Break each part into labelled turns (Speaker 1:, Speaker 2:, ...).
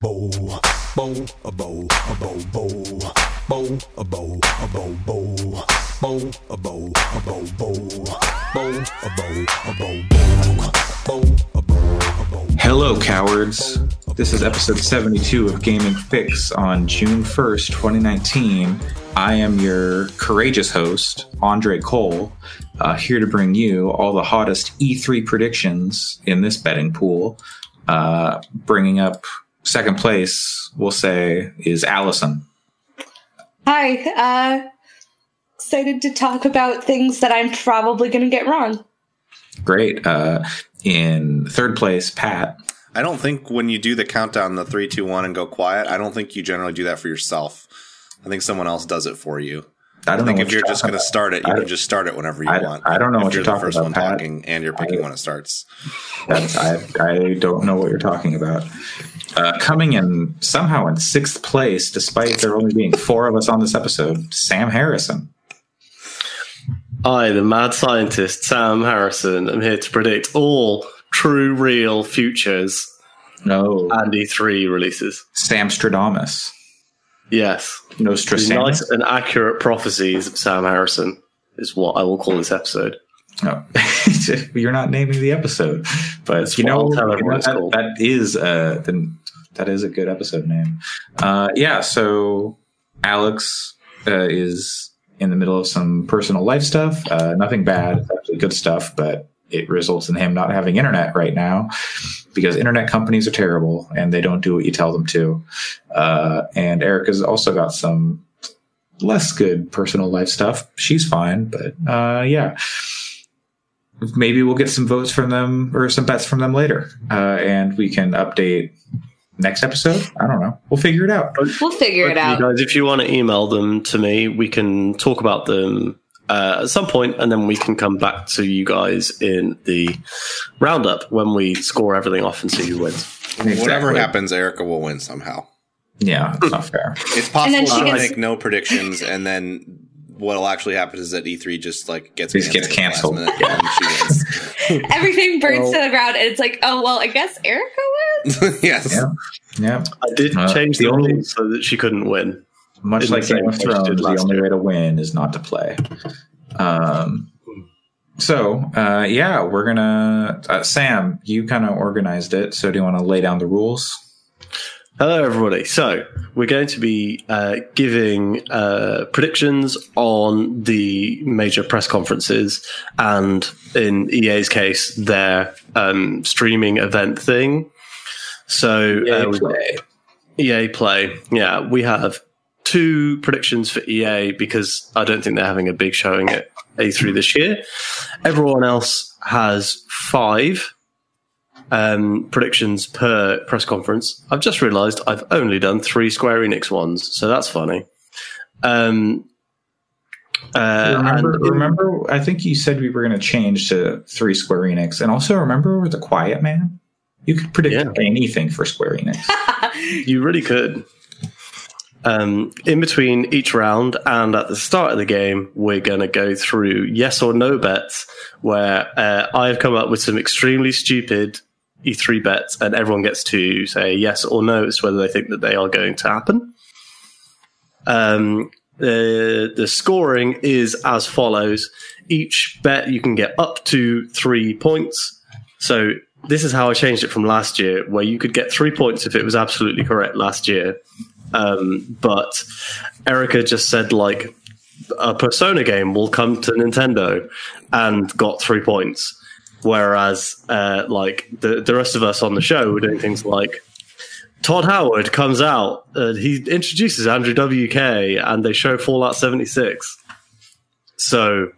Speaker 1: bow, bow, a bow, a bow, bow, bow, a bow, a bow, bow, bow, a bow, a bow, bow, bow, a bow, a bow, bow, bow, a bow, a bow.
Speaker 2: Hello, cowards. This is episode 72 of Gaming Fix on June 1st, 2019. I am your courageous host, Andre Cole, uh, here to bring you all the hottest E3 predictions in this betting pool. Uh, bringing up second place, we'll say, is Allison.
Speaker 3: Hi, uh, excited to talk about things that I'm probably going to get wrong.
Speaker 2: Great. Uh, in third place, Pat.
Speaker 4: I don't think when you do the countdown, the three, two, one, and go quiet. I don't think you generally do that for yourself. I think someone else does it for you.
Speaker 2: I
Speaker 4: I
Speaker 2: don't
Speaker 4: think
Speaker 2: know
Speaker 4: if
Speaker 2: what
Speaker 4: Oh, you're just
Speaker 2: talking
Speaker 4: going to start it, you
Speaker 2: I-
Speaker 4: can just start it whenever you
Speaker 2: I-
Speaker 4: want.
Speaker 2: I don't know
Speaker 4: if
Speaker 2: what
Speaker 4: you're
Speaker 2: you're
Speaker 4: the first
Speaker 2: talking
Speaker 4: one
Speaker 2: about, Pat.
Speaker 4: talking and you're picking
Speaker 2: I-
Speaker 4: when it starts.
Speaker 2: That's, I, I don't know what you're talking about. Uh, coming in somehow in sixth place, despite there only being four of us on this episode, Sam Harrison.
Speaker 5: I, the mad scientist Sam Harrison, am here to predict all true, real futures
Speaker 2: No.
Speaker 5: and E3 releases.
Speaker 2: Sam Stradamus.
Speaker 5: Yes, These
Speaker 2: Nostradamus.
Speaker 5: nice and accurate prophecies of Sam Harrison is what I will call this episode.
Speaker 2: No. Oh. you're not naming the episode. But
Speaker 5: That's
Speaker 2: you
Speaker 5: what
Speaker 2: know,
Speaker 5: I'll tell
Speaker 2: you
Speaker 5: everyone
Speaker 2: know,
Speaker 5: it's
Speaker 2: that,
Speaker 5: called.
Speaker 2: that is uh the, that is a good episode name. Uh, yeah, so Alex uh, is in the middle of some personal life stuff. Uh, nothing bad, it's actually good stuff, but it results in him not having internet right now because internet companies are terrible and they don't do what you tell them to. Uh, and Erica's also got some less good personal life stuff. She's fine, but uh, yeah. Maybe we'll get some votes from them or some bets from them later, uh, and we can update next episode. I don't know. We'll figure it out.
Speaker 3: We'll figure it
Speaker 5: But
Speaker 3: out.
Speaker 5: You guys, if you want to email them to me, we can talk about them uh, at some point, and then we can come back to you guys in the roundup when we score everything off and see who wins.
Speaker 4: Whatever
Speaker 2: Exactly.
Speaker 4: happens, Erica will win somehow.
Speaker 2: Yeah, it's not fair.
Speaker 4: It's
Speaker 3: And
Speaker 4: possible
Speaker 3: then
Speaker 4: to
Speaker 3: she gets-
Speaker 4: make no predictions, and then what'll actually happen is that E3 just like gets
Speaker 2: Just gets
Speaker 4: at the last minute,
Speaker 3: Everything burns to the ground, and it's like, oh, well, I guess Erica wins?
Speaker 4: and she wins. yes.
Speaker 2: Yeah. Yeah,
Speaker 5: I did
Speaker 2: Uh,
Speaker 5: change
Speaker 2: the
Speaker 5: the
Speaker 2: only-
Speaker 5: rules so that she couldn't win.
Speaker 2: much
Speaker 5: Didn't
Speaker 2: like
Speaker 5: say
Speaker 2: Game of
Speaker 5: what she did
Speaker 2: Thrones, the
Speaker 5: last
Speaker 2: only
Speaker 5: year.
Speaker 2: way to win is not to play. Um, so uh, yeah, we're gonna. Uh, Sam, you kind of organized it, so do you want to lay down the rules?
Speaker 5: Hello, everybody. So, we're going to be uh, giving uh, predictions on the major press conferences and, in EA's case, their um, streaming event thing. So, uh, we've got EA E Play. Yeah, we have two predictions for EA because I don't think they're having a big showing at A3 this year. Everyone else has five um, predictions per press conference. I've just realised I've only done three Square Enix ones, so that's funny. Um, uh,
Speaker 2: remember,
Speaker 5: and-
Speaker 2: remember, I think you said we were gonna change to three Square Enix, and also remember we're the Quiet Man. You could predict
Speaker 5: Yeah.
Speaker 2: anything for Square Enix.
Speaker 5: You really could. Um, in between each round and at the start of the game, we're going to go through yes or no bets where uh, I've come up with some extremely stupid E3 bets, and everyone gets to say yes or no as to whether they think that they are going to happen. Um, the, the scoring is as follows each bet you can get up to three points. So this is how I changed it from last year, where you could get three points if it was absolutely correct last year. Um, but Erica just said like a Persona game will come to Nintendo and got three points, whereas uh, like the the rest of us on the show were doing things like. Todd Howard comes out. Uh, he introduces Andrew WK, and they show Fallout seventy six. So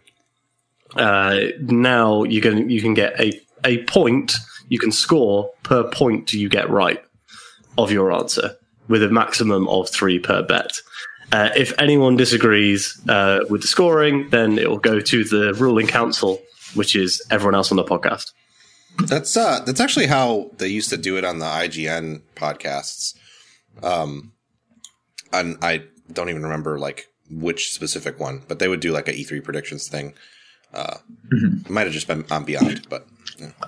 Speaker 5: uh, now you can you can get a a point you can score per point you get right of your answer with a maximum of three per bet. Uh, if anyone disagrees uh, with the scoring, then it will go to the ruling council, which is everyone else on the podcast.
Speaker 4: That's uh that's actually how they used to do it on the IGN podcasts. Um and I don't even remember like which specific one, but they would do like a E3 predictions E thing. Uh
Speaker 2: Mhm.
Speaker 4: it might have just been on Beyond, but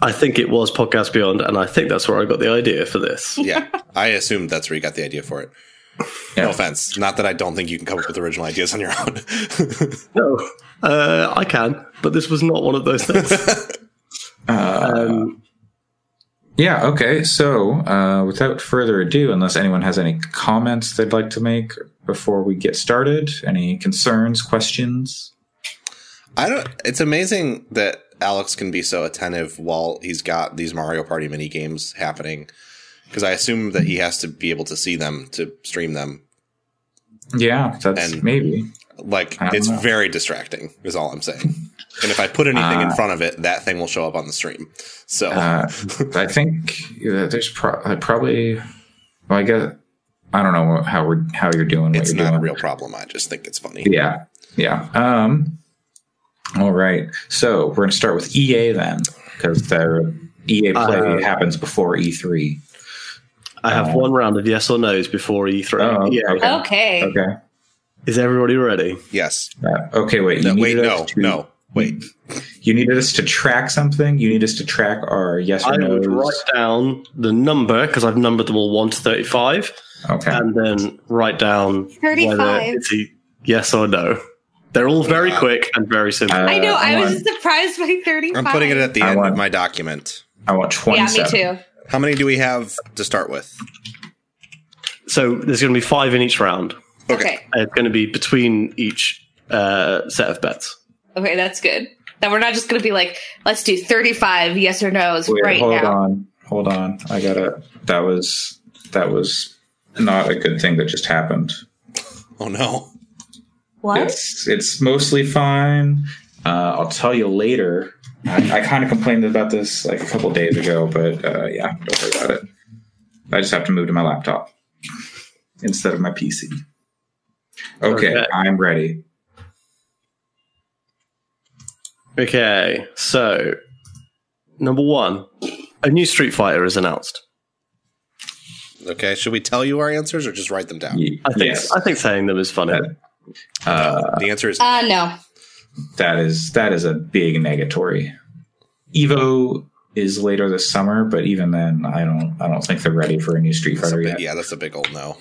Speaker 5: I think it was Podcast Beyond, and I think that's where I got the idea for this.
Speaker 4: Yeah, I assumed that's where you got the idea for it.
Speaker 2: Yeah.
Speaker 4: No offense. Not that I don't think you can come up with original ideas on your own.
Speaker 5: No, uh, I can, but this was not one of those things. um,
Speaker 2: Yeah, okay. So, uh, without further ado, unless anyone has any comments they'd like to make before we get started, any concerns, questions?
Speaker 4: I don't. It's amazing that Alex can be so attentive while he's got these Mario Party mini games happening. Because I assume that he has to be able to see them to stream them.
Speaker 2: Yeah, that's
Speaker 4: And-
Speaker 2: maybe.
Speaker 4: Like
Speaker 2: I don't
Speaker 4: it's
Speaker 2: know.
Speaker 4: very distracting. Is all I'm saying. And if I put anything
Speaker 2: Ah.
Speaker 4: in front of it, that thing will show up on the stream. So
Speaker 2: Uh, I think uh, there's pro- I probably. Well, I guess I don't know how we're how you're doing. What
Speaker 4: it's
Speaker 2: you're
Speaker 4: not a
Speaker 2: doing.
Speaker 4: real problem. I just think it's funny.
Speaker 2: Yeah, yeah. Um, all right. So we're gonna start with EA then, because their EA play
Speaker 5: Uh,
Speaker 2: happens before E E3.
Speaker 5: I have one round of yes or no's before E3.
Speaker 2: Oh,
Speaker 5: yeah.
Speaker 2: okay.
Speaker 3: Okay.
Speaker 2: Okay.
Speaker 5: Is everybody ready?
Speaker 4: Yes.
Speaker 2: Uh, okay. Wait.
Speaker 4: No,
Speaker 2: you
Speaker 4: wait.
Speaker 2: needed
Speaker 4: No.
Speaker 2: us to-
Speaker 4: No. Wait.
Speaker 2: You needed us to track something. You need us to track our yes or
Speaker 5: I
Speaker 2: no.
Speaker 5: would write down the number because I've numbered them all 1 to 35
Speaker 2: Okay.
Speaker 4: Um,
Speaker 5: and then write down whether
Speaker 3: 35.
Speaker 5: it's a yes or no. They're all very
Speaker 4: Wow.
Speaker 5: quick and very simple.
Speaker 2: Uh,
Speaker 3: I know. I
Speaker 2: one.
Speaker 3: was surprised by 35.
Speaker 4: I'm putting it at the
Speaker 2: I
Speaker 4: end
Speaker 2: want-
Speaker 4: of my document.
Speaker 2: I want
Speaker 3: Yeah,
Speaker 2: twenty-seven.
Speaker 3: me too.
Speaker 4: How many do we have to start with?
Speaker 5: so there's going to be five in each round.
Speaker 4: Okay.
Speaker 3: Okay.
Speaker 5: And It's going to be between each uh, set of bets.
Speaker 3: Okay, that's good. Then we're not just going to be like, let's do 35 yes or no's
Speaker 2: Wait,
Speaker 3: right
Speaker 2: hold
Speaker 3: now.
Speaker 2: on, hold on. I gotta. That was that was not a good thing that just happened.
Speaker 4: Oh no.
Speaker 3: What?
Speaker 2: It's it's mostly fine. Uh, I'll tell you later. I, I kind of complained about this like a couple days ago, but uh, yeah, don't worry about it. I just have to move to my laptop instead of my PC. Okay,
Speaker 5: Okay.
Speaker 2: I'm ready.
Speaker 5: Okay, so number one, a new Street Fighter is announced.
Speaker 4: Okay. Should we tell you our answers or just write them down?
Speaker 2: Ye-
Speaker 5: I think
Speaker 2: yes,
Speaker 5: I think saying them is funny.
Speaker 2: uh,
Speaker 4: The answer is
Speaker 3: Uh, no.
Speaker 2: that is that is a big negatory. Evo is later this summer, but even then, I don't I don't think they're ready for a new Street
Speaker 4: that's a
Speaker 2: Fighter
Speaker 4: big-
Speaker 2: yet.
Speaker 4: yeah, that's a big old no.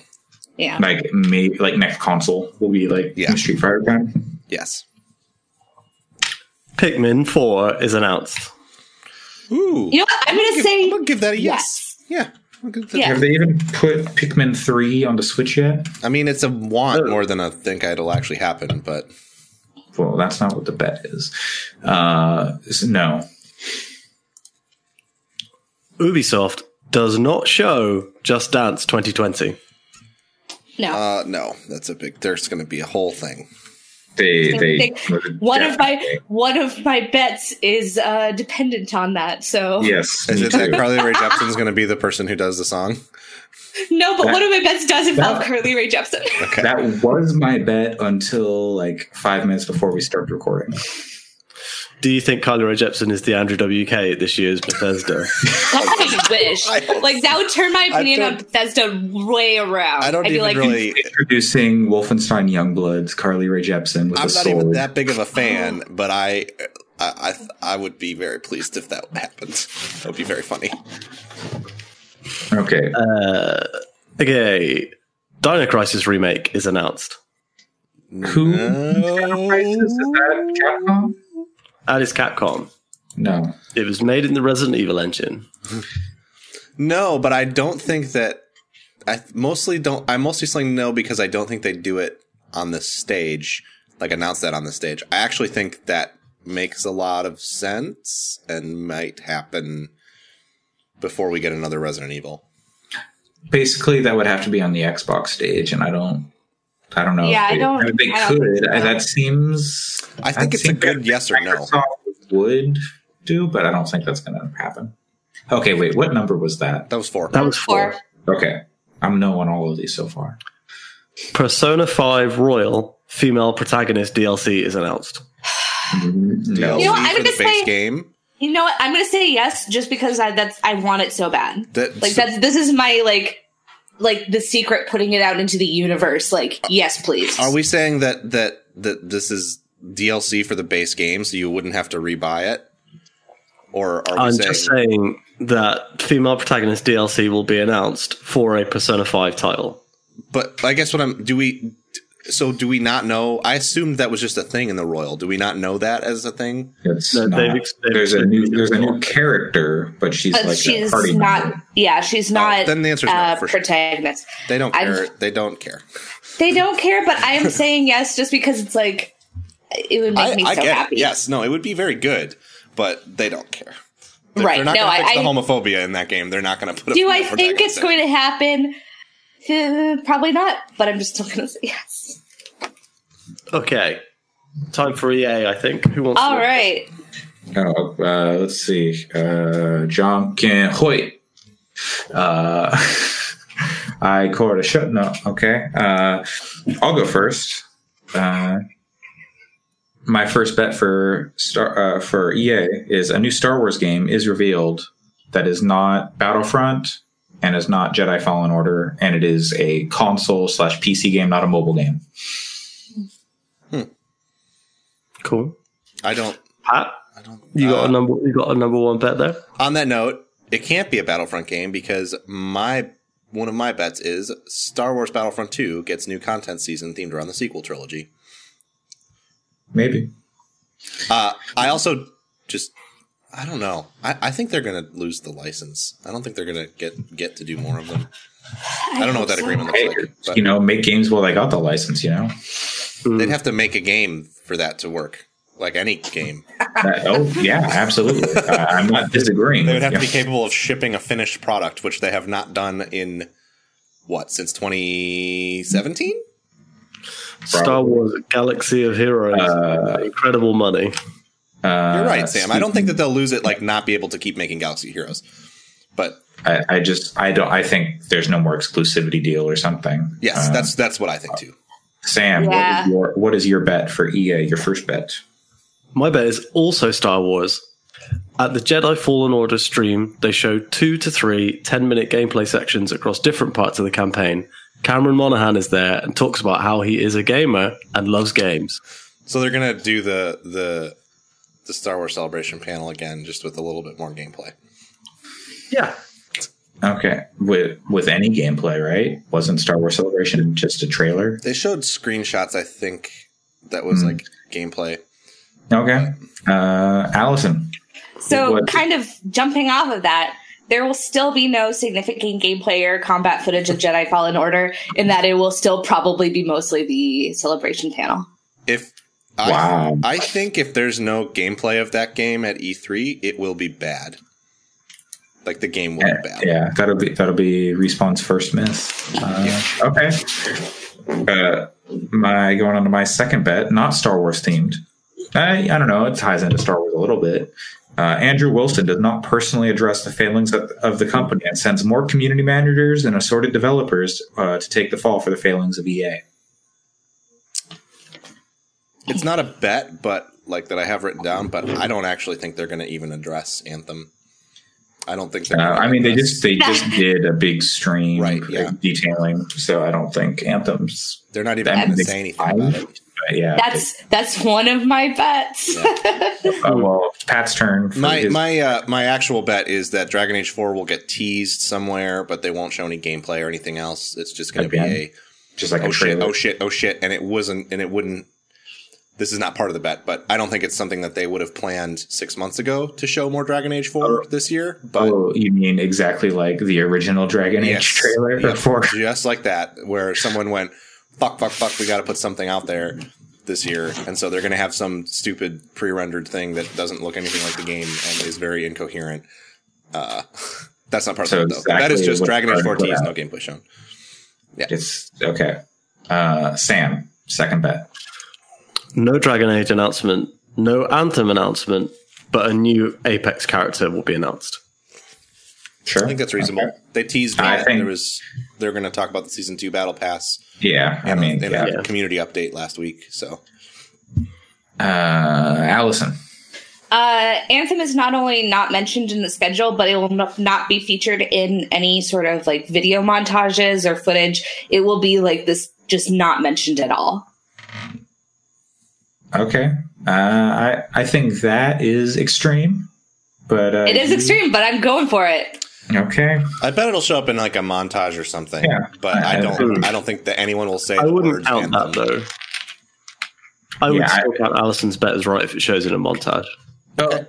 Speaker 3: Yeah.
Speaker 2: Like maybe like next console will be like
Speaker 4: Yeah.
Speaker 2: Street Fighter time.
Speaker 4: Yes.
Speaker 5: Pikmin Four is announced.
Speaker 4: Ooh.
Speaker 3: You know what? I'm going to
Speaker 4: give,
Speaker 3: say
Speaker 4: I'm gonna give that a yes.
Speaker 3: yes.
Speaker 4: Yeah. I'll give that-
Speaker 3: Yeah.
Speaker 2: Have they even put Pikmin three on the Switch yet?
Speaker 4: I mean, it's a want
Speaker 5: Oh.
Speaker 4: more than a think it'll actually happen, but
Speaker 2: Well, that's not what the bet is. Uh, s- no,
Speaker 5: Ubisoft does not show Just Dance 2020.
Speaker 3: no.
Speaker 4: uh, no, that's a big. There's going to be a whole thing.
Speaker 2: they they
Speaker 3: one of my one of my bets is uh, dependent on that. So
Speaker 2: yes.
Speaker 4: Is
Speaker 2: me
Speaker 4: it that
Speaker 2: too.
Speaker 4: Carly Rae Jepsen's going to be the person who does the song?
Speaker 3: no, but one of my bets does involve
Speaker 2: that-
Speaker 3: Curly Ray Jepsen.
Speaker 4: Okay.
Speaker 2: That was my bet until like five minutes before we started recording.
Speaker 5: Do you think Kylie Rae Jepsen is the Andrew WK at this year's Bethesda?
Speaker 3: I wish.
Speaker 4: I don't-
Speaker 3: Like that would turn my
Speaker 4: I
Speaker 3: opinion on
Speaker 4: don't-
Speaker 3: Bethesda way around.
Speaker 4: I don't
Speaker 3: I'd be
Speaker 4: even
Speaker 3: like,
Speaker 4: really.
Speaker 2: Introducing Wolfenstein Youngblood's Carly Rae Jepsen with
Speaker 4: I'm
Speaker 2: a
Speaker 4: not
Speaker 2: sword.
Speaker 4: even that big of a fan, but I, I, I, I would be very pleased if that happened. That would be very funny.
Speaker 2: Okay,
Speaker 5: uh, okay, Dino Crisis remake is announced.
Speaker 2: Who?
Speaker 4: No.
Speaker 2: Crisis? Is that Capcom?
Speaker 5: And it's Capcom.
Speaker 2: No.
Speaker 5: It was made in the Resident Evil engine.
Speaker 4: No, but I don't think that. I mostly don't. I'm mostly saying no because I don't think they do it on the stage, like announce that on the stage. I actually think that makes a lot of sense and might happen before we get another Resident Evil.
Speaker 2: basically that would have to be on the Xbox stage, and I don't, I don't know.
Speaker 3: Yeah,
Speaker 2: if
Speaker 3: I
Speaker 2: they,
Speaker 3: don't-
Speaker 2: if they
Speaker 3: I don't
Speaker 2: could.
Speaker 3: think so.
Speaker 2: I- That seems.
Speaker 4: I think
Speaker 2: that
Speaker 4: it's a
Speaker 2: seems
Speaker 4: good
Speaker 2: that
Speaker 4: yes or no.
Speaker 2: Microsoft would do, but I don't think that's going to happen. Okay, wait. What number was that?
Speaker 4: That was four.
Speaker 5: That was
Speaker 3: four.
Speaker 5: four.
Speaker 2: Okay, I'm no on all of these so far.
Speaker 5: Persona 5 Royal female protagonist DLC is announced.
Speaker 2: No.
Speaker 4: DLC
Speaker 3: You know what, I'm
Speaker 4: for the
Speaker 3: gonna
Speaker 4: base
Speaker 3: say-
Speaker 4: game.
Speaker 3: You know what? I'm gonna say yes just because I that's I want it so bad.
Speaker 4: That,
Speaker 3: Like that's this is my like like the secret putting it out into the universe. Like yes, please.
Speaker 4: Are we saying that that that this is DLC for the base game, so you wouldn't have to rebuy it? Or are we
Speaker 5: I'm
Speaker 4: saying
Speaker 5: just saying that female protagonist DLC will be announced for a Persona 5 title.
Speaker 4: But I guess what I'm do we so do we not know? I assumed that was just a thing in the royal. Do we not know that as a thing?
Speaker 2: It's
Speaker 5: No,
Speaker 2: not-
Speaker 5: they've ex- they've
Speaker 2: there's a
Speaker 5: explained
Speaker 2: new
Speaker 5: it
Speaker 2: there's a new
Speaker 5: before.
Speaker 2: character, but she's
Speaker 3: But
Speaker 2: like a
Speaker 3: she's
Speaker 2: party
Speaker 3: not.
Speaker 2: member.
Speaker 3: Yeah, she's not
Speaker 4: then the answer's no,
Speaker 3: uh,
Speaker 4: for sure.
Speaker 3: protagonist.
Speaker 4: They don't
Speaker 3: I'm-
Speaker 4: care. they don't care.
Speaker 3: They don't care, but I am saying yes just because it's like it would make
Speaker 4: I,
Speaker 3: me
Speaker 4: I
Speaker 3: so
Speaker 4: get it.
Speaker 3: happy.
Speaker 4: Yes, no, it would be very good, but they don't care. They're,
Speaker 3: Right.
Speaker 4: They're not
Speaker 3: No,
Speaker 4: going to fix
Speaker 3: I-
Speaker 4: the
Speaker 3: I-
Speaker 4: homophobia in that game. They're not going to put. a
Speaker 3: Do I
Speaker 4: female
Speaker 3: think it's
Speaker 4: protagonist in.
Speaker 3: going to happen? Eh, Probably not, but I'm just still going to say yes.
Speaker 5: Okay. Time for EA, I think. Who wants
Speaker 3: All
Speaker 5: to
Speaker 3: right.
Speaker 2: Oh, uh, let's see. Uh, John Ken Hoyt. Uh, I caught a shut. No, okay. Uh, I'll go first. Uh, my first bet for Star uh, for EA is a new Star Wars game is revealed that is not Battlefront and is not Jedi Fallen Order and it is a console slash PC game, not a mobile game.
Speaker 5: Cool.
Speaker 4: I don't.
Speaker 5: Pat,
Speaker 4: I don't.
Speaker 5: you got
Speaker 4: uh,
Speaker 5: a number you got a number one bet there?
Speaker 4: On that note, it can't be a Battlefront game because my one of my bets is Star Wars Battlefront Two gets new content season themed around the sequel trilogy.
Speaker 2: Maybe.
Speaker 4: Uh, I also just I don't know. I, I think they're going to lose the license. I don't think they're going to get get to do more of them. I don't know what that agreement looks
Speaker 2: Hey,
Speaker 4: like. But
Speaker 2: you know, make games while they got the license. You know.
Speaker 4: they'd have to make a game for that to work, like any game.
Speaker 2: That- oh yeah, absolutely. Uh, I'm not disagreeing.
Speaker 4: They would have to be
Speaker 2: Yeah.
Speaker 4: capable of shipping a finished product, which they have not done in what since 2017.
Speaker 5: Star Wars Galaxy of Heroes.
Speaker 2: Uh,
Speaker 5: Incredible money.
Speaker 2: Uh,
Speaker 4: You're right, Sam. I don't think that they'll lose it, like not be able to keep making Galaxy Heroes. But
Speaker 2: I, I just I don't. I think there's no more exclusivity deal or something.
Speaker 4: yes,
Speaker 2: Uh,
Speaker 4: that's that's what I think too.
Speaker 2: Sam. What,
Speaker 3: Yeah.
Speaker 2: is your, what is your bet for EA? Your first bet.
Speaker 5: My bet is also Star Wars. At the Jedi Fallen Order stream, they showed two to three 10 minute gameplay sections across different parts of the campaign. Cameron Monaghan is there and talks about how he is a gamer and loves games.
Speaker 4: So they're gonna do the the the Star Wars Celebration panel again, just with a little bit more gameplay.
Speaker 5: Yeah.
Speaker 2: Okay, with with any gameplay, right? Wasn't Star Wars Celebration just a trailer?
Speaker 4: They showed screenshots, I think, that was
Speaker 2: Hmm.
Speaker 4: like gameplay.
Speaker 2: Okay, uh, Allison.
Speaker 3: So,
Speaker 2: What-
Speaker 3: kind of jumping off of that, there will still be no significant gameplay or combat footage of Jedi Fallen Order, in that it will still probably be mostly the celebration panel.
Speaker 4: If I,
Speaker 2: Wow.
Speaker 4: I think if there's no gameplay of that game at E3, it will be bad. Like the game will be bad.
Speaker 2: Yeah, that'll be that'll be respawn's first miss. Uh, okay. Uh, my going on to my second bet, not Star Wars themed. I, I don't know. It ties into Star Wars a little bit. Uh, Andrew Wilson does not personally address the failings of, of the company and sends more community managers and assorted developers uh, to take the fall for the failings of E EA.
Speaker 4: It's not a bet, but like that I have written down, but I don't actually think they're going to even address Anthem. I don't think.
Speaker 2: Uh,
Speaker 4: They're gonna
Speaker 2: I mean, they
Speaker 4: address-
Speaker 2: just they just did a big stream
Speaker 4: Right, yeah.
Speaker 2: detailing, so I don't think Anthem's.
Speaker 4: they're not even going to say anything about it.
Speaker 2: But yeah,
Speaker 3: That's that's one of my bets.
Speaker 2: uh, well, Pat's turn. For
Speaker 4: My
Speaker 2: his-
Speaker 4: my uh, my actual bet is that Dragon Age Four will get teased somewhere, but they won't show any gameplay or anything else. It's just going to be a
Speaker 2: Again, just like
Speaker 4: oh
Speaker 2: a
Speaker 4: shit,
Speaker 2: trailer.
Speaker 4: oh shit, oh shit, and it wasn't, and it wouldn't. This is not part of the bet, but I don't think it's something that they would have planned six months ago to show more Dragon Age Four this year. But
Speaker 2: oh, you mean exactly like the original Dragon
Speaker 4: Yes.
Speaker 2: Age trailer
Speaker 4: Yep.
Speaker 2: for
Speaker 4: just like that, where someone went, fuck, fuck, fuck, we got to put something out there this year, and so they're going to have some stupid pre-rendered thing that doesn't look anything like the game and is very incoherent. Uh, that's not part
Speaker 2: So
Speaker 4: of it, though. that is
Speaker 2: exactly
Speaker 4: just
Speaker 2: what
Speaker 4: Dragon Age
Speaker 2: Burn
Speaker 4: 14 is
Speaker 2: put
Speaker 4: no gameplay shown.
Speaker 2: It's okay. Uh, Sam, second bet.
Speaker 5: No Dragon Age announcement, no Anthem announcement, but a new Apex character will be announced.
Speaker 2: Sure.
Speaker 4: I think that's reasonable.
Speaker 2: Okay.
Speaker 4: They teased
Speaker 2: I
Speaker 4: that
Speaker 2: think-
Speaker 4: there was they're going to talk about the season two battle pass.
Speaker 2: Yeah, I
Speaker 4: in a-
Speaker 2: mean,
Speaker 4: in
Speaker 2: yeah.
Speaker 4: a community update last week. So
Speaker 2: Uh, Allison.
Speaker 3: Uh, Anthem is not only not mentioned in the schedule, but it will no- not be featured in any sort of like video montages or footage. It will be like this, just not mentioned at all.
Speaker 2: Okay. Uh, I I think that is extreme. But uh,
Speaker 3: It is
Speaker 2: you-
Speaker 3: extreme, but I'm going for it.
Speaker 2: Okay.
Speaker 4: I bet it'll show up in like a montage or something.
Speaker 2: Yeah.
Speaker 4: But I
Speaker 2: Yeah.
Speaker 4: don't. I don't think that anyone will say.
Speaker 5: I
Speaker 4: the
Speaker 5: wouldn't
Speaker 4: words
Speaker 5: count that
Speaker 4: anthem.
Speaker 5: though. I would
Speaker 2: Yeah, I-
Speaker 5: still count Alison's bet as right if it shows in a montage.
Speaker 2: Oh,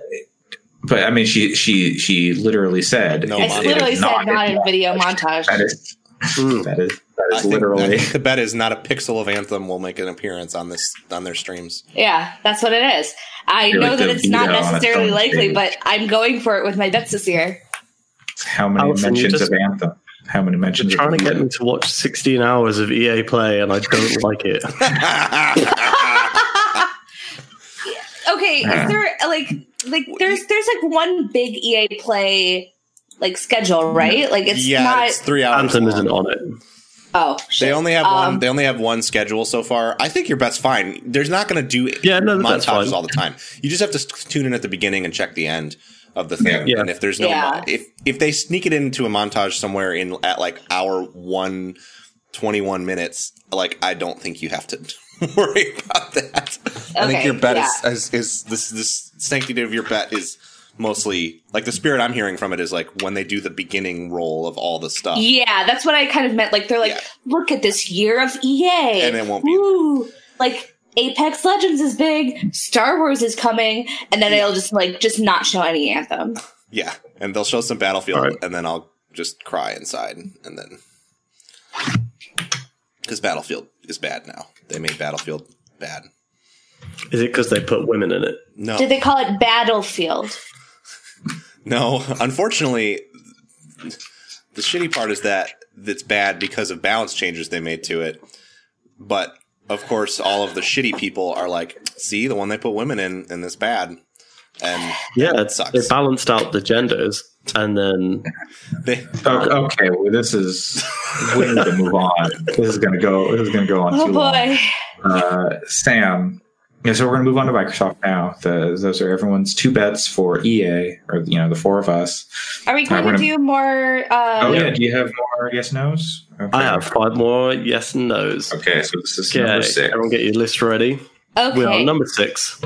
Speaker 2: but I mean, she she she literally said
Speaker 4: No,
Speaker 2: it-
Speaker 4: Mom,
Speaker 3: I
Speaker 2: Oh it is
Speaker 3: literally said not in
Speaker 2: it's
Speaker 3: video montage.
Speaker 2: That is
Speaker 5: Mm.
Speaker 2: that is that
Speaker 4: Hmm. I
Speaker 2: is
Speaker 4: think, I
Speaker 2: literally
Speaker 4: think the bet is not a pixel of Anthem will make an appearance on this on their streams.
Speaker 3: Yeah, that's what it is. I
Speaker 2: You're
Speaker 3: know
Speaker 2: like
Speaker 3: that
Speaker 2: the
Speaker 3: it's not
Speaker 2: Vito on a
Speaker 3: necessarily
Speaker 2: stone
Speaker 3: likely,
Speaker 2: stage.
Speaker 3: but I'm going for it with my bets this year.
Speaker 2: how many
Speaker 5: Allison, you
Speaker 2: mentions
Speaker 5: just-
Speaker 2: of anthem. How many
Speaker 5: You're
Speaker 2: mentions? of
Speaker 5: trying to get
Speaker 2: Anthem?
Speaker 5: me to watch 16 hours of EA play, and I don't like it.
Speaker 3: Okay, is there like like there's there's like one big EA play like schedule, right? Like it's
Speaker 4: yeah,
Speaker 3: not
Speaker 4: it's three hours.
Speaker 5: Anthem
Speaker 4: long.
Speaker 5: isn't on it.
Speaker 3: oh shit.
Speaker 4: They only have
Speaker 3: Um,
Speaker 4: one. They only have one schedule so far. I think your bet's fine. There's not going to do
Speaker 5: Yeah, no, that's
Speaker 4: montages
Speaker 5: fine.
Speaker 4: all the time. You just have to s- tune in at the beginning and check the end of the thing.
Speaker 5: Yeah.
Speaker 4: And if there's no,
Speaker 3: Yeah.
Speaker 4: if if they sneak it into a montage somewhere in at like hour one, 21 minutes, like I don't think you have to worry about that. I think
Speaker 3: Okay,
Speaker 4: your bet
Speaker 3: yeah.
Speaker 4: is, is is this this sanctity of your bet is. Mostly, like the spirit I'm hearing from it is like when they do the beginning roll of all the stuff.
Speaker 3: Yeah, that's what I kind of meant. Like they're like,
Speaker 4: Yeah.
Speaker 3: look at this year of EA,
Speaker 4: And it won't be
Speaker 3: Woo! Like Apex Legends is big, Star Wars is coming, and then it'll just like just not show any anthem.
Speaker 4: Yeah, and they'll show some Battlefield,
Speaker 5: Alright.
Speaker 4: and then I'll just cry inside, and then because Battlefield is bad now. They made Battlefield bad.
Speaker 5: Is it because they put women in it?
Speaker 4: No,
Speaker 3: Did they call it Battlefield?
Speaker 4: no. Unfortunately, the shitty part is that it's bad because of balance changes they made to it. But of course, all of the shitty people are like, "See, the one they put women in, and it's bad." And
Speaker 5: Yeah, it's,
Speaker 4: sucks.
Speaker 5: they balanced out the genders, and then
Speaker 4: they,
Speaker 2: O- Okay, well, this is we need to move on. This is gonna go. This is gonna go on
Speaker 3: Oh
Speaker 2: too long.
Speaker 3: boy.
Speaker 2: Uh, Sam. Yeah, so we're gonna move on to Microsoft now. The, those are everyone's two bets for EA, or you know, the four of us.
Speaker 3: Are we
Speaker 2: All right,
Speaker 3: going
Speaker 2: we're
Speaker 3: to
Speaker 2: gonna-
Speaker 3: do more? Uh,
Speaker 2: Oh yeah, do you have more yes nos? Okay.
Speaker 5: I have five more yes and no's.
Speaker 2: Okay, so this is
Speaker 5: Okay,
Speaker 2: number six.
Speaker 5: everyone get your list ready.
Speaker 3: Okay.
Speaker 5: We are number six.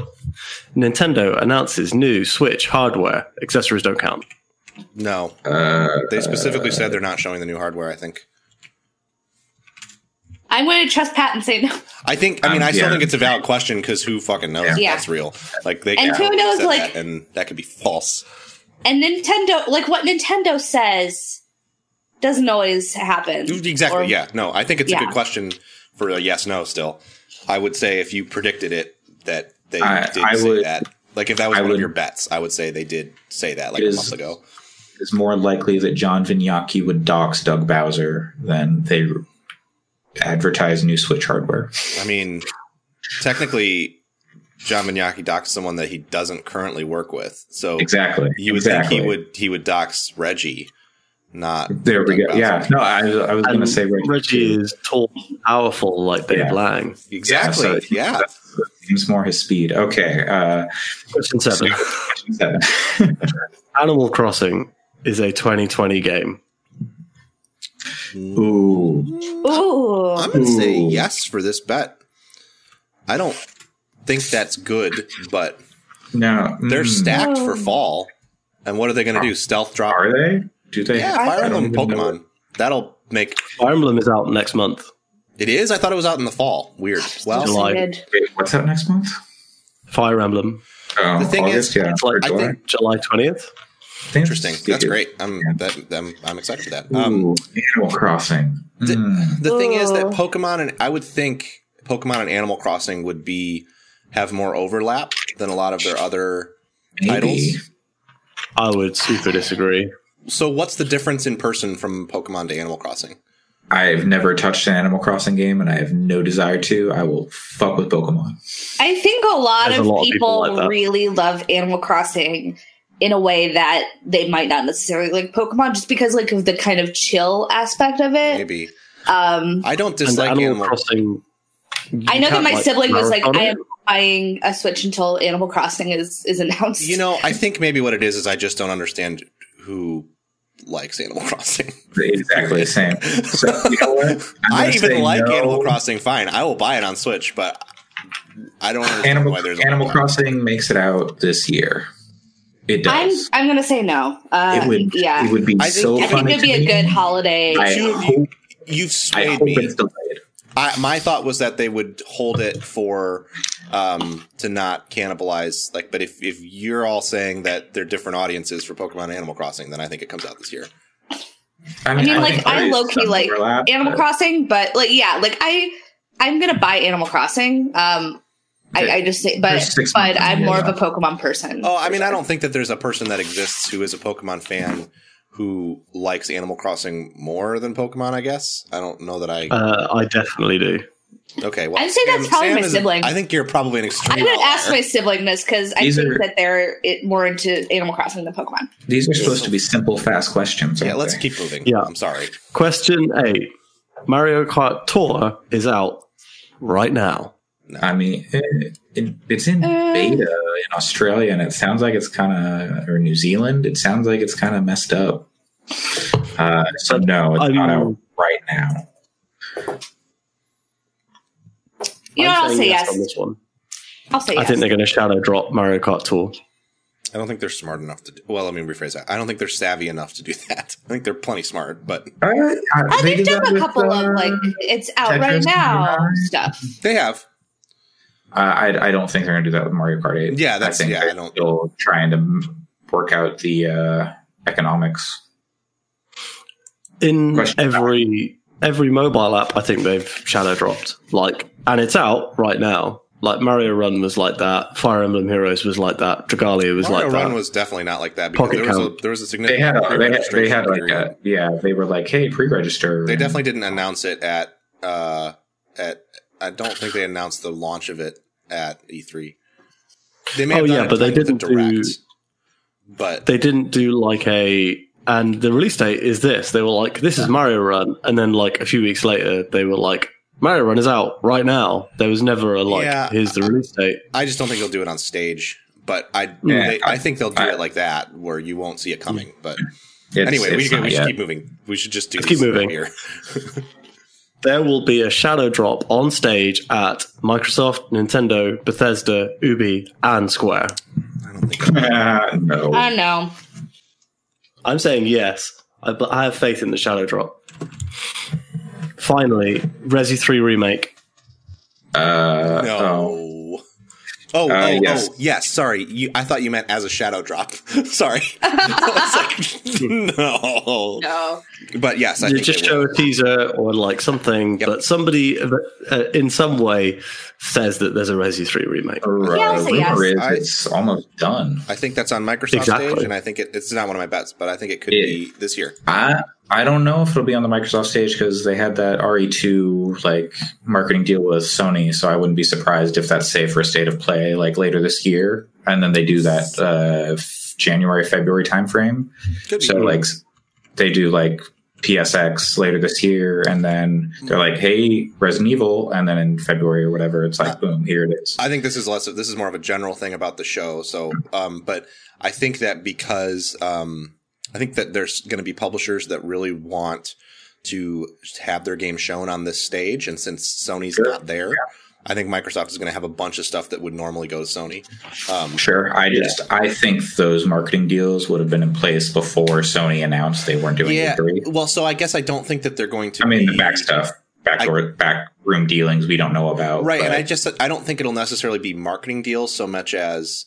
Speaker 5: Nintendo announces new Switch hardware. Accessories don't count.
Speaker 4: no,
Speaker 2: Uh,
Speaker 4: they specifically said they're not showing the new hardware. I think.
Speaker 3: I'm going to trust Pat and say no.
Speaker 4: I think. I mean,
Speaker 2: Um,
Speaker 4: I still
Speaker 2: yeah.
Speaker 4: think it's a valid question because who fucking knows if
Speaker 3: Yeah.
Speaker 4: that's real? Like they
Speaker 3: And who knows,
Speaker 4: said
Speaker 3: like-
Speaker 4: that, and that could be false.
Speaker 3: And Nintendo, like what Nintendo says, doesn't always happen.
Speaker 4: Exactly.
Speaker 3: Or-
Speaker 4: yeah. No, I think it's a
Speaker 3: Yeah.
Speaker 4: good question for a yes no. Still, I would say if you predicted it that they
Speaker 2: I-
Speaker 4: did
Speaker 2: I
Speaker 4: say
Speaker 2: would-
Speaker 4: that. Like if that was
Speaker 2: I
Speaker 4: one
Speaker 2: would-
Speaker 4: of your bets, I would say they did say that like
Speaker 2: It
Speaker 4: a
Speaker 2: is-
Speaker 4: month ago.
Speaker 2: it's more likely that John Vignacchi would dox Doug Bowser than they advertise new Switch hardware.
Speaker 4: I mean, technically, John Vignacci doxed someone that he doesn't currently work with. So
Speaker 2: Exactly.
Speaker 4: you would
Speaker 2: exactly.
Speaker 4: think he would he would dox Reggie, not
Speaker 2: There we
Speaker 4: Doug
Speaker 2: go. Yeah.
Speaker 4: Bowser.
Speaker 2: No, I, I was going to
Speaker 5: And
Speaker 2: say Reggie.
Speaker 5: Um, Reggie is tall, and powerful, like Dave
Speaker 2: Yeah.
Speaker 5: Lang.
Speaker 4: Exactly.
Speaker 2: Yeah, so-
Speaker 4: yeah.
Speaker 2: Seems more his speed. Okay. Uh,
Speaker 5: Question seven.
Speaker 2: question seven.
Speaker 5: Animal Crossing is a 2020 game.
Speaker 2: Ooh.
Speaker 3: Ooh.
Speaker 4: I'm going to say
Speaker 2: Ooh.
Speaker 4: yes for this bet. I don't think that's good, but
Speaker 2: No.
Speaker 4: they're
Speaker 2: mm,
Speaker 4: stacked for
Speaker 3: Oh.
Speaker 4: fall. And what are they going to do? Stealth drop?
Speaker 2: Are they? Do they?
Speaker 4: Yeah,
Speaker 3: I
Speaker 4: Fire
Speaker 3: don't
Speaker 4: Emblem
Speaker 2: even know.
Speaker 4: Pokemon. That'll make
Speaker 5: Fire Emblem is out next month.
Speaker 4: it is. I thought it was out in the fall. Weird. Well,
Speaker 5: July.
Speaker 3: Excited.
Speaker 2: Wait, what's up next month?
Speaker 5: Fire Emblem.
Speaker 2: Oh,
Speaker 4: The thing
Speaker 2: August,
Speaker 4: is,
Speaker 2: yeah.
Speaker 5: It's like
Speaker 4: I
Speaker 5: July,
Speaker 4: think-
Speaker 5: July 20th.
Speaker 4: interesting. That's great. I'm that, I'm, I'm excited for that. Um,
Speaker 2: Ooh, Animal Crossing.
Speaker 4: Di-
Speaker 2: Mm.
Speaker 4: the thing is that
Speaker 3: Ooh.
Speaker 4: Pokemon and I would think Pokemon and Animal Crossing would be have more overlap than a lot of their other
Speaker 2: Maybe.
Speaker 4: titles.
Speaker 5: I would super disagree.
Speaker 4: So what's the difference in person from Pokemon to Animal Crossing?
Speaker 2: I've never touched an Animal Crossing game, and I have no desire to. I will fuck with Pokemon.
Speaker 3: I think a lot
Speaker 5: There's
Speaker 3: of
Speaker 5: a lot of people
Speaker 3: people,
Speaker 5: like that.
Speaker 3: really love Animal Crossing in a way that they might not necessarily like Pokemon just because like of the kind of chill aspect of it.
Speaker 4: Maybe
Speaker 3: Um
Speaker 4: I don't
Speaker 5: And
Speaker 4: dislike
Speaker 5: Animal
Speaker 4: Animal Crossing.
Speaker 5: Crossing.
Speaker 3: I know that my sibling was like, I am
Speaker 5: am.
Speaker 3: buying a Switch until Animal Crossing is is announced.
Speaker 4: You know, I think maybe what it is is I just don't understand who likes Animal Crossing.
Speaker 2: Exactly the same. So, you know what? I'm
Speaker 4: I
Speaker 2: gonna
Speaker 4: even
Speaker 2: say
Speaker 4: like
Speaker 2: no.
Speaker 4: Animal Crossing. Fine, I will buy it on Switch, but I don't understand
Speaker 2: Animal,
Speaker 4: why there's
Speaker 2: Animal
Speaker 4: a
Speaker 2: Crossing makes it out this year. It
Speaker 3: I'm
Speaker 2: does.
Speaker 3: I'm gonna say no. Uh,
Speaker 2: it would.
Speaker 3: yeah,
Speaker 2: It would be
Speaker 4: I think-
Speaker 2: so
Speaker 4: I
Speaker 3: I
Speaker 2: fun.
Speaker 3: think it'd be a good holiday.
Speaker 2: I
Speaker 4: Two of you,
Speaker 2: hope-
Speaker 4: you've
Speaker 2: I
Speaker 4: swayed
Speaker 2: hope
Speaker 4: me.
Speaker 2: it's delayed.
Speaker 4: I, my thought was that they would hold it for um, to not cannibalize. Like, but if if you're all saying that they're different audiences for Pokemon and Animal Crossing, then I think it comes out this year.
Speaker 3: I mean, like
Speaker 2: think there
Speaker 3: I
Speaker 2: is
Speaker 3: low key
Speaker 2: some
Speaker 3: like
Speaker 2: overlap,
Speaker 3: Animal
Speaker 2: but-
Speaker 3: Crossing, but like yeah, like I I'm gonna buy Animal Crossing. Um, I, I just say, but
Speaker 2: There's six
Speaker 3: but
Speaker 2: months in
Speaker 3: I'm
Speaker 2: here,
Speaker 3: more of a
Speaker 2: yeah.
Speaker 3: Pokemon person.
Speaker 4: Oh, I mean, I don't think that there's a person that exists who is a Pokemon fan who likes Animal Crossing more than Pokemon. I guess I don't know that I.
Speaker 5: Uh, I definitely do.
Speaker 4: okay, well,
Speaker 3: I'd say that's probably my
Speaker 4: is-
Speaker 3: sibling.
Speaker 4: I think you're probably an
Speaker 3: I'm
Speaker 4: extreme.
Speaker 3: gonna
Speaker 4: outlier.
Speaker 3: ask my sibling this because I
Speaker 2: These
Speaker 3: think
Speaker 2: are-
Speaker 3: that they're it, more into Animal Crossing than Pokemon.
Speaker 2: These are supposed to be simple, fast questions.
Speaker 4: Yeah,
Speaker 2: aren't
Speaker 4: let's
Speaker 2: they?
Speaker 4: keep moving.
Speaker 5: Yeah.
Speaker 4: I'm sorry.
Speaker 5: Question eight: Mario Kart Tour is out right now.
Speaker 2: I mean, it, it, it's in
Speaker 3: Uh.
Speaker 2: beta in Australia, and it sounds like it's kind of or New Zealand. It sounds like it's kind of messed up. Uh, so no, it's not
Speaker 5: I'm-
Speaker 2: out right now.
Speaker 3: You know,
Speaker 5: I'm
Speaker 3: what, I'll
Speaker 5: saying
Speaker 3: say yes.
Speaker 5: on this one.
Speaker 3: I'll say
Speaker 5: I
Speaker 3: yes.
Speaker 5: think they're going to shadow drop Mario Kart Tour.
Speaker 4: I don't think they're smart enough to. Do, well, let me rephrase that. I don't think they're savvy enough to do that. I think they're plenty smart, but
Speaker 2: Uh,
Speaker 3: Oh,
Speaker 2: they
Speaker 3: they've
Speaker 2: did
Speaker 3: done
Speaker 2: that
Speaker 3: a
Speaker 2: with,
Speaker 3: couple
Speaker 2: uh,
Speaker 3: of like it's out right
Speaker 2: Tetris
Speaker 3: now
Speaker 2: 99.
Speaker 3: stuff.
Speaker 4: they have.
Speaker 2: Uh, I, I don't think they're going to do that with Mario Kart 8.
Speaker 4: Yeah, that's-
Speaker 2: I think
Speaker 4: yeah,
Speaker 2: they're
Speaker 4: I don't-
Speaker 2: still trying to m- work out the uh, economics.
Speaker 5: In
Speaker 2: Question
Speaker 5: every every mobile app, I think they've shadow dropped. Like, and it's out right now. Like Mario Run was like that. Fire Emblem Heroes was like that. Dragalia was
Speaker 4: Mario
Speaker 5: like uh,
Speaker 4: Run
Speaker 5: that.
Speaker 4: was definitely not like that because
Speaker 5: Pocket
Speaker 4: there was, a,
Speaker 5: count.
Speaker 4: there was a
Speaker 2: They
Speaker 4: significant.
Speaker 2: had a, they had they had like
Speaker 4: pre-registration
Speaker 2: a, yeah they were like hey pre-register.
Speaker 5: Mm.
Speaker 4: period. They definitely didn't announce it at uh at. I don't think they announced the launch of it at E3. They may
Speaker 5: Oh,
Speaker 4: have done
Speaker 5: yeah,
Speaker 4: it
Speaker 5: but they
Speaker 4: with the
Speaker 5: didn't do-
Speaker 4: But
Speaker 5: They didn't do like a. And the release date is this. They were like, "This is Mario Run," and then like a few weeks later, they were like, "Mario Run is out right now." There was never a like,
Speaker 4: Yeah.
Speaker 5: "Here's the release date."
Speaker 4: I just don't think they'll do it on stage. But I,
Speaker 2: Yeah.
Speaker 4: they, I think they'll do
Speaker 2: I-
Speaker 4: it like that, where you won't see it coming. But
Speaker 2: It's-
Speaker 4: anyway, we,
Speaker 2: it's
Speaker 4: should-
Speaker 2: not
Speaker 4: we should
Speaker 2: yet.
Speaker 4: keep moving. We should just do
Speaker 5: Let's keep
Speaker 4: this
Speaker 5: moving.
Speaker 4: here.
Speaker 5: there will be a shadow drop on stage at Microsoft, Nintendo, Bethesda, Ubi, and Square.
Speaker 4: I don't think
Speaker 2: Uh, no.
Speaker 3: I don't know.
Speaker 5: I'm saying yes. I, but I have faith in the shadow drop. Finally, Resi 3 remake.
Speaker 2: Uh,
Speaker 4: No.
Speaker 2: oh.
Speaker 4: Oh, oh,
Speaker 2: Uh,
Speaker 4: oh,
Speaker 2: yes.
Speaker 4: yes. Sorry, you, I thought you meant as a shadow drop. sorry, I was like, no.
Speaker 3: No,
Speaker 4: But yes, I
Speaker 5: You
Speaker 4: think
Speaker 5: just
Speaker 4: they
Speaker 5: show
Speaker 4: will.
Speaker 5: a teaser or like something,
Speaker 4: Yep.
Speaker 5: but somebody uh, uh, in some way says that there's a Resi 3 remake.
Speaker 3: Yeah, I'll
Speaker 2: Right.
Speaker 3: say
Speaker 2: Rumor
Speaker 3: yes.
Speaker 2: is
Speaker 4: I-
Speaker 2: it's almost done.
Speaker 4: I think that's on Microsoft
Speaker 5: Exactly.
Speaker 4: stage, and I think it, it's not one of my bets, but I think it could
Speaker 2: It-
Speaker 4: be this year.
Speaker 2: I I don't know if it'll be on the Microsoft stage because they had that RE2 like marketing deal with Sony, so I wouldn't be surprised if that's safe for a state of play like later this year, and then they do that uh, f- January February timeframe.
Speaker 4: Could be.
Speaker 2: So like s- they do like PSX later this year, and then they're like, hey, Resident Evil, and then in February or whatever, it's like boom, here it is.
Speaker 4: I think this is less. Of, this is more of a general thing about the show. So, um, but I think that because um, I think that there's going to be publishers that really want to have their game shown on this stage, and since Sony's
Speaker 2: Sure.
Speaker 4: not there, I think Microsoft is going to have a bunch of stuff that would normally go to Sony. Um,
Speaker 2: Sure. I just I think those marketing deals would have been in place before Sony announced they weren't doing E
Speaker 4: yeah.
Speaker 2: E3.
Speaker 4: Well, so I guess I don't think that they're going to.
Speaker 2: I mean the
Speaker 4: be-
Speaker 2: back stuff, back door, back room dealings we don't know about.
Speaker 4: right? And
Speaker 2: but
Speaker 4: I just I don't think it'll necessarily be marketing deals so much as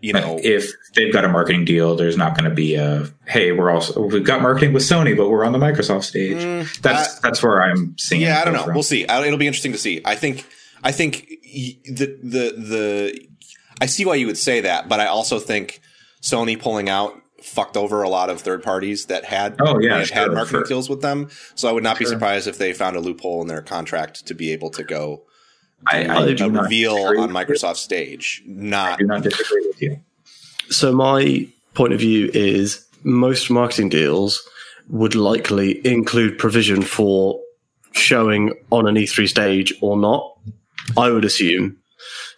Speaker 4: you know.
Speaker 2: if they've got a marketing deal, there's not going to be a hey, we're also we've got marketing with Sony, but we're on the Microsoft stage.
Speaker 4: Mm,
Speaker 2: that's that's where I'm seeing.
Speaker 4: Yeah,
Speaker 2: it
Speaker 4: I don't
Speaker 2: go
Speaker 4: know.
Speaker 2: from.
Speaker 4: We'll see. I, it'll be interesting to see. I think. I think y- the the the. I see why you would say that, but I also think Sony pulling out fucked over a lot of third parties that had
Speaker 2: Oh, yeah,
Speaker 4: may have had
Speaker 2: sure,
Speaker 4: marketing
Speaker 2: sure.
Speaker 4: deals with them. So I would not be
Speaker 2: Sure.
Speaker 4: surprised if they found a loophole in their contract to be able to go
Speaker 2: I,
Speaker 4: a
Speaker 2: I do not
Speaker 4: reveal
Speaker 2: disagree with
Speaker 4: on
Speaker 2: you.
Speaker 4: Microsoft stage.
Speaker 2: I
Speaker 4: Not
Speaker 2: do not disagree with you.
Speaker 5: So my point of view is most marketing deals would likely include provision for showing on an E3 stage or not. I would assume.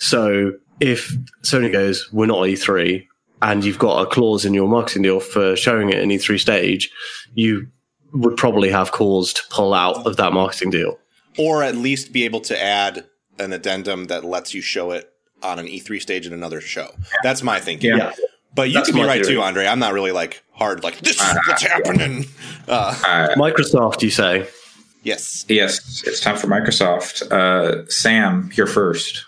Speaker 5: So if Sony goes, we're not E3, and you've got a clause in your marketing deal for showing it in E3 stage, you would probably have cause to pull out of that marketing deal.
Speaker 4: or at least be able to add E an addendum that lets you show it on an E3 stage in another show. That's my thinking.
Speaker 2: Yeah.
Speaker 5: Yeah.
Speaker 4: But you
Speaker 5: That's
Speaker 4: could be
Speaker 5: my
Speaker 4: right
Speaker 5: theory. Uh-huh.
Speaker 4: too, Andre. I'm not really like hard, like this is what's happening. Uh,
Speaker 2: Uh,
Speaker 5: Microsoft, you say?
Speaker 4: yes.
Speaker 2: yes, it's time for Microsoft. Uh, Sam, you're first.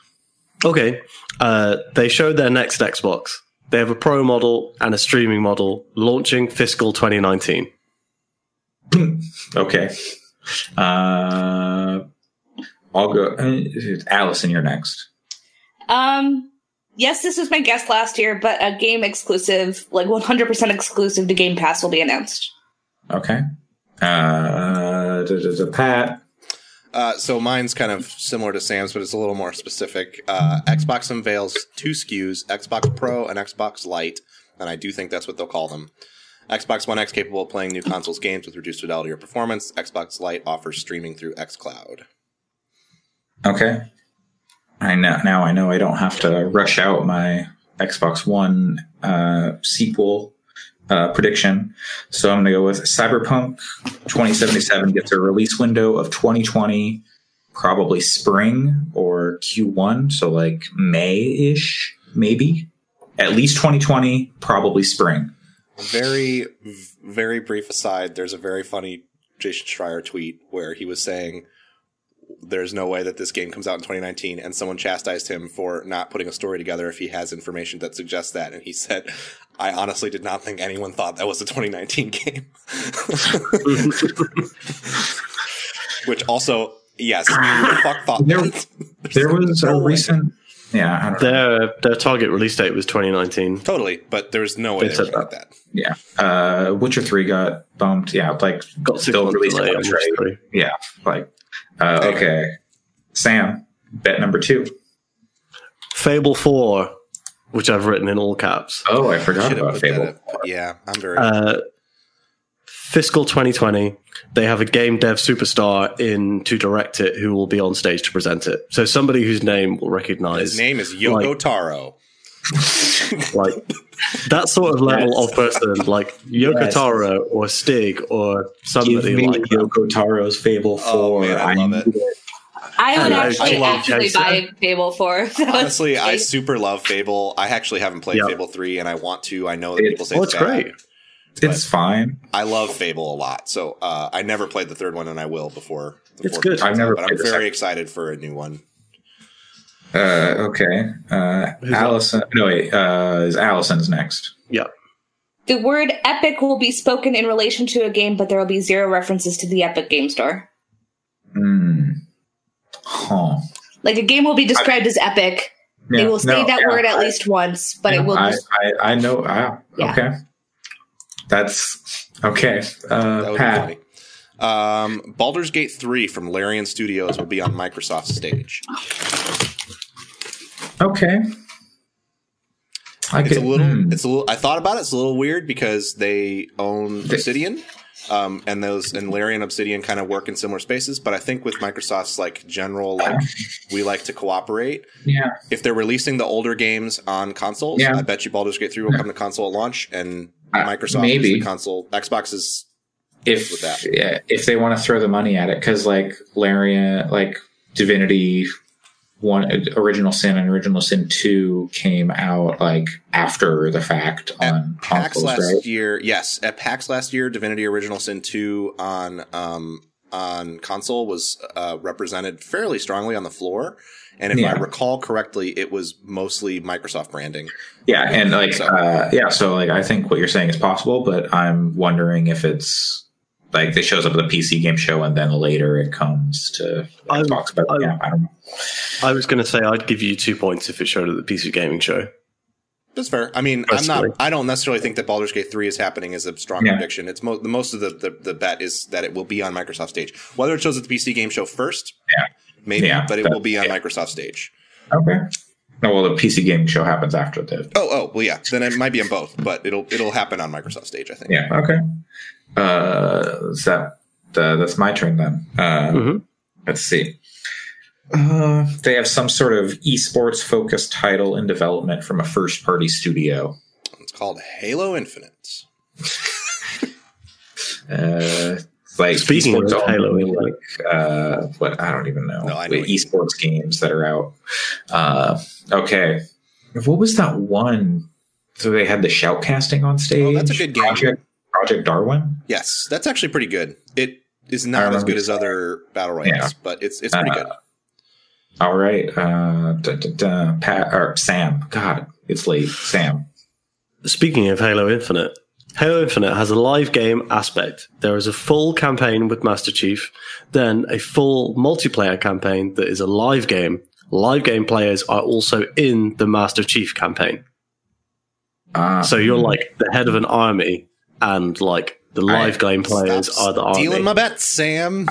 Speaker 5: Okay. Uh, they showed their next Xbox. They have a pro model and a streaming model launching fiscal 2019.
Speaker 2: Okay. Uh, I'll go. uh, Allison, you're next.
Speaker 3: Um, yes, this was my guess last year, but a game exclusive, like 100% exclusive to Game Pass, will be announced.
Speaker 2: Okay. Uh, da- da- da- Pat.
Speaker 4: Uh, so mine's kind of similar to Sam's, but it's a little more specific. Uh, Xbox unveils two SKUs: Xbox Pro and Xbox Lite, and I do think that's what they'll call them. Xbox One X capable of playing new consoles games with reduced fidelity or performance. Xbox Lite offers streaming through XCloud.
Speaker 2: Okay. I know now. I know I don't have to rush out my Xbox One uh, sequel uh, prediction. So I'm going to go with Cyberpunk 2077 gets a release window of 2020, probably spring or Q1, so like May ish, maybe. At least 2020, probably spring.
Speaker 4: very v- very brief aside there's a very funny jason schreier tweet where he was saying there's no way that this game comes out in 2019 and someone chastised him for not putting a story together if he has information that suggests that and he said i honestly did not think anyone thought that was a 2019 game which also yes who the fuck thought
Speaker 2: There-
Speaker 4: that?
Speaker 2: There was a
Speaker 4: No way.
Speaker 2: recent. Yeah, I don't know.
Speaker 5: Their their target release date was 2019.
Speaker 4: totally but there's no way
Speaker 5: They
Speaker 4: they were
Speaker 5: said
Speaker 4: gonna get that
Speaker 2: Yeah. Uh, Witcher 3 got bumped. Yeah, like,
Speaker 5: Got six
Speaker 2: They'll
Speaker 5: months
Speaker 2: release
Speaker 5: delay
Speaker 2: it
Speaker 5: on
Speaker 2: on
Speaker 5: Witch
Speaker 2: Friday.
Speaker 5: Three.
Speaker 2: yeah, like, uh,
Speaker 4: Okay.
Speaker 2: okay. Sam, bet number two.
Speaker 5: Fable Four, which I've written in all caps.
Speaker 2: Oh, I
Speaker 4: I
Speaker 2: forgot
Speaker 4: should have
Speaker 2: about
Speaker 4: put that
Speaker 2: Fable.
Speaker 4: up, but yeah i'm very
Speaker 5: Uh, fiscal 2020. They have a game dev superstar in to direct it, who will be on stage to present it. So somebody whose name will
Speaker 4: his
Speaker 5: recognise,
Speaker 4: name is yoko
Speaker 5: like-
Speaker 4: taro
Speaker 5: like that sort of level
Speaker 2: Yes.
Speaker 5: of person, like Yoko
Speaker 2: Yes.
Speaker 5: Taro or Stig or
Speaker 2: Give
Speaker 5: somebody
Speaker 2: me
Speaker 5: like that.
Speaker 2: Yoko Taro's Fable
Speaker 4: Oh,
Speaker 2: 4.
Speaker 4: man, I love
Speaker 2: need
Speaker 4: it.
Speaker 3: I would
Speaker 5: Hello,
Speaker 3: actually
Speaker 5: hello,
Speaker 3: actively
Speaker 5: Jason.
Speaker 3: buy Fable 4. if that was
Speaker 4: Honestly,
Speaker 3: the
Speaker 4: I
Speaker 3: case.
Speaker 4: super love Fable. I actually haven't played
Speaker 5: Yeah.
Speaker 4: Fable 3 and I want to. I know that
Speaker 2: It's-
Speaker 4: people say
Speaker 5: Oh, it's
Speaker 4: bad.
Speaker 5: great.
Speaker 2: It's fine.
Speaker 4: I love Fable a lot. So uh, I never played the third one and I will before the
Speaker 5: It's
Speaker 4: fourth
Speaker 5: good.
Speaker 4: comes
Speaker 2: I've never
Speaker 4: out, But
Speaker 2: played
Speaker 4: I'm
Speaker 2: the
Speaker 4: very
Speaker 2: second.
Speaker 4: excited for a new one.
Speaker 2: Uh, okay. Uh,
Speaker 5: Who's that?
Speaker 2: Allison. No, wait. Uh, is Allison's next.
Speaker 5: Yeah.
Speaker 3: The word epic will be spoken in relation to a game, but there will be zero references to the Epic Game Store.
Speaker 2: Hmm. Huh.
Speaker 3: Like a game will be described as epic. they
Speaker 2: Yeah,
Speaker 3: will say
Speaker 2: no,
Speaker 3: that
Speaker 2: yeah,
Speaker 3: word at
Speaker 2: I-
Speaker 3: least once, but
Speaker 2: yeah,
Speaker 3: it will.
Speaker 2: I,
Speaker 3: just,
Speaker 2: I, I know. I,
Speaker 3: Yeah.
Speaker 2: Okay. That's okay.
Speaker 4: That
Speaker 2: Uh,
Speaker 4: would
Speaker 2: Pat.
Speaker 4: be funny. Um, Baldur's Gate 3 from Larian Studios will be on Microsoft's stage.
Speaker 2: Okay. I
Speaker 4: It's a
Speaker 2: could-
Speaker 4: little.
Speaker 2: hmm.
Speaker 4: It's a little. I thought about it. It's a little weird because they own
Speaker 2: They-
Speaker 4: Obsidian, um, and those and Larry and Obsidian kind of work in similar spaces. But I think with Microsoft's like general like we like to cooperate.
Speaker 2: yeah.
Speaker 4: If they're releasing the older games on consoles,
Speaker 2: Yeah.
Speaker 4: I bet you Baldur's Gate Three will come to console at launch, and
Speaker 2: Uh,
Speaker 4: Microsoft
Speaker 2: maybe.
Speaker 4: is the console. Xbox is
Speaker 2: if
Speaker 4: with that.
Speaker 2: yeah, if they want to throw the money at it, because like Larian, like Divinity one, Original Sin and Original Sin Two came out like after the fact
Speaker 4: At
Speaker 2: on
Speaker 4: PAX
Speaker 2: consoles,
Speaker 4: last
Speaker 2: right?
Speaker 4: year. Yes, at PAX last year, Divinity Original Sin two on um on console was uh, represented fairly strongly on the floor, and if
Speaker 2: Yeah.
Speaker 4: I recall correctly, it was mostly Microsoft branding.
Speaker 2: Yeah, and like
Speaker 4: So-
Speaker 2: uh, yeah, so like I think what you're saying is possible, but I'm wondering if it's like it shows up at the PC game show and then later it comes to
Speaker 5: I'm-
Speaker 2: Xbox. But
Speaker 5: I'm-
Speaker 2: yeah, I don't know.
Speaker 5: I was going to say I'd give you two points if it showed at the PC gaming show.
Speaker 4: That's fair. I mean, I'm not.
Speaker 5: Personally.
Speaker 4: I don't necessarily think that Baldur's Gate three is happening as a strong
Speaker 2: Yeah.
Speaker 4: prediction. It's mo- the most of the, the the bet is that it will be on Microsoft stage. Whether it shows at the PC game show first,
Speaker 2: Yeah.
Speaker 4: maybe,
Speaker 2: Yeah,
Speaker 4: but it
Speaker 2: that-
Speaker 4: will be on
Speaker 2: yeah.
Speaker 4: Microsoft stage.
Speaker 2: Okay. No, Oh, well, the PC gaming show happens after the
Speaker 4: Oh, oh, well, yeah. Then it might be on both, but it'll it'll happen on Microsoft stage. I think.
Speaker 2: Yeah. Okay. Uh, is that uh, that's my turn then? Uh,
Speaker 5: Mhm.
Speaker 2: Let's see. Uh, they have some sort of esports focused title in development from a first party studio.
Speaker 4: It's called Halo Infinite.
Speaker 2: Uh, it's like
Speaker 5: Speaking of
Speaker 2: esports only,
Speaker 5: Halo,
Speaker 2: like uh, what I don't even know.
Speaker 4: No, I know
Speaker 2: The
Speaker 4: what you
Speaker 2: esports games that are out. Uh, okay, what was that one so they had the shoutcasting on stage.
Speaker 4: Oh, that's a good game.
Speaker 2: Project, Project Darwin.
Speaker 4: Yes, that's actually pretty good. It is
Speaker 2: I
Speaker 4: not as
Speaker 2: remember
Speaker 4: good as other battle royals,
Speaker 2: Yeah.
Speaker 4: but it's it's pretty
Speaker 2: Uh,
Speaker 4: good.
Speaker 2: All right, uh, da, da, da, Pat or Sam. God, it's late. Sam.
Speaker 5: Speaking of Halo Infinite, Halo Infinite has a live game aspect. There is a full campaign with Master Chief, then a full multiplayer campaign that is a live game. Live game players are also in the Master Chief campaign.
Speaker 2: Uh,
Speaker 5: So you're like the head of an army, and like the live game players
Speaker 4: Stop
Speaker 5: are the army.
Speaker 4: stealing my bets, Sam.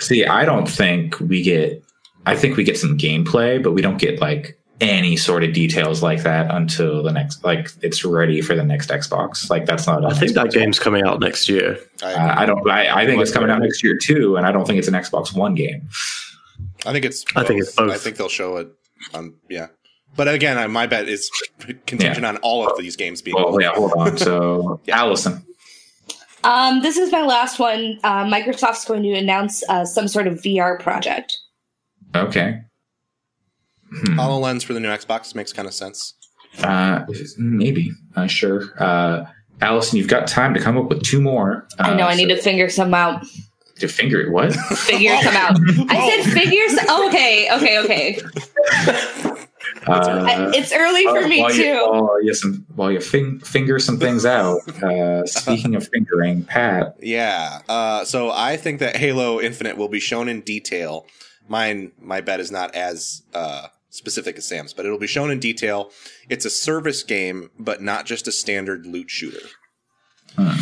Speaker 2: See, I don't think we get. I think we get some gameplay, but we don't get like any sort of details like that until the next. Like it's ready for the next Xbox. Like that's not. on
Speaker 5: I think
Speaker 2: Xbox
Speaker 5: that game's coming out next year.
Speaker 4: I,
Speaker 2: Uh, I don't. I, I think it's coming out next year too, and I don't think it's an Xbox One game.
Speaker 4: I think it's.
Speaker 5: I think it's both.
Speaker 4: I think they'll show it. Um, yeah, but again, I, my bet is contingent on all of these games being.
Speaker 2: Well, yeah, hold on. So, Allison,
Speaker 3: Um, this is my last one. Uh, Microsoft's going to announce uh, some sort of VR project.
Speaker 2: okay. Hmm.
Speaker 4: Hololens for the new Xbox makes kind of sense.
Speaker 2: Uh, maybe. Uh, sure. Uh, Allison, you've got time to come up with two more. Uh,
Speaker 3: I know I need
Speaker 2: so-
Speaker 3: to figure some out.
Speaker 2: to finger it. What?
Speaker 3: Figure some out. I said figures. Okay, okay, okay. I,
Speaker 2: Uh,
Speaker 3: it's early for
Speaker 2: uh,
Speaker 3: me
Speaker 2: while You,
Speaker 3: too.
Speaker 2: while you, some, while you fing, finger some things out. Uh, speaking of fingering, Pat.
Speaker 4: Yeah. Uh, so I think that Halo Infinite will be shown in detail. Mine, my bet is not as uh, specific as Sam's, but it'll be shown in detail. It's a service game, but not just a standard loot shooter.
Speaker 2: Hmm.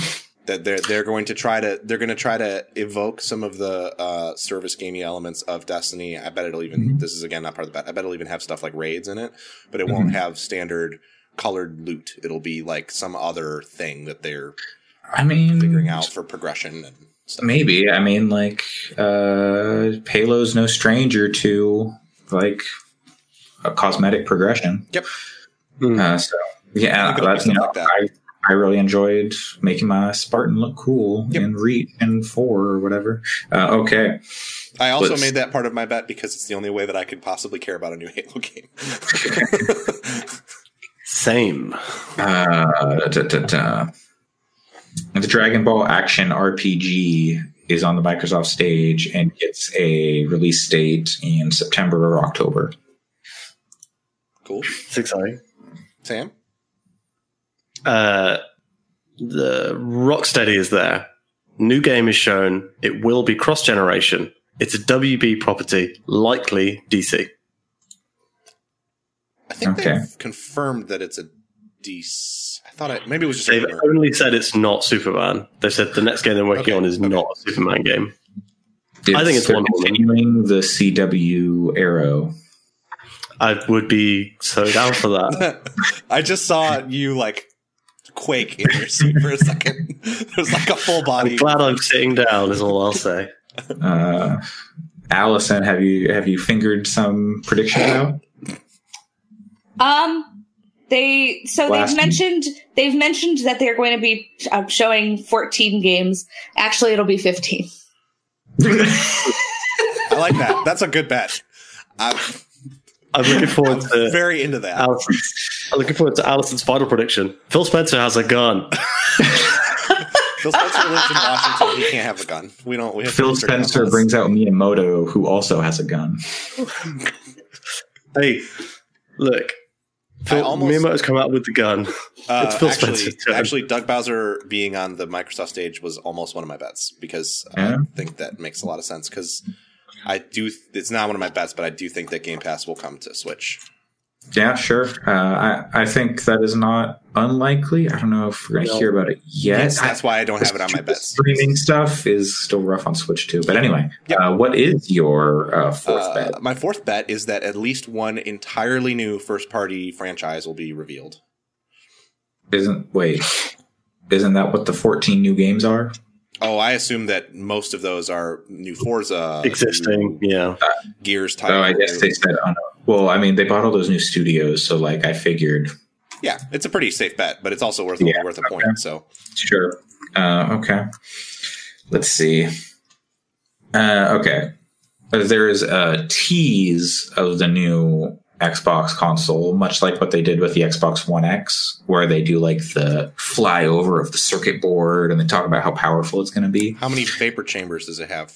Speaker 4: That they're they're going to try to they're going to try to evoke some of the uh, service gamey elements of Destiny. I bet it'll even
Speaker 2: Mhm.
Speaker 4: this is again not part of the bet. I bet it'll even have stuff like raids in it, but it won't have standard colored loot. It'll be like some other thing that they're
Speaker 2: I mean,
Speaker 4: figuring out for progression and stuff.
Speaker 2: Maybe. I mean, like, uh, Halo's no stranger to, like, a cosmetic progression.
Speaker 4: Yep.
Speaker 2: Uh, so, yeah,
Speaker 4: Look at
Speaker 2: that's, you know,
Speaker 4: stuff like that.
Speaker 2: I, I really enjoyed making my Spartan look cool
Speaker 4: Yep.
Speaker 2: in Reach and 4 or whatever. Uh, okay.
Speaker 4: I also
Speaker 2: Let's-
Speaker 4: made that part of my bet because it's the only way that I could possibly care about a new Halo game.
Speaker 5: Same.
Speaker 2: Uh, da, da, da. The Dragon Ball Action RPG is on the Microsoft stage and gets a release date in September or October.
Speaker 4: cool.
Speaker 5: It's exciting.
Speaker 4: Sam?
Speaker 5: Uh, the Rocksteady is there. New game is shown. It will be cross generation. It's a WB property, likely DC.
Speaker 4: I think
Speaker 2: Okay.
Speaker 4: they've confirmed that it's a DC. I thought it maybe it was just a
Speaker 5: They've
Speaker 4: rumor.
Speaker 5: only said it's not Superman. They said the next game they're working
Speaker 4: Okay,
Speaker 5: on is
Speaker 4: okay.
Speaker 5: not a Superman game. I think it's
Speaker 2: they're
Speaker 5: one of them.
Speaker 2: continuing the CW arrow.
Speaker 5: I would be so down for that.
Speaker 4: I just saw you like quake in your seat for a second. There's like a full
Speaker 5: I'm
Speaker 4: body.
Speaker 5: glad I'm sitting down. Is all I'll say.
Speaker 2: Uh, Allison, have you have you fingered some prediction out?
Speaker 3: Um, they so
Speaker 2: Last-
Speaker 3: they've mentioned they've mentioned that they're going to be uh, showing 14 games. Actually, it'll be 15.
Speaker 4: I like that. That's a good bet. I'm,
Speaker 5: I'm looking forward
Speaker 4: I'm
Speaker 5: to
Speaker 4: very into that.
Speaker 5: Alison's, I'm looking forward to Alison's final prediction. Phil Spencer has a gun.
Speaker 4: Phil Spencer lives in Washington. He can't have a gun. We don't. We have
Speaker 2: Phil
Speaker 4: to restrict
Speaker 2: Spencer
Speaker 4: guns.
Speaker 2: brings out Miyamoto, who also has a gun.
Speaker 5: Hey, look. Phil,
Speaker 4: almost-
Speaker 5: Miyamoto's come out with the gun.
Speaker 4: Uh,
Speaker 5: It's Phil
Speaker 4: actually,
Speaker 5: Spencer's turn.
Speaker 4: actually, Doug Bowser being on the Microsoft stage was almost one of my bets because uh,
Speaker 2: Yeah.
Speaker 4: I think that makes a lot of sense because I do. It's not one of my bets, but I do think that Game Pass will come to Switch.
Speaker 2: Yeah, sure. Uh, I I think that is not unlikely. I don't know if we're gonna
Speaker 5: No.
Speaker 2: hear about it yet.
Speaker 4: Yes,
Speaker 2: I-
Speaker 4: that's why I don't have it on my
Speaker 2: the
Speaker 4: bets.
Speaker 2: Streaming stuff is still rough on Switch too. But anyway,
Speaker 4: Yep.
Speaker 2: uh, what is your uh, fourth
Speaker 4: Uh,
Speaker 2: bet?
Speaker 4: my fourth bet is that at least one entirely new first-party franchise will be revealed.
Speaker 2: Isn't wait, isn't that what the fourteen new games are?
Speaker 4: Oh, I assume that most of those are new Forza,
Speaker 5: Existing, yeah.
Speaker 4: new Gears title.
Speaker 2: Oh, I guess
Speaker 4: new-
Speaker 2: they said. Oh, no. Well, I mean, they bought all those new studios, so like I figured,
Speaker 4: yeah, it's a pretty safe bet, but it's also worth
Speaker 2: Yeah,
Speaker 4: worth a point. So
Speaker 2: sure. Uh, okay, let's see. Uh, okay, Uh, there is a tease of the new Xbox console, much like what they did with the Xbox One X, where they do like the flyover of the circuit board and they talk about how powerful it's going to be.
Speaker 4: How many vapor chambers does it have?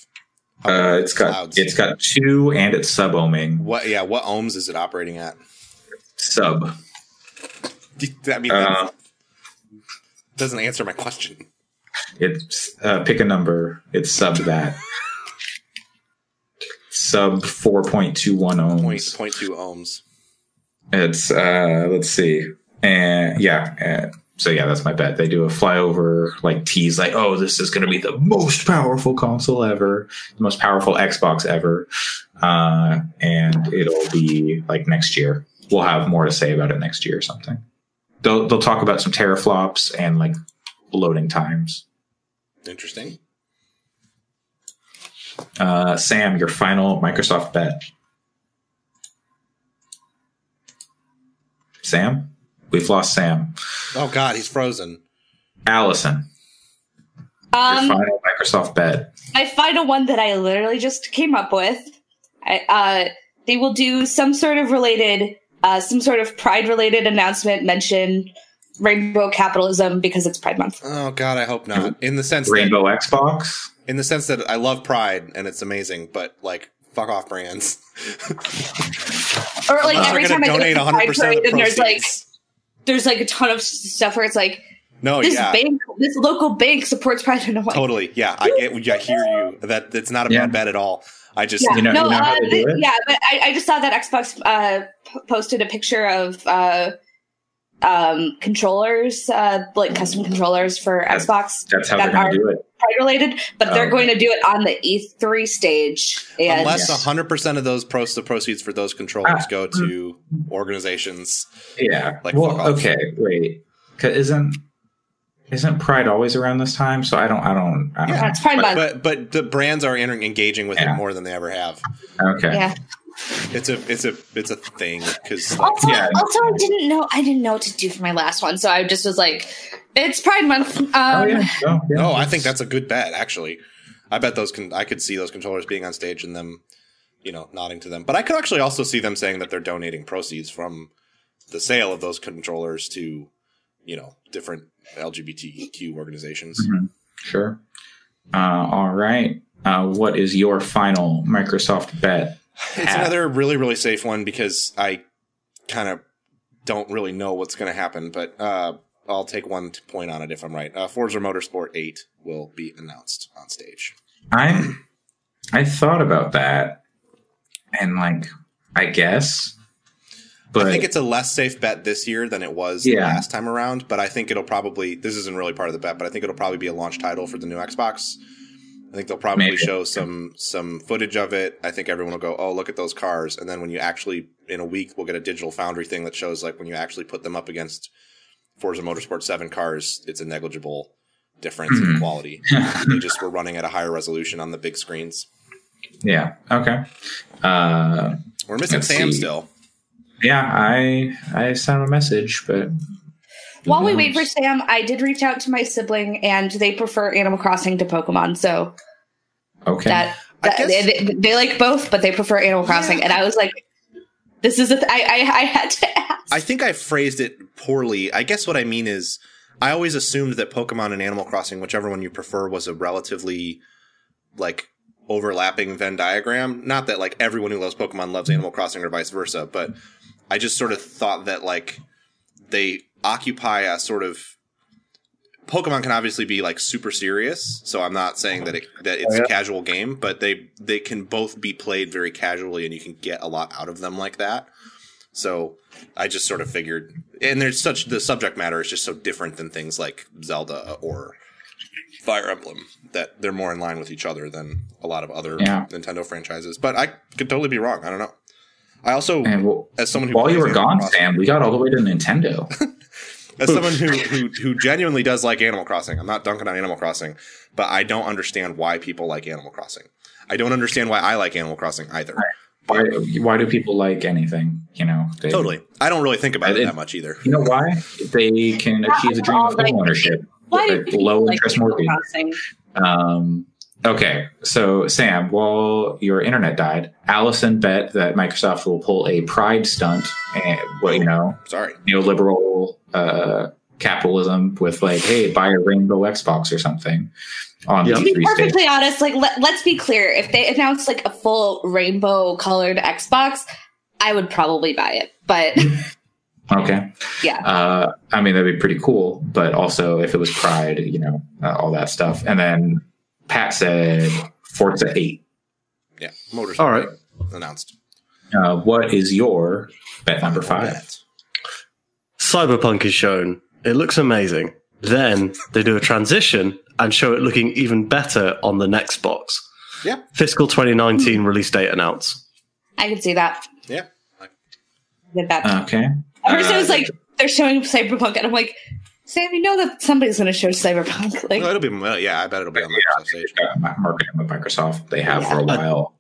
Speaker 4: How
Speaker 2: Uh,
Speaker 4: many
Speaker 2: it's got
Speaker 4: clouds?
Speaker 2: it's got two and it's sub ohming
Speaker 4: what? Yeah, what ohms is it operating at?
Speaker 2: sub.
Speaker 4: I mean,
Speaker 2: Uh,
Speaker 4: that doesn't answer my question.
Speaker 2: It's uh, pick a number. It's sub that. sub four point two one ohms.
Speaker 4: Point point two ohms.
Speaker 2: It's uh let's see. And yeah, uh, so yeah, that's my bet. They do a flyover like tease like, "Oh, this is going to be the most powerful console ever, the most powerful Xbox ever." Uh and it'll be like next year. We'll have more to say about it next year or something. They'll they'll talk about some teraflops and like loading times.
Speaker 4: Interesting.
Speaker 2: Uh Sam, your final Microsoft bet. Sam? We've lost Sam.
Speaker 4: Oh God, he's frozen.
Speaker 2: Allison, your
Speaker 3: Um,
Speaker 2: final Microsoft bet.
Speaker 3: my final one that I literally just came up with. I, uh, they will do some sort of related, uh, some sort of pride related announcement, mention rainbow capitalism because it's Pride Month.
Speaker 4: Oh God, I hope not. In the sense, that,
Speaker 2: Rainbow Xbox.
Speaker 4: in the sense that I love Pride and it's amazing, but like, fuck off, brands.
Speaker 3: Or like
Speaker 4: Unless
Speaker 3: every
Speaker 4: we're
Speaker 3: time
Speaker 4: gonna
Speaker 3: I go to
Speaker 4: donate
Speaker 3: the
Speaker 4: 100
Speaker 3: Pride
Speaker 4: percent of
Speaker 3: parade
Speaker 4: the
Speaker 3: and there's like
Speaker 4: proceeds.
Speaker 3: there's like a ton of s- stuff where it's like
Speaker 4: No,
Speaker 3: this
Speaker 4: yeah,
Speaker 3: bank, this local bank supports Pride and I'm like,
Speaker 4: totally. Yeah, I get. I hear you. That it's not a
Speaker 2: Yeah.
Speaker 4: bad bet at all. I just
Speaker 3: Yeah.
Speaker 2: You know-
Speaker 3: no,
Speaker 2: you know how they
Speaker 3: uh,
Speaker 2: do
Speaker 3: th-
Speaker 2: it?
Speaker 3: yeah, but I, I just saw that Xbox uh, p- posted a picture of uh, um, controllers, uh, like custom controllers for
Speaker 2: That's-
Speaker 3: Xbox
Speaker 2: That's how
Speaker 3: That
Speaker 2: they're going
Speaker 3: are-
Speaker 2: to do it.
Speaker 3: Pride related, but they're
Speaker 2: Oh.
Speaker 3: going to do it on the E3 stage. And
Speaker 4: unless
Speaker 2: Yes.
Speaker 4: hundred percent of those pro- the proceeds for those controllers
Speaker 2: Ah,
Speaker 4: go to organizations.
Speaker 2: Yeah.
Speaker 4: Like, fuck
Speaker 2: well,
Speaker 4: off.
Speaker 2: okay, wait. 'Cause Isn't isn't Pride always around this time? So I don't. I don't. I don't
Speaker 3: Yeah, it's Pride Month.
Speaker 4: But but the brands are entering, engaging with
Speaker 2: Yeah.
Speaker 4: it more than they ever have.
Speaker 2: Okay.
Speaker 3: yeah.
Speaker 4: It's a it's a it's a thing because
Speaker 3: Also,
Speaker 2: Yeah.
Speaker 3: also, I didn't know. I didn't know what to do for my last one, so I just was like, "It's Pride Month." Um,
Speaker 2: oh yeah. No, yeah.
Speaker 4: no, I think that's a good bet actually. I bet those can I could see those controllers being on stage and them, you know, nodding to them. But I could actually also see them saying that they're donating proceeds from the sale of those controllers to, you know, different LGBTQ organizations.
Speaker 2: Mhm. sure. Uh, all right. Uh, what is your final Microsoft bet?
Speaker 4: It's
Speaker 2: Ah.
Speaker 4: another really really safe one because I kind of don't really know what's going to happen, but uh, I'll take one t- point on it if I'm right. Uh, Forza Motorsport 8 will be announced on stage.
Speaker 2: I'm I thought about that and like I guess but
Speaker 4: I think it's a less safe bet this year than it was
Speaker 2: Yeah.
Speaker 4: last time around, but I think it'll probably this isn't really part of the bet, but I think it'll probably be a launch title for the new Xbox. I think they'll probably
Speaker 2: Maybe.
Speaker 4: show some some footage of it. I think everyone will go, "Oh, look at those cars!" And then when you actually in a week, we'll get a digital foundry thing that shows like when you actually put them up against Forza Motorsport Seven cars, it's a negligible difference
Speaker 2: Hmm.
Speaker 4: in quality. they just were running at a higher resolution on the big screens.
Speaker 2: yeah okay uh
Speaker 4: We're missing
Speaker 2: Let's
Speaker 4: Sam
Speaker 2: see.
Speaker 4: still.
Speaker 2: yeah i i sent him a message but
Speaker 3: While we wait for Sam, I did reach out to my sibling, and they prefer Animal Crossing to Pokemon. So
Speaker 2: okay
Speaker 3: that,
Speaker 4: I
Speaker 3: that-
Speaker 4: guess-
Speaker 3: they, they- they like both, but they prefer Animal Crossing. And I was like, "This is a th- I, I I had to ask."
Speaker 4: I think I phrased it poorly. I guess what I mean is I always assumed that Pokemon and Animal Crossing, whichever one you prefer, was a relatively like overlapping Venn diagram. Not that like everyone who loves Pokemon loves Animal Crossing or vice versa, but I just sort of thought that like they occupy a sort of Pokemon can obviously be like super serious, so I'm not saying that it that it's a casual game, but they they can both be played very casually and you can get a lot out of them like that. So I just sort of figured and there's such the subject matter is just so different than things like Zelda or Fire Emblem that they're more in line with each other than a lot of other
Speaker 2: Yeah.
Speaker 4: Nintendo franchises. But I could totally be wrong. I don't know. I also
Speaker 2: and well,
Speaker 4: as someone who
Speaker 2: while you
Speaker 4: plays
Speaker 2: were
Speaker 4: Animal
Speaker 2: gone
Speaker 4: Crossing-
Speaker 2: sam we got all the way to nintendo
Speaker 4: as someone who, who who genuinely does like Animal Crossing, I'm not dunking on Animal Crossing, but I don't understand why people like Animal Crossing. I don't understand why I like Animal Crossing either.
Speaker 2: why why do people like anything you know they,
Speaker 4: Totally, I don't really think about
Speaker 2: I
Speaker 4: it that
Speaker 2: didn't-
Speaker 4: much either.
Speaker 2: you know why they can achieve the dream of
Speaker 3: Like,
Speaker 2: home ownership
Speaker 3: Why do
Speaker 2: with a
Speaker 3: people
Speaker 2: low
Speaker 3: like
Speaker 2: interest
Speaker 3: Animal
Speaker 2: mortgage
Speaker 3: Crossing?
Speaker 2: um Okay, so Sam, while your internet died, Allison bet that Microsoft will pull a pride stunt, and well, you know,
Speaker 4: Sorry.
Speaker 2: neoliberal uh, capitalism with like, hey, buy a rainbow Xbox or something on
Speaker 5: Yeah.
Speaker 2: the
Speaker 3: To be
Speaker 2: G3 stage.
Speaker 3: perfectly honest, like let, let's be clear, if they announced like a full rainbow colored Xbox, I would probably buy it. But
Speaker 2: Okay.
Speaker 3: Yeah.
Speaker 2: Uh, I mean, that'd be pretty cool. But also, if it was Pride, you know, uh, all that stuff. And then Pat said Forza 8.
Speaker 4: Yeah. Motors.
Speaker 5: All right.
Speaker 4: Announced.
Speaker 2: Uh, what is your bet number five?
Speaker 4: That.
Speaker 5: Cyberpunk is shown. It looks amazing. Then they do a transition and show it looking even better on the next box.
Speaker 4: Yeah.
Speaker 5: Fiscal 2019 release date announced.
Speaker 3: I could see that.
Speaker 4: Yeah.
Speaker 3: Did that.
Speaker 5: Uh,
Speaker 2: Okay.
Speaker 3: At first, I was
Speaker 2: Uh,
Speaker 3: like, they're showing Cyberpunk, and I'm like, Sam, you know that somebody's going to show Cyberpunk. Like,
Speaker 4: No, it'll be. well, Yeah, I bet it'll be on the stage.
Speaker 2: uh, ma- marketing with Microsoft, they have for a
Speaker 5: Yeah.
Speaker 2: while.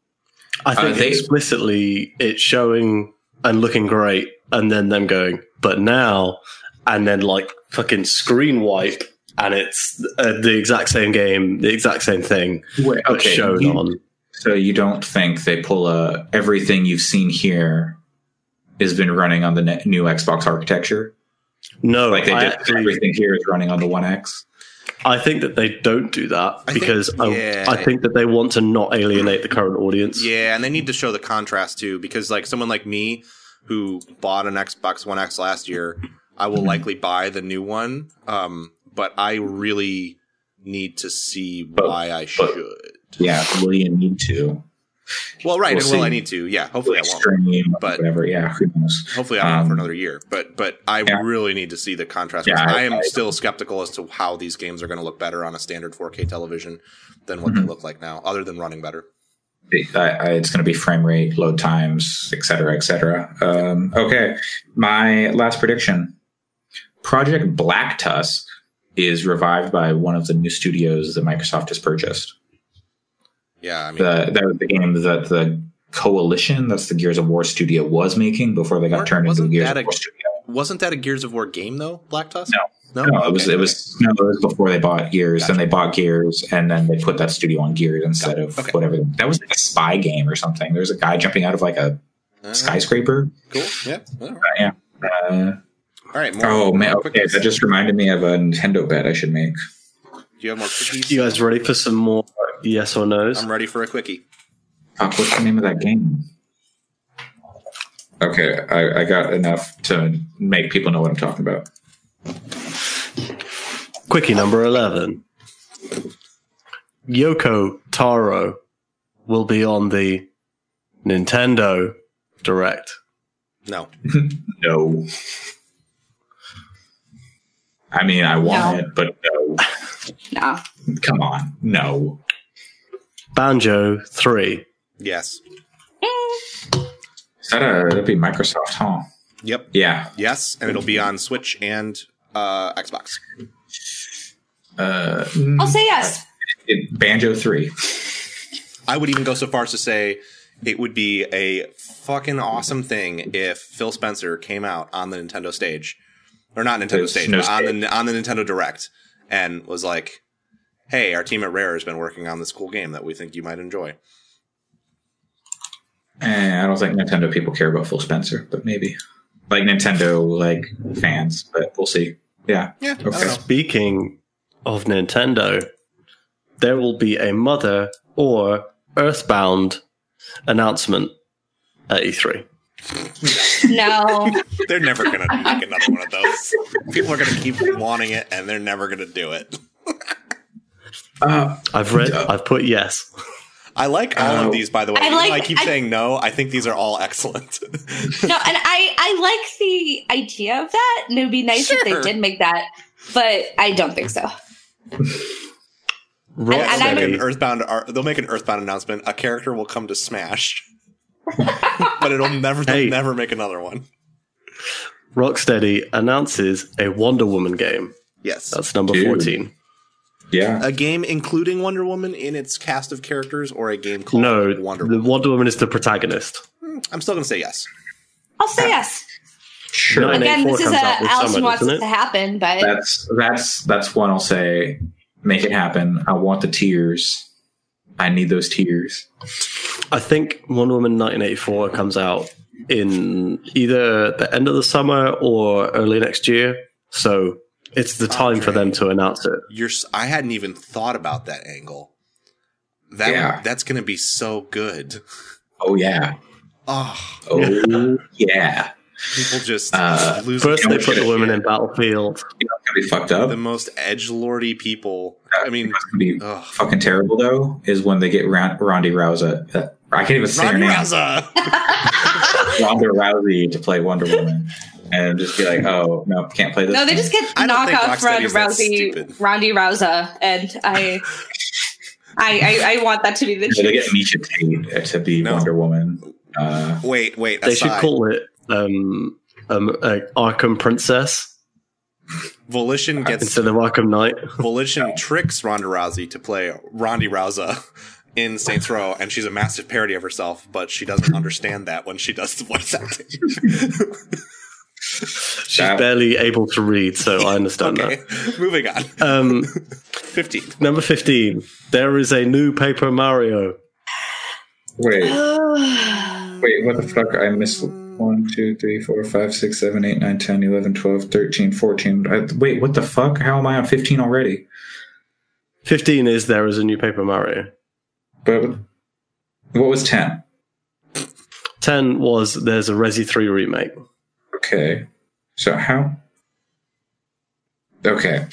Speaker 5: I think
Speaker 2: Uh, they-
Speaker 5: explicitly it's showing and looking great, and then them going, but now, and then like fucking screen wipe, and it's uh, the exact same game, the exact same thing,
Speaker 2: Wait,
Speaker 5: but shown
Speaker 2: you-
Speaker 5: on.
Speaker 2: So you don't think they pull a everything you've seen here has been running on the ne- new Xbox architecture?
Speaker 5: No,
Speaker 4: Oh,
Speaker 2: Like they
Speaker 5: I,
Speaker 2: did
Speaker 5: actually,
Speaker 2: everything here is running on the One X.
Speaker 5: I think that they don't do that
Speaker 4: I think-
Speaker 5: because I,
Speaker 4: yeah.
Speaker 5: I think that they want to not alienate the current audience.
Speaker 4: Yeah, and they need to show the contrast too, because like someone like me who bought an Xbox One X last year, I
Speaker 2: Mm-hmm.
Speaker 4: will likely buy the new one. Um, but I really need to see why I
Speaker 2: but-
Speaker 4: should.
Speaker 2: Yeah, will you need to
Speaker 4: Well, right,
Speaker 2: We'll
Speaker 4: and will I
Speaker 2: see.
Speaker 4: need to? Yeah, hopefully I won't.
Speaker 2: stream,
Speaker 4: but-
Speaker 2: whatever? Yeah, who knows?
Speaker 4: Hopefully I won't for
Speaker 2: Um,
Speaker 4: another year. But but I
Speaker 2: yeah.
Speaker 4: really need to see the contrast.
Speaker 2: Yeah, I-
Speaker 4: I, am
Speaker 2: I-
Speaker 4: still skeptical as to how these games are going to look better on a standard 4K television than what they
Speaker 2: Mhm.
Speaker 4: look like now, other than running better.
Speaker 2: I, I, it's going to be frame rate, load times, et cetera, et cetera. Um, okay, my last prediction: Project Black Tusk is revived by one of the new studios that Microsoft has purchased.
Speaker 4: Yeah, I mean,
Speaker 2: the that was the game that the coalition that's the gears of war studio was making before they got
Speaker 4: Weren't-
Speaker 2: turned into
Speaker 4: wasn't
Speaker 2: gears
Speaker 4: that
Speaker 2: of
Speaker 4: a-
Speaker 2: war studio
Speaker 4: wasn't that a Gears of War game though, Black Tusk?
Speaker 2: no, it was
Speaker 4: Okay,
Speaker 2: it was no it was before they bought gears then they bought gears and then they put that studio on gears instead of
Speaker 4: Okay.
Speaker 2: whatever that was like a spy game or something there's a guy jumping out of like a
Speaker 4: okay. Uh,
Speaker 2: skyscraper
Speaker 4: Cool. Yeah. All right.
Speaker 2: uh,
Speaker 4: All right more,
Speaker 2: oh man
Speaker 4: more
Speaker 2: okay
Speaker 4: cookies.
Speaker 2: that just reminded me of a nintendo bet i should make
Speaker 4: Do you have more cookies?
Speaker 5: You guys ready for some more yes or no's?
Speaker 4: I'm ready for a quickie.
Speaker 2: Fuck, what's the name of that game okay I, I got enough to make people know what i'm talking about
Speaker 5: Quickie number 11. Yoko Taro will be on the Nintendo Direct.
Speaker 4: No.
Speaker 2: No. I mean, I want
Speaker 3: No.
Speaker 2: it, but no.
Speaker 3: no.
Speaker 2: Come on. No.
Speaker 5: Banjo 3.
Speaker 4: Yes.
Speaker 2: Is that a, that'd be Microsoft, huh?
Speaker 4: Yep.
Speaker 2: Yeah.
Speaker 4: Yes, and it'll be on Switch and uh, Xbox.
Speaker 2: Uh,
Speaker 3: I'll say yes.
Speaker 2: it- Banjo 3.
Speaker 4: I would even go so far as to say it would be a fucking awesome thing if Phil Spencer came out on the Nintendo stage, or not Nintendo
Speaker 2: There's
Speaker 4: stage,
Speaker 2: no
Speaker 4: but on the on the Nintendo Direct, and was like, "Hey, our team at Rare has been working on this cool game that we think you might enjoy."
Speaker 2: Eh, I don't think Nintendo people care about Phil Spencer, but maybe. Like Nintendo, like fans, but we'll see. Yeah.
Speaker 4: Yeah. I don't
Speaker 2: Okay.
Speaker 4: know.
Speaker 5: Speaking of Nintendo, there will be a Mother or Earthbound announcement at E E3.
Speaker 3: No.
Speaker 4: They're never gonna make another one of those. People are gonna keep wanting it, and they're never gonna do it.
Speaker 2: Uh,
Speaker 5: I've read,
Speaker 2: Yeah.
Speaker 5: I've put yes.
Speaker 4: I like all
Speaker 2: Oh.
Speaker 4: of these, by the way.
Speaker 3: I
Speaker 4: Even though I,
Speaker 3: like-
Speaker 4: keep
Speaker 3: I-
Speaker 4: saying no. I think these are all excellent.
Speaker 3: no, and I I like the idea of that, and it would be nice if
Speaker 4: Sure.
Speaker 3: they did make that, but I don't think so. And
Speaker 4: they'll,
Speaker 5: Rock
Speaker 3: I-
Speaker 4: make
Speaker 5: Steady.
Speaker 4: an Earthbound, ar- they'll make an Earthbound announcement. A character will come to Smash, but it'll never, they'll
Speaker 5: Hey.
Speaker 4: never make another one.
Speaker 5: Rocksteady announces a Wonder Woman game.
Speaker 4: Yes,
Speaker 5: That's number
Speaker 2: Dude.
Speaker 5: 14.
Speaker 2: yeah.
Speaker 4: a game including Wonder Woman in its cast of characters, or a game called
Speaker 5: No,
Speaker 4: Wonder
Speaker 5: the
Speaker 4: Woman. Hmm,
Speaker 5: Wonder Woman is the protagonist.
Speaker 4: I'm still gonna say yes.
Speaker 3: I'll say yes.
Speaker 2: Sure.
Speaker 5: Nine-
Speaker 3: Again,
Speaker 5: 94
Speaker 3: this is a
Speaker 5: comes out this
Speaker 3: Allison
Speaker 5: summer,
Speaker 3: wants
Speaker 5: doesn't
Speaker 3: it
Speaker 5: it?
Speaker 3: to happen, but
Speaker 2: That's that's that's one I'll say. Make it happen. I want the tears. I need those tears.
Speaker 5: I think Wonder Woman 1984 comes out in either the end of the summer or early next year. So it's the time for them to announce it.
Speaker 4: You're. s- I hadn't even thought about that angle. That
Speaker 2: Yeah.
Speaker 4: that's going to be so good.
Speaker 2: Oh yeah.
Speaker 4: Oh,
Speaker 2: Oh yeah.
Speaker 4: people just
Speaker 2: Uh,
Speaker 4: lose
Speaker 5: First, they
Speaker 2: Yeah,
Speaker 5: put the
Speaker 2: shit,
Speaker 5: women
Speaker 2: yeah.
Speaker 5: in Battlefield.
Speaker 2: You know, it's gonna be fucked up.
Speaker 4: the most edge lordy people. I mean,
Speaker 2: What's gonna be
Speaker 4: ugh.
Speaker 2: fucking terrible though is when they get Ron- Ronda Rousey. Uh, I can't even say her
Speaker 4: Ronda
Speaker 2: name.
Speaker 4: Rousey.
Speaker 2: Ronda Rousey to play Wonder Woman, and just be like, oh no, can't play this.
Speaker 3: No, they
Speaker 2: one.
Speaker 3: just get
Speaker 4: I don't think
Speaker 3: knockoff Ronda
Speaker 4: Rocksteady's that
Speaker 3: Rousey,
Speaker 4: stupid.
Speaker 3: Ronda Rousey, and I, I, I, I want that to be the
Speaker 2: So they
Speaker 3: truth.
Speaker 2: get Misha Tate to be
Speaker 4: No.
Speaker 2: Wonder Woman. Uh,
Speaker 4: Wait, wait.
Speaker 5: They should
Speaker 4: aside.
Speaker 5: call it um, um, uh, Arkham Princess
Speaker 4: Volition gets
Speaker 5: instead of Arkham Knight.
Speaker 4: Volition tricks Ronda Rousey to play Rondi Rousey in Saints Row, and she's a massive parody of herself, but she doesn't understand that when she does the voice acting.
Speaker 5: She's
Speaker 2: That-
Speaker 5: barely able to read, so I understand
Speaker 4: okay, moving on.
Speaker 5: that. Um,
Speaker 4: 15.
Speaker 5: number 15. There is a new Paper Mario.
Speaker 2: wait, Wait, what the fuck? I missed 1, 2, 3, 4, 5, 6, 7, 8, 9, 10, 11, 12, 13, 14. I, wait, what the fuck? How am I on 15 already?
Speaker 5: 15 is There is a new Paper Mario.
Speaker 2: But what was 10?
Speaker 5: 10 was There's a Resi 3 remake.
Speaker 2: Okay. So how? Okay.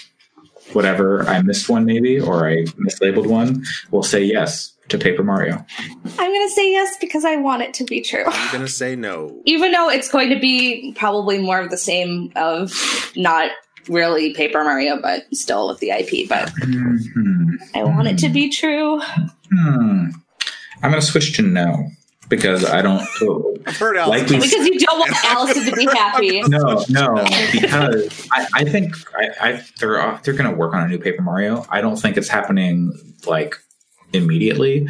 Speaker 2: Whatever. I missed one maybe, or I mislabeled one. We'll say yes to Paper Mario.
Speaker 3: I'm gonna say yes because I want it to be true.
Speaker 4: I'm going to say no.
Speaker 3: Even though it's going to be probably more of the same of not really Paper Mario, but still with the IP. But
Speaker 2: Hmm.
Speaker 3: I want it to be true.
Speaker 2: Hmm. I'm going to switch to no because I don't.
Speaker 4: I've heard
Speaker 2: Like
Speaker 4: Alex.
Speaker 2: we-
Speaker 3: Because you don't want Allison to be happy.
Speaker 2: no, no, because I, I think I, I they're they're going to work on a new Paper Mario. I don't think it's happening like immediately.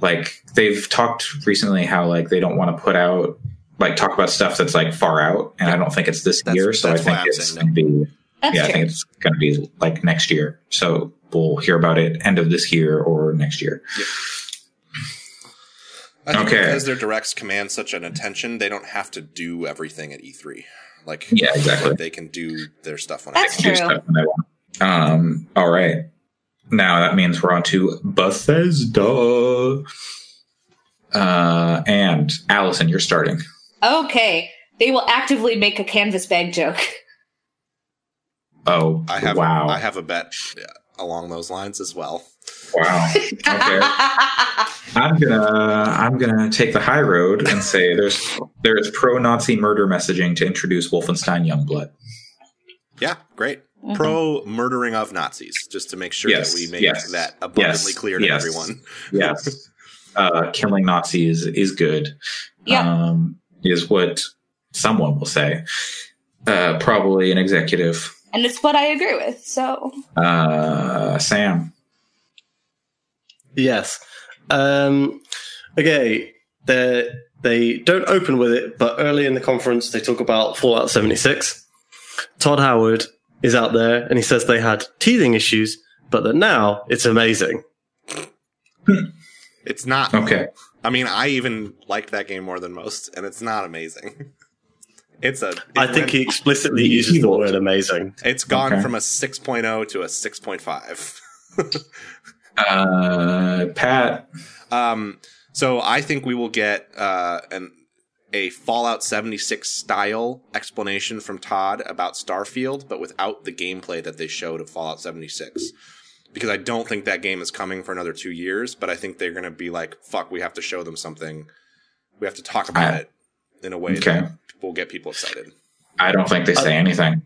Speaker 2: Like they've talked recently how like they don't want to put out like talk about stuff that's like far out, and I don't think it's this
Speaker 4: That's-
Speaker 2: year. So I
Speaker 4: that's
Speaker 2: think
Speaker 4: why I'm
Speaker 2: it's
Speaker 4: saying
Speaker 2: going to be
Speaker 3: That's
Speaker 2: yeah, I
Speaker 3: true.
Speaker 2: think it's going to be like next year. So we'll hear about it end of this year or next year.
Speaker 4: I think
Speaker 2: Okay.
Speaker 4: Because their directs command such an attention, they don't have to do everything at E3. Like,
Speaker 2: Yeah, exactly.
Speaker 4: They can do their stuff E when
Speaker 3: That's
Speaker 4: they
Speaker 2: do
Speaker 3: true.
Speaker 2: stuff when I want. Um, all right. Now that means we're on to Bethesda. Uh, and Allison, you're starting.
Speaker 3: Okay, they will actively make a canvas bag joke.
Speaker 2: Oh,
Speaker 4: I have,
Speaker 2: wow.
Speaker 4: I have a bet yeah, along those lines as well.
Speaker 2: wow. Okay. I'm gonna I'm gonna take the high road and say there's there is pro Nazi murder messaging to introduce Wolfenstein Youngblood.
Speaker 4: Yeah, great.
Speaker 3: Mm-hmm.
Speaker 4: Pro murdering of Nazis, just to make sure
Speaker 2: Yes,
Speaker 4: that we make
Speaker 2: yes,
Speaker 4: that abundantly
Speaker 2: yes,
Speaker 4: clear to
Speaker 2: yes.
Speaker 4: everyone.
Speaker 2: Yes. uh killing Nazis is good.
Speaker 3: Yeah.
Speaker 2: Um is what someone will say. Uh probably an executive
Speaker 3: and it's what I agree with. So
Speaker 2: Uh, Sam.
Speaker 5: Yes. Um, okay. They they don't open with it, but early in the conference they talk about Fallout 76. Todd Howard is out there and he says they had teething issues, but that now it's amazing.
Speaker 4: It's not.
Speaker 2: Okay.
Speaker 4: I mean, I even liked that game more than most, and it's not amazing. It's a.
Speaker 5: I
Speaker 4: it
Speaker 5: think
Speaker 4: went-
Speaker 5: he explicitly uses the word amazing.
Speaker 4: it's gone
Speaker 2: Okay.
Speaker 4: from a 6.0 to a 6.5.
Speaker 2: Uh, Pat.
Speaker 4: Um, so I think we will get uh, an a Fallout 76 style explanation from Todd about Starfield, but without the gameplay that they showed of Fallout 76. Because I don't think that game is coming for another two years, but I think they're going to be like, "Fuck, we have to show them something. We have to talk about
Speaker 2: I-
Speaker 4: it in a way
Speaker 2: Okay.
Speaker 4: that will get people excited."
Speaker 2: I don't think
Speaker 4: Uh,
Speaker 2: they say anything.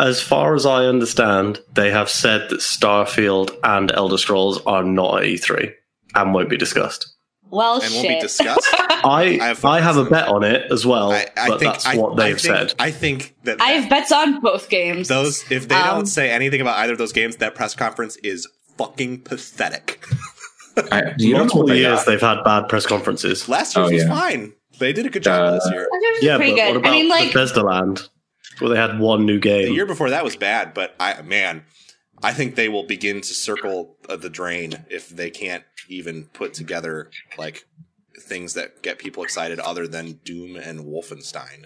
Speaker 5: As far as I understand, they have said that Starfield and Elder Scrolls are not at E3 and won't be discussed.
Speaker 3: well,
Speaker 4: and
Speaker 3: shit.
Speaker 4: won't be discussed.
Speaker 5: I I
Speaker 4: I
Speaker 5: have,
Speaker 4: have-
Speaker 5: a bet on it as well,
Speaker 4: I, I
Speaker 5: but
Speaker 4: think
Speaker 5: that's
Speaker 4: I-
Speaker 5: what
Speaker 4: I
Speaker 5: they've
Speaker 4: think-
Speaker 5: said.
Speaker 4: I think that
Speaker 3: I have bets on both games.
Speaker 4: those if they
Speaker 3: Um,
Speaker 4: don't say anything about either of those games, that press conference is fucking pathetic.
Speaker 2: I, you don't know
Speaker 5: Multiple
Speaker 2: what they
Speaker 5: years
Speaker 2: got.
Speaker 5: they've had bad press conferences.
Speaker 4: Last year's
Speaker 2: Oh,
Speaker 4: was
Speaker 2: yeah.
Speaker 4: fine. They did a good job
Speaker 2: Uh,
Speaker 4: this year.
Speaker 3: Those games are
Speaker 5: Yeah,
Speaker 3: pretty
Speaker 5: but
Speaker 3: good.
Speaker 5: what about
Speaker 3: I mean, like,
Speaker 5: Bethesda Land, where they had one new
Speaker 4: The
Speaker 5: game?
Speaker 4: year before that was bad, but I man, I think they will begin to circle uh, the drain if they can't even put together like things that get people excited other than Doom and Wolfenstein.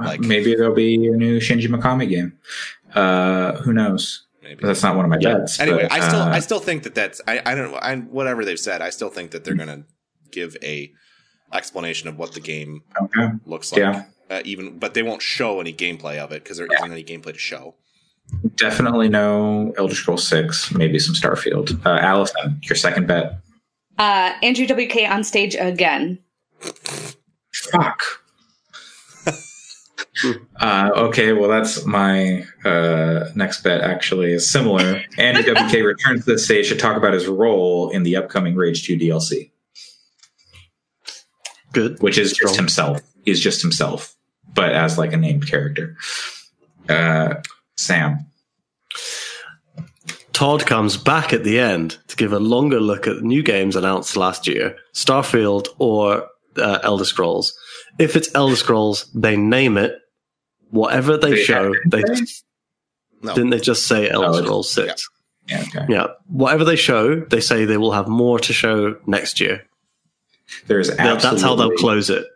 Speaker 4: Like-
Speaker 2: maybe there'll be a new Shinji Mikami game. Uh, who knows?
Speaker 4: Maybe.
Speaker 2: That's not one of my
Speaker 5: Yeah.
Speaker 2: bets.
Speaker 4: Anyway,
Speaker 2: but,
Speaker 4: I still
Speaker 2: uh,
Speaker 4: I still think that that's I, I don't I, whatever they've said. I still think that they're gonna give a explanation of what the game
Speaker 2: I don't know.
Speaker 4: looks like.
Speaker 2: Yeah.
Speaker 4: Uh, even but they won't show any gameplay of it because there isn't any gameplay to show.
Speaker 2: Definitely no Elder Scrolls Six. Maybe some Starfield. Uh, Allison, your second bet.
Speaker 3: Uh, Andrew WK on stage again.
Speaker 2: Fuck. uh, okay, well that's my uh, next bet. Actually, is similar. Andy WK returns to the stage to talk about his role in the upcoming Rage Two DLC,
Speaker 5: Good.
Speaker 2: which is
Speaker 5: Strong.
Speaker 2: just himself. He's just himself, but as like a named character. Uh, Sam.
Speaker 5: Todd comes back at the end to give a longer look at new games announced last year Starfield or uh, Elder Scrolls. If it's Elder Scrolls, they name it. Whatever they,
Speaker 2: They
Speaker 5: show, they
Speaker 4: No,
Speaker 5: didn't they just say Elder
Speaker 2: Oh,
Speaker 5: Scrolls 6?
Speaker 2: Yeah, okay.
Speaker 5: Yeah. Whatever they show, they say they will have more to show next year.
Speaker 2: There's
Speaker 5: That-
Speaker 2: absolutely
Speaker 5: That's how they'll close it.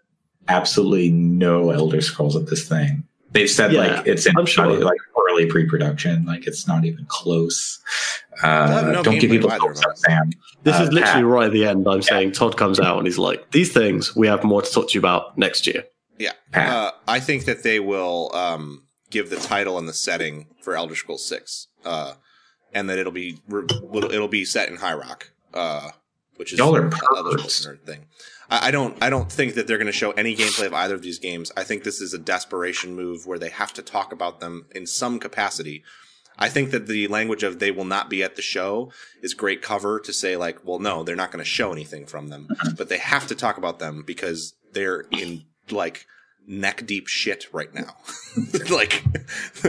Speaker 2: absolutely no Elder Scrolls at this thing. They've said
Speaker 5: Yeah,
Speaker 2: like it's in
Speaker 5: I'm sure.
Speaker 2: not e- like early pre-production, like it's not even close.
Speaker 4: have
Speaker 2: Uh,
Speaker 4: no
Speaker 2: don't give
Speaker 4: gameplay
Speaker 2: people
Speaker 4: either,
Speaker 2: hopes up,
Speaker 4: right?
Speaker 2: Sam.
Speaker 5: This
Speaker 2: Uh,
Speaker 5: is literally
Speaker 2: Pat.
Speaker 5: right at the end. I'm saying Todd comes out and he's like, these things we have more to talk to you about next year.
Speaker 2: Pat.
Speaker 4: Uh, I think that they will um, give the title and the setting for Elder Scrolls Six, uh, and that it'll be re- will- it'll be set in High Rock, uh, which is
Speaker 2: Y'all are
Speaker 4: an Elder
Speaker 2: perverts.
Speaker 4: Scrolls nerd thing. I, I don't I don't think that they're going to show any gameplay of either of these games. I think this is a desperation move where they have to talk about them in some capacity. I think that the language of they will not be at the show is great cover to say like, well, no, they're not going to show anything from them,
Speaker 2: Mm-hmm.
Speaker 4: but they have to talk about them because they're in like neck deep shit right now. like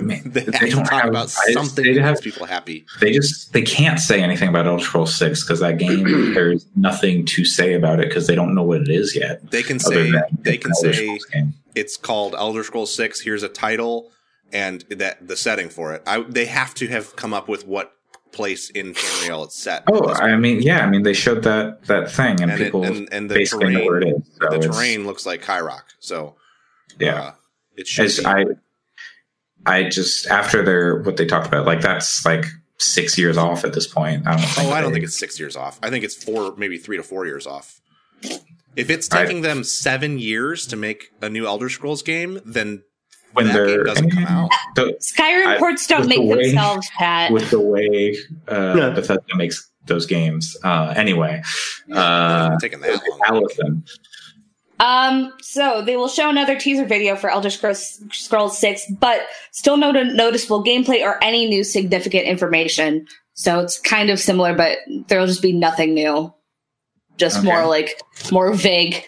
Speaker 2: Man,
Speaker 4: they, have to
Speaker 2: don't
Speaker 4: talk
Speaker 2: have-
Speaker 4: about
Speaker 2: I-
Speaker 4: something
Speaker 2: they
Speaker 4: that
Speaker 2: have-
Speaker 4: makes people happy.
Speaker 2: they just they can't say anything about Elder Scrolls Six because that game there's nothing to say about it because they don't know what it is yet.
Speaker 4: They can
Speaker 2: other
Speaker 4: say
Speaker 2: than
Speaker 4: they
Speaker 2: it's
Speaker 4: can
Speaker 2: an Elder
Speaker 4: say
Speaker 2: Scrolls game.
Speaker 4: it's called Elder Scrolls Six. Here's a title and that the setting for it. I, they have to have come up with what place in Tamriel it's set.
Speaker 2: Oh, I mean, yeah, I mean, they showed that that thing, and,
Speaker 4: and, it,
Speaker 2: people
Speaker 4: and, and the
Speaker 2: basically know
Speaker 4: terrain,
Speaker 2: where it is. So
Speaker 4: the
Speaker 2: it's-
Speaker 4: terrain looks like High Rock. So
Speaker 2: yeah.
Speaker 4: uh, it should.
Speaker 2: as
Speaker 4: be-
Speaker 2: I, I just after their what they talked about, like that's like six years off at this point. I don't. Think
Speaker 4: Oh, I don't
Speaker 2: they-
Speaker 4: think it's six years off. I think it's four, maybe three to four years off. If it's
Speaker 2: I-
Speaker 4: taking them seven years to make a new Elder Scrolls game, then
Speaker 2: when
Speaker 4: that game
Speaker 2: they're
Speaker 4: doesn't come out.
Speaker 2: the-
Speaker 3: Skyrim
Speaker 2: I-
Speaker 3: ports
Speaker 2: with
Speaker 3: don't
Speaker 2: the
Speaker 3: make
Speaker 2: way-
Speaker 3: themselves, Pat.
Speaker 2: with the way uh,
Speaker 5: Yeah.
Speaker 2: Bethesda makes those games. Uh, anyway, uh,
Speaker 4: taking that long.
Speaker 2: Allison,
Speaker 3: Um, so they will show another teaser video for Elder Scrolls, Scrolls 6, but still no noticeable gameplay or any new significant information. So it's kind of similar, but there'll just be nothing new. Just
Speaker 2: Okay.
Speaker 3: more like more vague.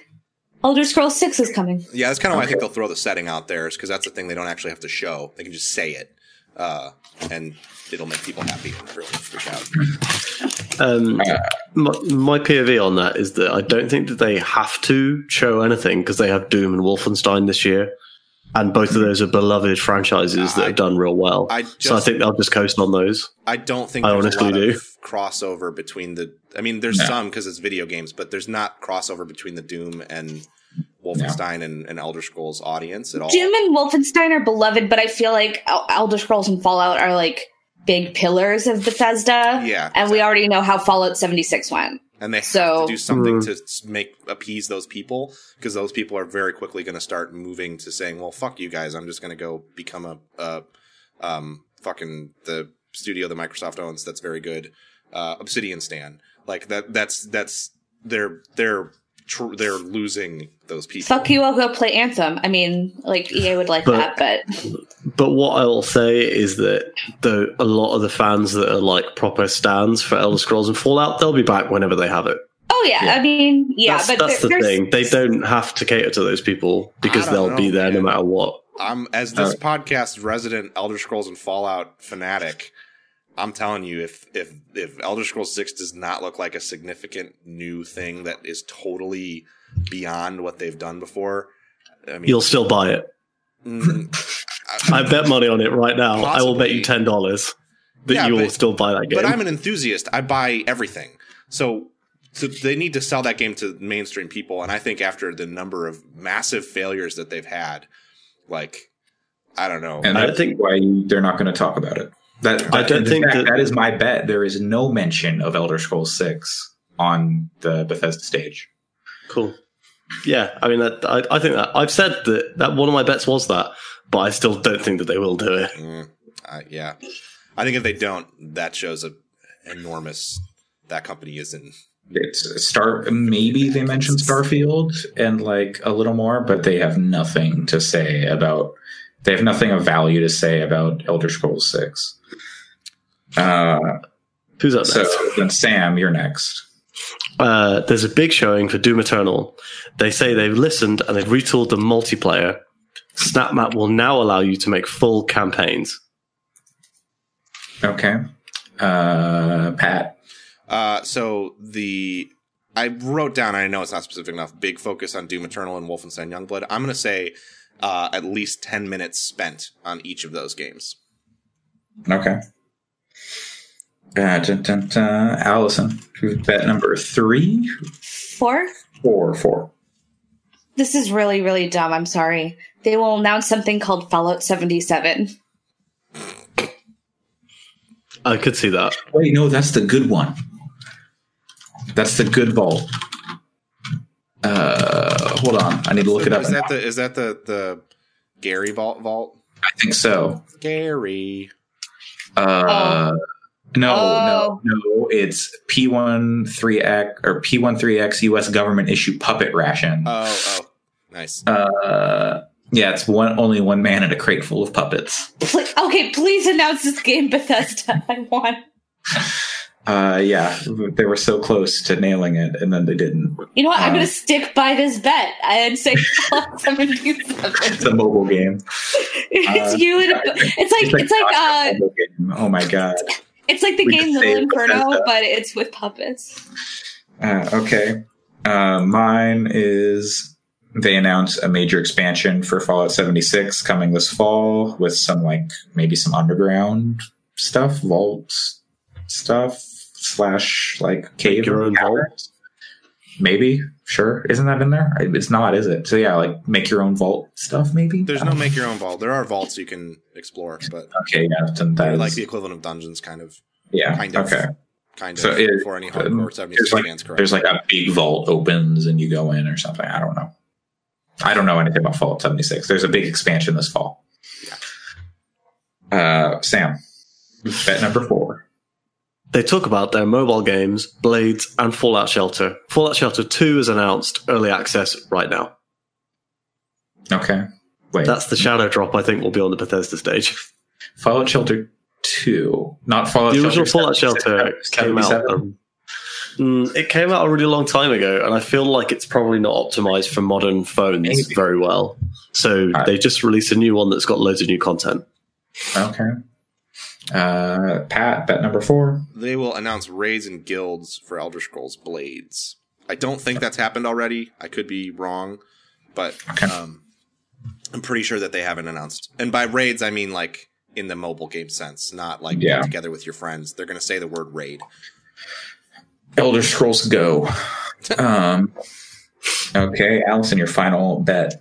Speaker 3: Elder Scrolls 6 is coming.
Speaker 4: Yeah, that's kind of why I think
Speaker 2: Okay.
Speaker 4: they'll throw the setting out there, is because that's the thing they don't actually have to show. They can just say it, uh, and it'll make people happy and really freak out.
Speaker 5: Um,
Speaker 2: Uh,
Speaker 5: my, my POV on that is that I don't think that they have to show anything because they have Doom and Wolfenstein this year, and both of those are beloved franchises
Speaker 4: Mm-hmm.
Speaker 5: that
Speaker 4: I-
Speaker 5: have done real well.
Speaker 4: I
Speaker 5: so I
Speaker 4: just-
Speaker 5: think they'll just coast on those.
Speaker 4: I don't think
Speaker 5: I
Speaker 4: there's
Speaker 5: honestly
Speaker 4: a lot
Speaker 5: do.
Speaker 4: of crossover between the. I mean, there's
Speaker 2: No.
Speaker 4: some because it's video games, but there's not crossover between the Doom and Wolfenstein and, and Elder Scrolls audience at all.
Speaker 3: Doom and Wolfenstein are beloved, but I feel like El- Elder Scrolls and Fallout are like big pillars of Bethesda.
Speaker 4: Yeah,
Speaker 3: And we already know how Fallout 76 went.
Speaker 4: and they have
Speaker 3: So-
Speaker 4: to do something
Speaker 5: Mm.
Speaker 4: to s- make appease those people because those people are very quickly going to start moving to saying, "Well, fuck you guys, I'm just going to go become a, a um, fucking the studio that Microsoft owns that's very good, uh, Obsidian Stan." Like that. That's that's they're they're tr- they're losing those people.
Speaker 3: Fuck you, I'll go play Anthem. I mean, like EA would like
Speaker 5: But-
Speaker 3: that, but
Speaker 5: But what I'll say is that though a lot of the fans that are like proper stands for Elder Scrolls and Fallout, they'll be back whenever they have it.
Speaker 3: Oh yeah,
Speaker 2: Yeah.
Speaker 3: I mean, yeah,
Speaker 5: that's,
Speaker 3: but
Speaker 5: that's
Speaker 3: there-
Speaker 5: the
Speaker 3: there's-
Speaker 5: thing; they don't have to cater to those people because
Speaker 4: I don't
Speaker 5: they'll be
Speaker 4: know,
Speaker 5: there no
Speaker 4: man.
Speaker 5: matter what.
Speaker 4: I'm as this podcast resident Elder Scrolls and Fallout fanatic. I'm telling you, if if if Elder Scrolls Six does not look like a significant new thing that is totally beyond what they've done before, I mean,
Speaker 5: You'll still buy it.
Speaker 4: mm,
Speaker 5: I bet money on it right now. I will bet
Speaker 4: Possibly.
Speaker 5: you ten dollars. that
Speaker 4: Yeah,
Speaker 5: you will
Speaker 4: but-
Speaker 5: still buy that game.
Speaker 4: But I'm an enthusiast. I buy everything. So, so they need to sell that game to mainstream people. And I think after the number of massive failures that they've had, like I don't know.
Speaker 2: And
Speaker 5: I
Speaker 2: I
Speaker 5: don't
Speaker 2: think
Speaker 5: think-
Speaker 2: why they're not going to talk about it. That,
Speaker 5: I
Speaker 2: that-
Speaker 5: don't
Speaker 2: in
Speaker 5: think
Speaker 2: fact,
Speaker 5: that-
Speaker 2: that is my bet. There is no mention of Elder Scrolls Six on the Bethesda stage.
Speaker 5: Cool. Yeah, I mean, that, I, I think that I've said that, that one of my bets was that, but I still don't think that they will do it.
Speaker 4: Mm, I- yeah, I think if they don't, that shows a enormous that company is in.
Speaker 2: It's Star. Maybe they mention Starfield and like a little more, but they have nothing to say about. They have nothing of value to say about Elder Scrolls Six. Uh,
Speaker 5: Who's up
Speaker 2: so
Speaker 5: next?
Speaker 2: then, Sam, you're next.
Speaker 5: Uh, there's a big showing for Doom Eternal. They say they've listened and they've retooled the multiplayer. Snap Map will now allow you to make full campaigns.
Speaker 2: Okay, uh, Pat.
Speaker 4: Uh, so the I wrote down. I know it's not specific enough. Big focus on Doom Eternal and Wolfenstein Youngblood. I'm going to say uh, at least ten minutes spent on each of those games.
Speaker 2: Okay. Uh, dun, dun, dun. Allison, who's bet number three?
Speaker 3: Four?
Speaker 2: Four, four.
Speaker 3: This is really, really dumb. I'm sorry. They will announce something called Fallout 77.
Speaker 5: I could see that.
Speaker 2: Wait, no, that's the good one. That's the good vault. Uh, hold on, I need to look it up.
Speaker 4: Is that the is that the the Gary Vault Vault?
Speaker 2: I think so.
Speaker 4: Gary.
Speaker 2: Uh, No,
Speaker 3: Oh.
Speaker 2: no, no. It's P13X or P13X U.S. government issue puppet ration.
Speaker 4: Oh, oh, nice.
Speaker 2: Uh, yeah, it's one only one man in a crate full of puppets.
Speaker 3: Pl- okay, please announce this game, Bethesda. I want.
Speaker 2: Uh, yeah, they were so close to nailing it, and then they didn't.
Speaker 3: You know what? I'm
Speaker 5: Uh-huh.
Speaker 2: Uh.
Speaker 3: going to stick by this bet and say Fallout 77.
Speaker 2: It's a mobile game.
Speaker 3: it's
Speaker 2: Uh,
Speaker 3: you and a, it's like it's like uh
Speaker 2: a mobile game. oh my god.
Speaker 3: it's like the
Speaker 2: we
Speaker 3: game
Speaker 2: just
Speaker 3: Little
Speaker 2: say uh,
Speaker 3: Inferno,
Speaker 2: Bethesda.
Speaker 3: but it's with puppets.
Speaker 2: Uh, okay. Uh, mine is they announce a major expansion for Fallout 76 coming this fall with some like maybe some underground stuff, vaults stuff slash like cave
Speaker 5: your own
Speaker 2: caverns. Maybe sure isn't that in there? It's not, is it? So yeah, like make your own vault stuff. Maybe
Speaker 4: There's
Speaker 2: I
Speaker 4: no
Speaker 2: don't-
Speaker 4: make your own vault. There are vaults you can explore, but
Speaker 2: Okay, yeah, then that
Speaker 4: they're
Speaker 2: is,
Speaker 4: like the equivalent of dungeons, kind of,
Speaker 2: yeah.
Speaker 4: kind of,
Speaker 2: okay,
Speaker 4: kind of.
Speaker 2: So it-
Speaker 4: for any hardcore
Speaker 2: there's
Speaker 4: 70s
Speaker 2: like-
Speaker 4: fans, correct?
Speaker 2: There's like a big vault opens and you go in or something. I don't know. I don't know anything about Fallout 76. There's a big expansion this fall. Uh, Sam, bet number four.
Speaker 5: They talk about their mobile games, Blades, and Fallout Shelter. Fallout Shelter 2 is announced early access right now.
Speaker 2: Okay. Wait.
Speaker 5: That's the shadow drop I think will be on the Bethesda stage.
Speaker 2: Fallout Shelter 2. Not Fallout
Speaker 5: the
Speaker 2: Shelter
Speaker 5: original Fallout
Speaker 2: 76,
Speaker 5: Shelter came out.
Speaker 2: 77.
Speaker 5: um, mm, it came out a really long time ago, and I feel like it's probably not optimized for modern phones
Speaker 2: Maybe.
Speaker 5: very well. So
Speaker 2: Alright.
Speaker 5: they just released a new one that's got loads of new content.
Speaker 2: Okay. Uh, Pat, bet number four.
Speaker 4: they will announce raids and guilds for Elder Scrolls Blades. I don't think that's happened already. I could be wrong, but
Speaker 2: Okay.
Speaker 4: um, I'm pretty sure that they haven't announced. And by raids, I mean like in the mobile game sense, not like
Speaker 2: Yeah.
Speaker 4: get together with your friends. They're going to say the word raid.
Speaker 2: Elder Scrolls Go. Um, okay, Allison, your final bet.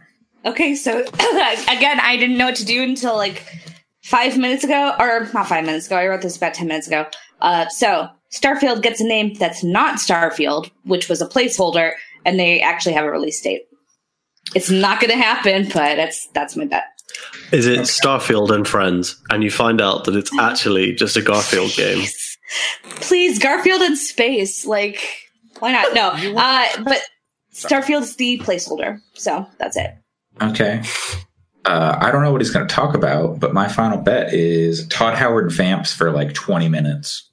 Speaker 3: Okay, so again, I didn't know what to do until like five minutes ago, or not five minutes ago. I wrote this about ten minutes ago. Uh, so Starfield gets a name that's not Starfield, which was a placeholder, and they actually have a release date. It's not going to happen, but that's that's my bet.
Speaker 5: Is it Starfield and Friends? And you find out that
Speaker 2: Mm-hmm.
Speaker 5: it's actually just a Garfield game.
Speaker 3: Please, Garfield in space, like why not? No, uh, but Starfield's the placeholder, so that's it.
Speaker 2: Okay. Uh, I don't know what he's going to talk about, but my final bet is Todd Howard vamps for like 20 minutes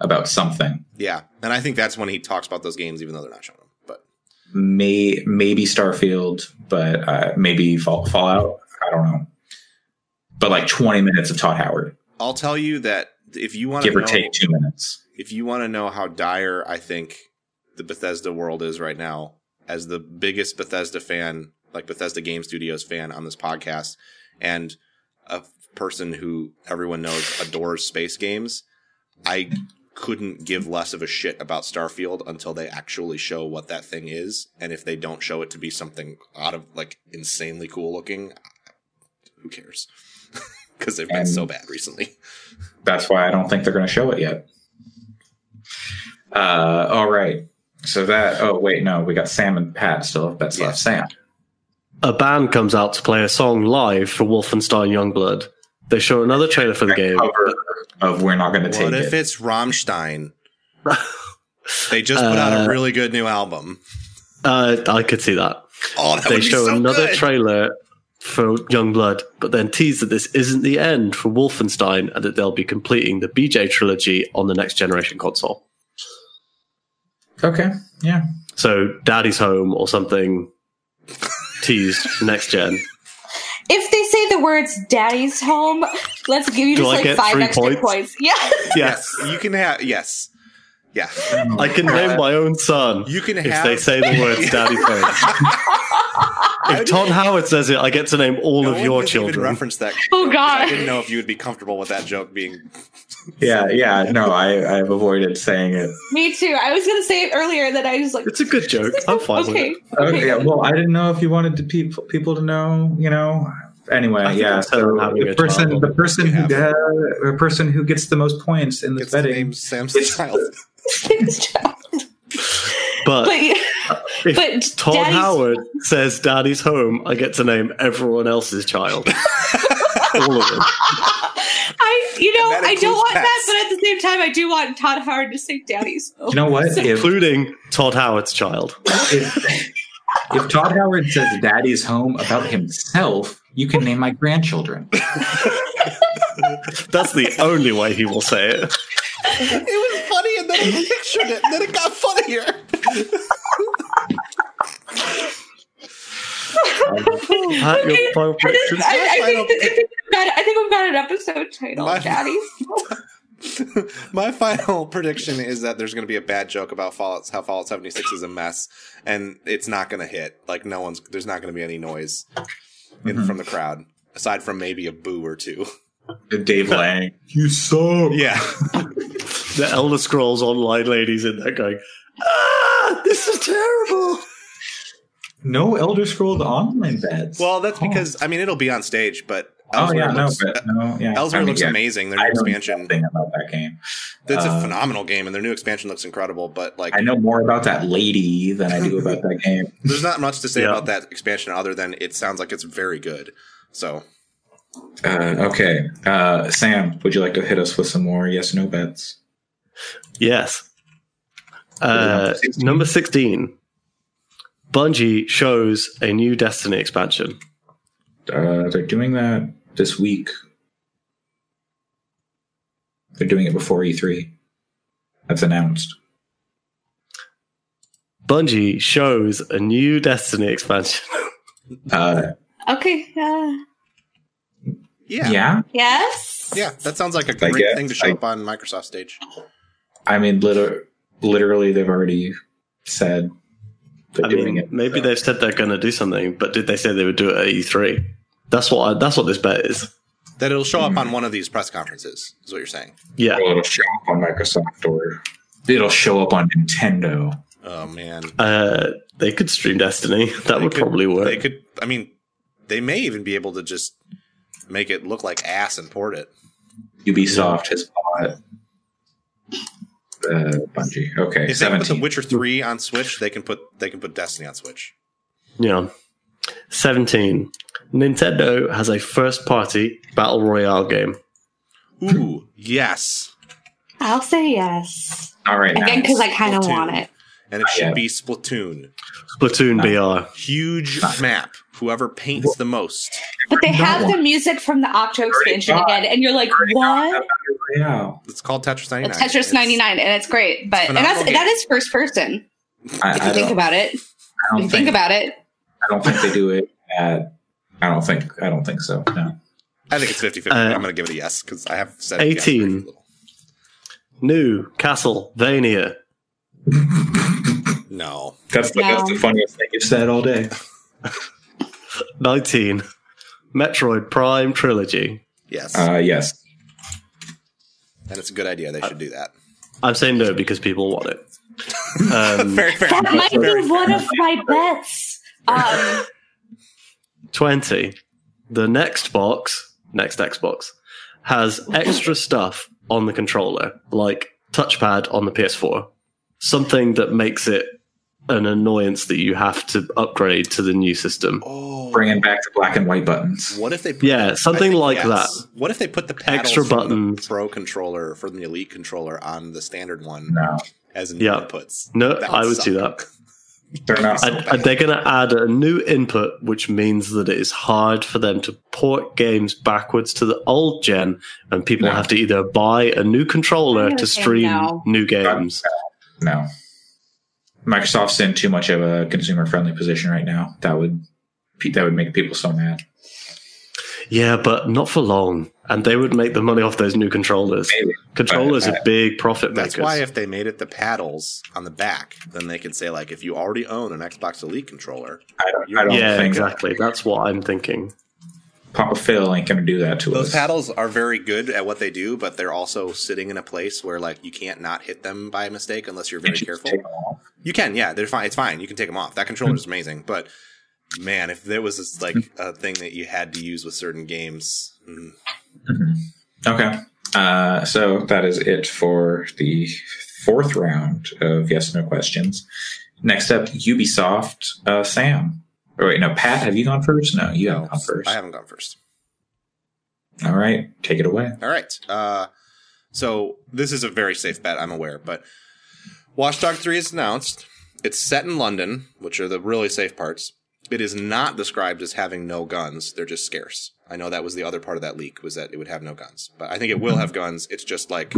Speaker 2: about something.
Speaker 4: Yeah, and I think that's when he talks about those games, even though they're not showing them. But
Speaker 2: May maybe Starfield, but uh, maybe Fall- Fallout. I don't know. But like 20 minutes of Todd Howard,
Speaker 4: I'll tell you that if you want to
Speaker 2: give or
Speaker 4: know,
Speaker 2: take two minutes.
Speaker 4: if you want to know how dire I think the Bethesda world is right now, as the biggest Bethesda fan, like Bethesda Game Studios fan on this podcast, and a person who everyone knows adores space games, I couldn't give less of a shit about Starfield until they actually show what that thing is. And if they don't show it to be something out of like insanely cool looking, who cares? Because they've been
Speaker 2: And-
Speaker 4: so bad recently.
Speaker 2: that's why I don't think they're going to show it yet. Uh, all right. So that. Oh wait, no, we got Sam and Pat still have bets
Speaker 4: Yeah.
Speaker 2: left. Sam.
Speaker 5: A band comes out to play a song live for Wolfenstein Youngblood. They show another trailer for the game.
Speaker 2: Cover of we're not going to take
Speaker 4: What
Speaker 2: it.
Speaker 4: if it's Rammstein? They just put out
Speaker 5: Uh,
Speaker 4: a really good new album.
Speaker 5: Uh, I could see that.
Speaker 4: Oh, that
Speaker 5: they
Speaker 4: would be
Speaker 5: show
Speaker 4: so
Speaker 5: another
Speaker 4: good.
Speaker 5: trailer for Youngblood, but then tease that this isn't the end for Wolfenstein and that they'll be completing the BJ trilogy on the next generation console.
Speaker 2: Okay. Yeah.
Speaker 5: So Daddy's Home or something teased next gen.
Speaker 3: If they say the words "daddy's home," let's give you
Speaker 5: Do
Speaker 3: just
Speaker 5: I
Speaker 3: like
Speaker 5: get
Speaker 3: five
Speaker 5: three
Speaker 3: extra
Speaker 5: points?
Speaker 3: points. Yeah,
Speaker 5: Yes.
Speaker 4: You can have yes, yeah.
Speaker 5: I can name my own son
Speaker 4: Uh, You can
Speaker 5: if
Speaker 4: have.
Speaker 5: they say the words Daddy's Home. If Todd Howard says it, I get to name all
Speaker 4: no
Speaker 5: of
Speaker 4: one
Speaker 5: your
Speaker 4: has even
Speaker 5: children.
Speaker 4: referenced that.
Speaker 3: Oh,
Speaker 4: joke,
Speaker 3: God.
Speaker 4: I didn't know if you would be comfortable with that joke being.
Speaker 2: Yeah. Yeah. No, I I've avoided saying it.
Speaker 3: me too. I was gonna say it earlier that I was like,
Speaker 5: It's a good joke. I'm fine with
Speaker 3: okay,
Speaker 5: it.
Speaker 2: Okay. yeah, Well, I didn't know if you wanted to people people to know. You know.
Speaker 5: I
Speaker 2: Anyway,
Speaker 5: think
Speaker 2: yeah.
Speaker 5: I'm
Speaker 2: So
Speaker 5: having
Speaker 2: the
Speaker 5: a
Speaker 2: person,
Speaker 5: child.
Speaker 2: the person who
Speaker 4: You have
Speaker 2: uh, the person who gets the most points in the
Speaker 4: It's the
Speaker 2: betting.
Speaker 4: name Sam's child.
Speaker 5: But,
Speaker 3: but yeah,
Speaker 5: if
Speaker 3: but
Speaker 5: Todd
Speaker 3: daddy's-
Speaker 5: Howard says Daddy's Home, I get to name everyone else's child. all of them.
Speaker 3: I, you know,
Speaker 4: And that
Speaker 3: I don't
Speaker 4: includes
Speaker 3: want
Speaker 4: pets.
Speaker 3: that, but at the same time, I do want Todd Howard to say "daddy's home."
Speaker 2: You know what? If,
Speaker 5: including Todd Howard's child.
Speaker 2: if, if Todd Howard says daddy's home about himself, you can name my grandchildren.
Speaker 5: That's the only way he will say it.
Speaker 4: it was funny, and then he pictured it, and then it got funnier.
Speaker 5: Pat, your
Speaker 3: Okay.
Speaker 5: final
Speaker 3: I,
Speaker 5: predictions?
Speaker 3: I
Speaker 4: Final-
Speaker 3: think, I, think we've got, I think we've got an episode titled
Speaker 4: My-
Speaker 3: "Daddy's." Home."
Speaker 4: My final prediction is that there's going to be a bad joke about Fallout, how Fallout 76 is a mess, and it's not going to hit. Like no one's, there's not going to be any noise in,
Speaker 2: Mhm.
Speaker 4: from the crowd aside from maybe a boo or two.
Speaker 2: Dave Lang, you suck.
Speaker 4: Yeah,
Speaker 5: The Elder Scrolls Online ladies in there going, ah, this is terrible.
Speaker 2: No Elder Scrolls Online beds.
Speaker 4: well, that's
Speaker 2: Oh.
Speaker 4: because I mean it'll be on stage, but
Speaker 2: oh yeah, no,
Speaker 4: looks,
Speaker 2: but no, yeah.
Speaker 4: Elsewhere
Speaker 2: I mean,
Speaker 4: looks
Speaker 2: yeah,
Speaker 4: amazing. Their
Speaker 2: I
Speaker 4: new
Speaker 2: don't know
Speaker 4: expansion,
Speaker 2: Thing about that game.
Speaker 4: it's
Speaker 2: Uh,
Speaker 4: a phenomenal game, and their new expansion looks incredible. But like,
Speaker 2: I know more about that lady than I do about that game.
Speaker 4: there's not much to say
Speaker 5: Yeah.
Speaker 4: about that expansion other than it sounds like it's very good. So
Speaker 2: Uh, okay, uh, Sam, would you like to hit us with some more yes no bets?
Speaker 5: Yes. Uh, number 16. Bungie shows a new Destiny expansion.
Speaker 2: Uh, they're doing that this week. They're doing it before E3. That's announced.
Speaker 5: Bungie shows a new Destiny expansion.
Speaker 2: Uh,
Speaker 3: Okay. Uh,
Speaker 4: yeah,
Speaker 2: yeah.
Speaker 4: yeah,
Speaker 3: yes.
Speaker 4: that sounds like a
Speaker 2: I
Speaker 4: great
Speaker 2: guess
Speaker 4: thing to show
Speaker 2: I-
Speaker 4: up on Microsoft stage.
Speaker 2: I mean, liter- literally, they've already said they're
Speaker 5: I
Speaker 2: doing
Speaker 5: mean,
Speaker 2: it.
Speaker 5: maybe they've said they're going to do something, but did they say they would do it at E3? That's what I, that's what this bet is.
Speaker 4: That it'll show up
Speaker 2: Hmm.
Speaker 4: on one of these press conferences is what you're saying.
Speaker 5: Yeah.
Speaker 2: Well, it'll show up on Microsoft or it'll show up on Nintendo.
Speaker 4: Oh man,
Speaker 5: Uh, they could stream Destiny. That
Speaker 4: They
Speaker 5: would
Speaker 4: could-
Speaker 5: probably work.
Speaker 4: They could. I mean, they may even be able to just make it look like ass and port it.
Speaker 2: Ubisoft has bought uh, Bungie. Okay,
Speaker 4: If they put The
Speaker 2: seventeen.
Speaker 4: Witcher Three on Switch, they can put they can put Destiny on Switch.
Speaker 5: Yeah. 17. Nintendo has a first party battle royale game.
Speaker 4: Ooh, yes,
Speaker 3: I'll say yes.
Speaker 2: All right,
Speaker 3: Again,
Speaker 2: nice.
Speaker 3: because I kind of
Speaker 4: Well, too.
Speaker 3: want it.
Speaker 4: and it should
Speaker 2: Yeah.
Speaker 4: be Splatoon.
Speaker 5: Splatoon
Speaker 4: Ah.
Speaker 5: BR.
Speaker 4: Huge map. Whoever paints the most.
Speaker 3: But they
Speaker 2: Not
Speaker 3: have the
Speaker 2: one.
Speaker 3: music from the Octo expansion
Speaker 2: got-
Speaker 3: again, and you're like, what?
Speaker 2: Yeah,
Speaker 4: It's called Tetris ninety nine.
Speaker 3: It's Tetris 99, and it's great. But and that's
Speaker 4: phenomenal
Speaker 3: that
Speaker 4: game.
Speaker 3: is first person.
Speaker 2: I,
Speaker 3: If
Speaker 2: I
Speaker 3: you think
Speaker 2: don't,
Speaker 3: about it, if
Speaker 2: I don't
Speaker 3: you think
Speaker 2: think.
Speaker 3: about it.
Speaker 2: I don't think they do it at. I don't think. I don't think so. No.
Speaker 4: I think it's 50 50.
Speaker 5: Uh,
Speaker 4: I'm going to give it a yes because I have said
Speaker 5: 18.
Speaker 4: Yes very little.
Speaker 5: New Castlevania.
Speaker 4: no.
Speaker 2: That's the,
Speaker 3: No.
Speaker 2: that's the funniest thing you've said all day.
Speaker 5: 19. Metroid Prime trilogy.
Speaker 4: Yes,
Speaker 2: Uh, yes.
Speaker 4: and it's a good idea. They should do that.
Speaker 5: I'm saying no because people want it. Um,
Speaker 4: Very fair.
Speaker 3: That might
Speaker 4: Very
Speaker 3: be
Speaker 4: fair.
Speaker 3: one of my bets. Um,
Speaker 5: 20. The next box, next Xbox, has extra stuff on the controller, like touchpad on the PS4. Something that makes it an annoyance that you have to upgrade to the new system.
Speaker 4: Oh,
Speaker 2: Bringing back the black and white buttons.
Speaker 4: what if they? Put
Speaker 5: Yeah,
Speaker 4: I
Speaker 5: something
Speaker 4: think
Speaker 5: like
Speaker 4: yes.
Speaker 5: that.
Speaker 4: What if they put the paddle
Speaker 5: Extra
Speaker 4: from the
Speaker 5: buttons.
Speaker 4: pro controller from the elite controller on the standard one
Speaker 2: No,
Speaker 4: as new
Speaker 5: Yeah.
Speaker 4: inputs?
Speaker 5: No,
Speaker 4: That
Speaker 5: I would
Speaker 4: suck.
Speaker 5: do that.
Speaker 2: they're not.
Speaker 5: And- and they're going to add a new input, which means that it is hard for them to port games backwards to the old gen, and people
Speaker 2: No.
Speaker 5: have to either buy a new controller
Speaker 3: I'm
Speaker 5: to
Speaker 3: gonna say
Speaker 5: stream
Speaker 3: no.
Speaker 5: new games.
Speaker 2: No. Microsoft's in too much of a consumer-friendly position right now. That would that would make people so mad.
Speaker 5: Yeah, but not for long. And they would make the money off those new controllers.
Speaker 2: Maybe.
Speaker 5: Controllers
Speaker 2: But,
Speaker 5: are big profit
Speaker 4: That's
Speaker 5: makers.
Speaker 4: why if they made it the paddles on the back, then they can say like, if you already own an Xbox Elite controller,
Speaker 2: I don't, I don't
Speaker 5: yeah,
Speaker 2: think
Speaker 5: exactly. That's what I'm thinking.
Speaker 2: Papa Phil ain't gonna do that to
Speaker 4: those
Speaker 2: us.
Speaker 4: paddles are very good at what they do, but they're also sitting in a place where like you can't not hit them by mistake unless you're very
Speaker 2: Just
Speaker 4: careful.
Speaker 2: take them off.
Speaker 4: You can, yeah, they're fine. It's fine. You can take them off. That
Speaker 2: Hmm.
Speaker 4: controller is amazing, but man, if there was this, like a thing that you had to use with certain games, mm,
Speaker 2: Okay. Uh, so that is it for the fourth round of yes no questions. Next up, Ubisoft. Uh, Sam. Or wait, no, Pat. Have you gone first? No, you haven't gone first.
Speaker 4: I haven't gone first.
Speaker 2: All right, take it away.
Speaker 4: All right. Uh, so this is a very safe bet, I'm aware, but Watchdog 3 is announced. It's set in London, which are the really safe parts. It is not described as having no guns. They're just scarce. I know that was the other part of that leak was that it would have no guns, but I think it will
Speaker 2: Hmm.
Speaker 4: have guns. It's just like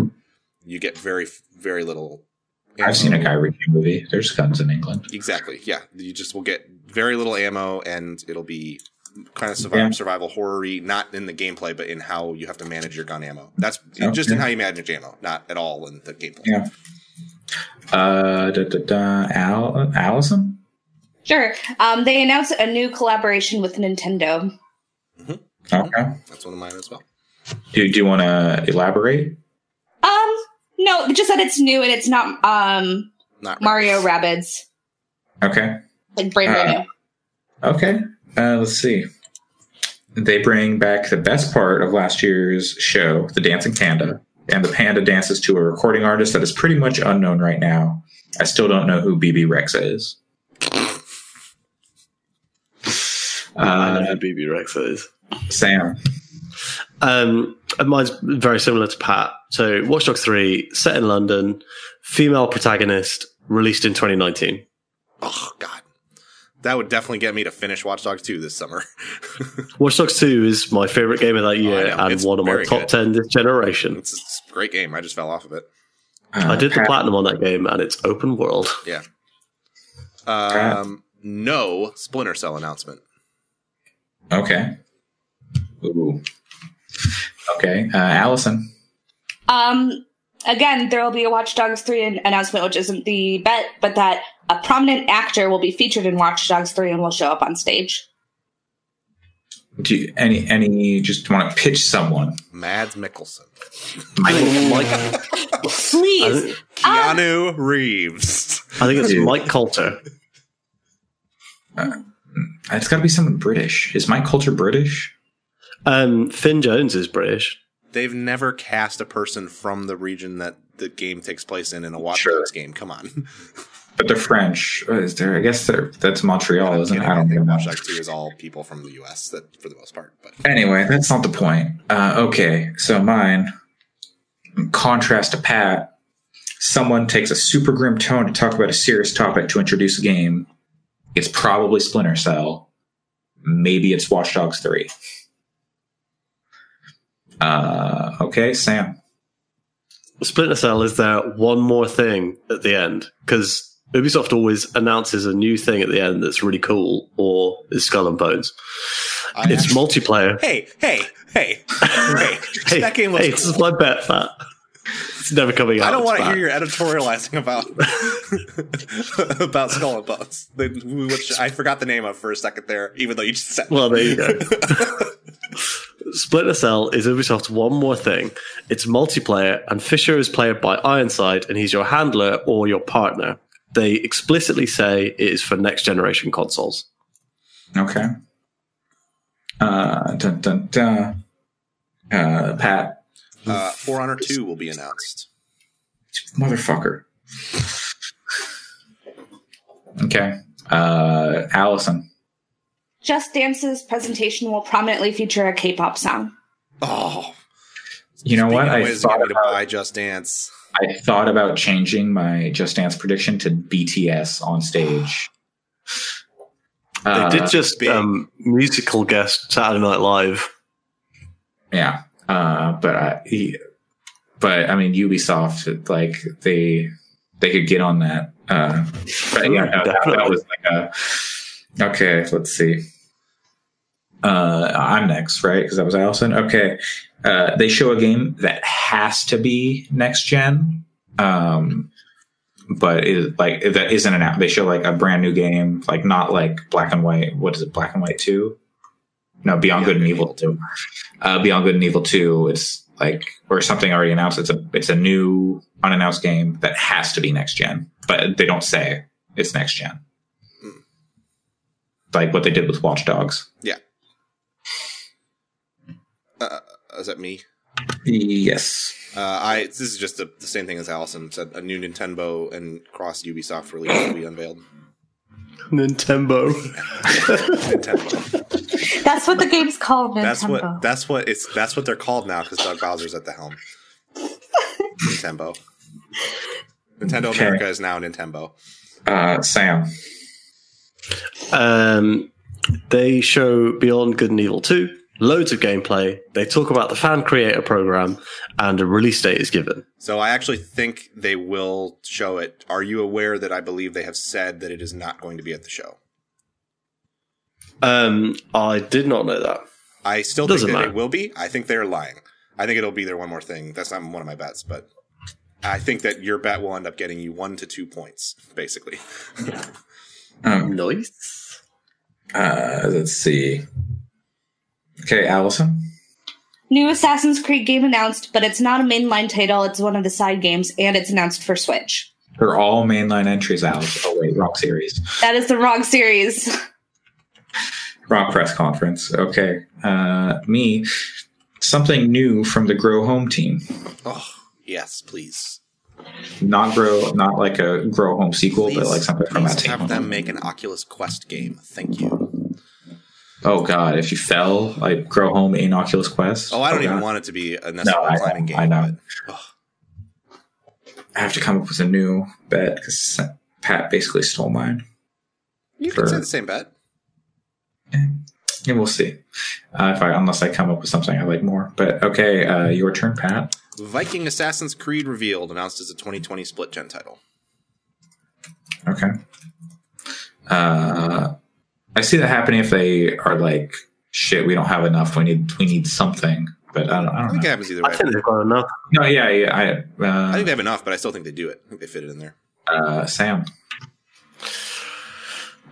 Speaker 4: you get very, very little. ammo.
Speaker 2: I've seen a Guy Ritchie movie. There's guns in England.
Speaker 4: Exactly. Yeah. You just will get very little ammo and it'll be kind of survival,
Speaker 2: Yeah.
Speaker 4: survival horror not in the gameplay, but in how you have to manage your gun ammo. That's
Speaker 2: Yeah.
Speaker 4: just in how you manage your ammo, not at all in the gameplay.
Speaker 2: Yeah. Uh, da, da, da, Al- Allison.
Speaker 3: sure. Um, they announced a new collaboration with Nintendo.
Speaker 2: Okay.
Speaker 4: That's one of mine as well.
Speaker 2: Do, do you want to elaborate?
Speaker 3: Um, no, just that it's new and it's not um
Speaker 4: Not
Speaker 3: Mario Rabbids,
Speaker 2: Okay.
Speaker 3: like brand
Speaker 2: Uh,
Speaker 3: new.
Speaker 2: Okay. Uh, let's see. They bring back the best part of last year's show, The Dancing Panda, and the panda dances to a recording artist that is pretty much unknown right now. I still don't know who BB Rex is.
Speaker 5: I
Speaker 2: Uh,
Speaker 5: know who BB Rex is.
Speaker 2: Sam.
Speaker 5: Um, and mine's very similar to Pat. So, Watch Dogs 3, set in London, female protagonist, released in 2019.
Speaker 4: Oh God. That would definitely get me to finish Watch Dogs 2 this summer.
Speaker 5: Watch Dogs 2 is my favorite game of that year
Speaker 4: know.
Speaker 5: and
Speaker 4: It's
Speaker 5: one of my
Speaker 4: very
Speaker 5: top
Speaker 4: good.
Speaker 5: 10 this generation.
Speaker 4: it's, it's a great game. I just fell off of it.
Speaker 2: Uh,
Speaker 5: I did the
Speaker 2: Pat.
Speaker 5: platinum on that game and it's open world.
Speaker 4: Um, no Splinter Cell announcement.
Speaker 2: Okay. Ooh. Okay. Uh, Allison.
Speaker 3: Um, again, there will be a Watch Dogs 3 an- announcement, which isn't the bet, but that a prominent actor will be featured in Watch Dogs 3 and will show up on stage.
Speaker 2: Do you, any any just want to pitch someone?
Speaker 4: Mads Mikkelsen.
Speaker 5: I think Mike, I
Speaker 3: Please!
Speaker 5: think,
Speaker 3: Um,
Speaker 4: Keanu Reeves.
Speaker 5: I think it's Mike Coulter.
Speaker 2: It's got to be someone British. Is my culture British?
Speaker 5: Um, Finn Jones is British.
Speaker 4: They've never cast a person from the region that the game takes place in in a Watch
Speaker 2: Sure.
Speaker 4: Dogs game. Come on.
Speaker 2: But they're French. Uh, Is there? I guess they're, that's Montreal, isn't it? I don't
Speaker 4: think
Speaker 2: know.
Speaker 4: Watch Dogs 2 is all people from the US that for the most part. But
Speaker 2: Anyway, that's not the point. Uh, okay, so mine. In contrast to Pat, someone takes a super grim tone to talk about a serious topic to introduce a game. It's probably Splinter Cell. Maybe it's Watch Dogs Three. Uh, okay, Sam.
Speaker 5: Splinter Cell is there one more thing at the end because Ubisoft always announces a new thing at the end that's really cool or is Skull and Bones.
Speaker 4: I
Speaker 5: it's
Speaker 4: actually-
Speaker 5: multiplayer.
Speaker 4: hey, hey, hey, hey.
Speaker 5: Hey,
Speaker 4: that game looks
Speaker 5: hey, this is my bet, Fat. It's never coming out.
Speaker 4: I don't
Speaker 5: It's
Speaker 4: want to
Speaker 5: bad.
Speaker 4: hear your editorializing about about Skull and Bones, the- which I forgot the name of for a second there, even though you just said.
Speaker 5: Well, there you go. Splinter Cell is Ubisoft's one more thing. It's multiplayer, and Fisher is played by Ironside, and he's your handler or your partner. They explicitly say it is for next generation consoles.
Speaker 2: Okay. Uh, dun, dun, dun. Uh, Pat,
Speaker 4: uh, For Honor Two will be announced.
Speaker 2: motherfucker. Okay. Uh, Allison.
Speaker 3: Just Dance's presentation will prominently feature a K-pop song.
Speaker 4: Oh,
Speaker 2: You know what?
Speaker 4: speaking of
Speaker 2: I
Speaker 4: ways to get
Speaker 2: thought,
Speaker 4: me to
Speaker 2: about,
Speaker 4: buy Just Dance.
Speaker 2: I thought about changing my Just Dance prediction to BTS on stage.
Speaker 5: They
Speaker 2: Uh,
Speaker 5: did just
Speaker 4: big.
Speaker 5: um, musical guest Saturday Night Live.
Speaker 2: Yeah, uh, but I, he- but I mean Ubisoft, like they they could get on that. Uh, but yeah, no, that, that was like a okay. Let's see. Uh, I'm next, right? Because that was Allison. Okay, uh, they show a game that has to be next gen. Um, but is like that isn't an app. They show like a brand new game, like not like Black and White. What is it? Black and White Two? No, Beyond Good and Evil Two uh, Beyond Good and Evil Two. It's like or something already announced. It's a it's a new unannounced game that has to be next gen, but they don't say it's next gen. Like what they did with Watch Dogs.
Speaker 4: Uh, is that me?
Speaker 2: Yes.
Speaker 4: Uh, I this is just the, the same thing as Allison said. A new Nintendo and cross Ubisoft release will be unveiled.
Speaker 5: Nintendo.
Speaker 4: Nintendo.
Speaker 3: That's what the game's called. Nintendo.
Speaker 4: That's what that's what it's that's what they're called now because Doug Bowser's at the helm. Nintendo. Nintendo
Speaker 2: Okay.
Speaker 4: America is now Nintendo.
Speaker 2: Uh, Sam.
Speaker 5: Um, they show Beyond Good and Evil 2, loads of gameplay. They talk about the fan creator program, and a release date is given.
Speaker 4: So I actually think they will show it. Are you aware that I believe they have said that it is not going to be at the show?
Speaker 5: Um, I did not know that.
Speaker 4: I still
Speaker 5: Doesn't
Speaker 4: think that
Speaker 5: matter.
Speaker 4: it will be. I think they're lying. I think it'll be there one more thing. That's not one of my bets, but I think that your bet will end up getting you one to two points, basically.
Speaker 2: Um,
Speaker 5: Nice.
Speaker 2: uh, let's see. Okay, Allison.
Speaker 3: New Assassin's Creed game announced, but it's not a mainline title. It's one of the side games, and it's announced for Switch.
Speaker 2: They're all mainline entries out. Oh wait, wrong series.
Speaker 3: That is the wrong series.
Speaker 2: Rock press conference. Okay. Uh, me. Something new from the Grow Home team.
Speaker 4: Oh, yes, please.
Speaker 2: not grow not like a grow home sequel
Speaker 4: Please,
Speaker 2: but like something from that
Speaker 4: please
Speaker 2: team.
Speaker 4: have them make an Oculus Quest game. Thank you.
Speaker 2: oh god if you fell like grow home in oculus quest
Speaker 4: Oh, I don't even
Speaker 2: God.
Speaker 4: want it to be a
Speaker 2: No,
Speaker 4: necessarily
Speaker 2: I
Speaker 4: climbing
Speaker 2: know,
Speaker 4: game.
Speaker 2: I know.
Speaker 4: but- Ugh.
Speaker 2: i have to come up with a new bet because pat basically stole mine
Speaker 4: you can say
Speaker 2: Sure.
Speaker 4: the same bet.
Speaker 2: and we'll see uh, if i unless i come up with something i like more but okay uh, your turn pat
Speaker 4: Viking Assassin's Creed revealed, announced as a 2020 split gen title.
Speaker 2: okay uh, i see that happening if they are like shit we don't have enough we need we need something but i don't, I
Speaker 4: I
Speaker 2: don't
Speaker 4: think it
Speaker 2: know
Speaker 4: happens either way.
Speaker 5: I think they've got enough.
Speaker 2: no yeah yeah i,
Speaker 4: I
Speaker 2: uh,
Speaker 4: think they have enough, but I still think they do it. I think they fit it in there.
Speaker 2: uh, sam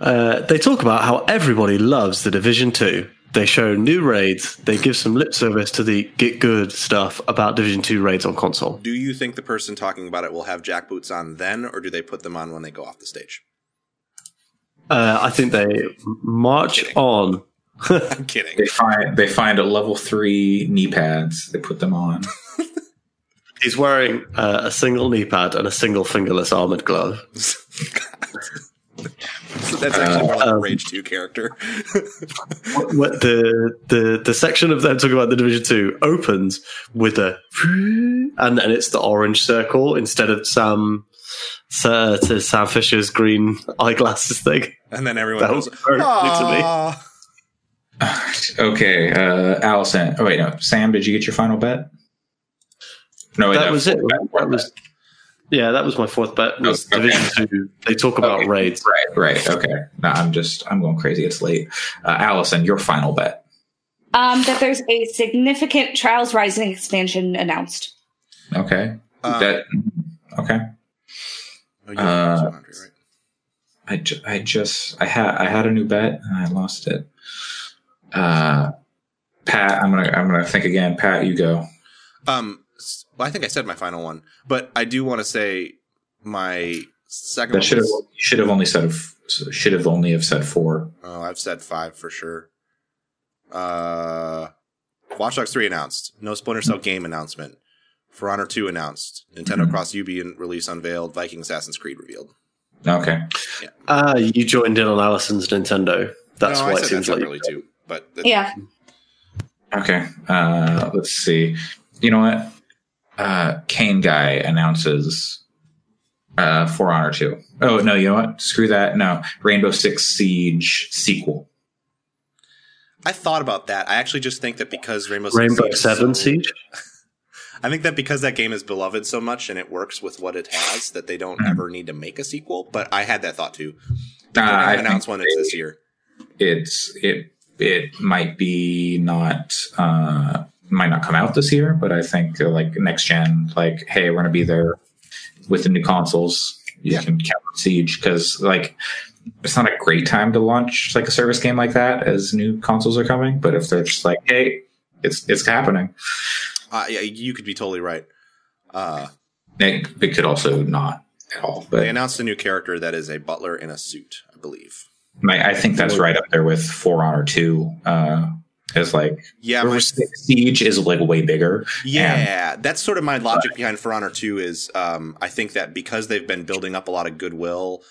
Speaker 5: Uh, they talk about how everybody loves The Division 2. They show new raids. They give some lip service to the get good stuff about Division 2 raids on console.
Speaker 4: Do you think the person talking about it will have jack boots on then, or do they put them on when they go off the stage?
Speaker 5: Uh, I think they march on.
Speaker 4: I'm kidding.
Speaker 2: They find they find a level three knee pads. They put them on.
Speaker 5: He's wearing uh, a single knee pad and a single fingerless armored glove.
Speaker 4: So that's actually more like a
Speaker 5: Um,
Speaker 4: Rage 2 character.
Speaker 5: what the the the section of them talking about the division two opens with a and and it's the orange circle instead of Sam Sir uh, to Sam Fisher's green eyeglasses thing.
Speaker 4: and then everyone
Speaker 5: That
Speaker 4: goes,
Speaker 5: was very funny to me.
Speaker 4: "Aw."
Speaker 2: okay, uh, Allison. Oh wait, no. Sam, did you get your final bet? No, wait,
Speaker 5: That was it.
Speaker 2: That
Speaker 5: That was yeah, that was my fourth bet. Was
Speaker 2: Okay.
Speaker 5: division two? They talk about
Speaker 2: Okay.
Speaker 5: raids.
Speaker 2: right, right. Okay. No, I'm just I'm going crazy. It's late. Uh, Allison, your final bet.
Speaker 3: Um, that there's a significant Trials Rising expansion announced.
Speaker 2: Okay.
Speaker 5: Uh,
Speaker 4: Um,
Speaker 2: that okay.
Speaker 4: oh, you have
Speaker 2: uh,
Speaker 4: 200, right?
Speaker 2: I, ju- I just I had I had a new bet and I lost it. Uh, Pat, I'm gonna I'm gonna think again. Pat, you go.
Speaker 4: Um, s- well, I think I said my final one, but I do want to say my second
Speaker 2: That
Speaker 4: one.
Speaker 2: should have
Speaker 4: was-
Speaker 2: should have only said f- should have only have said four.
Speaker 4: oh, I've said five for sure. Uh, Watch Dogs 3 announced. No Splinter Cell game announcement. For Honor 2 announced. Nintendo
Speaker 5: Mm-hmm.
Speaker 2: Mhm.
Speaker 4: Cross UB release unveiled. Viking Assassin's Creed revealed.
Speaker 2: Okay,
Speaker 5: Ah, you joined in on Alison's Nintendo. That's
Speaker 4: No,
Speaker 5: why
Speaker 4: I
Speaker 5: it
Speaker 4: said that
Speaker 5: seems like.
Speaker 4: separately too. But that-
Speaker 3: Yeah.
Speaker 2: okay. Uh, let's see. You know what? Uh, Kane guy announces uh, For Honor two. Oh no, you know what? Screw that. No, Rainbow Six Siege sequel.
Speaker 4: I thought about that. I actually just think that because Rainbow, Six
Speaker 5: Rainbow
Speaker 4: Siege is
Speaker 5: Seven
Speaker 4: so-
Speaker 5: Siege.
Speaker 4: I think that because that game is beloved so much and it works with what it has, that they don't ever need to make a sequel. But I had that thought too.
Speaker 2: Uh,
Speaker 4: They're gonna
Speaker 2: I
Speaker 4: announce
Speaker 2: announced
Speaker 4: one it's this year.
Speaker 2: it's it it might be not uh might not come out this year but i think uh, like next gen like hey we're gonna be there with the new consoles you
Speaker 4: Yeah.
Speaker 2: can count on siege because like it's not a great time to launch like a service game like that as new consoles are coming but if they're just like hey it's it's happening
Speaker 4: Uh, yeah, you could be totally right. Uh,
Speaker 2: it, it could also not at all but
Speaker 4: they announced a new character that is a butler in a suit, I believe.
Speaker 2: I, I think that's right up there with four honor two uh as like
Speaker 4: Yeah, my-
Speaker 2: siege is like way bigger
Speaker 4: yeah. That's sort of my logic behind For Honor 2 is um, I think that because they've been building up a lot of goodwill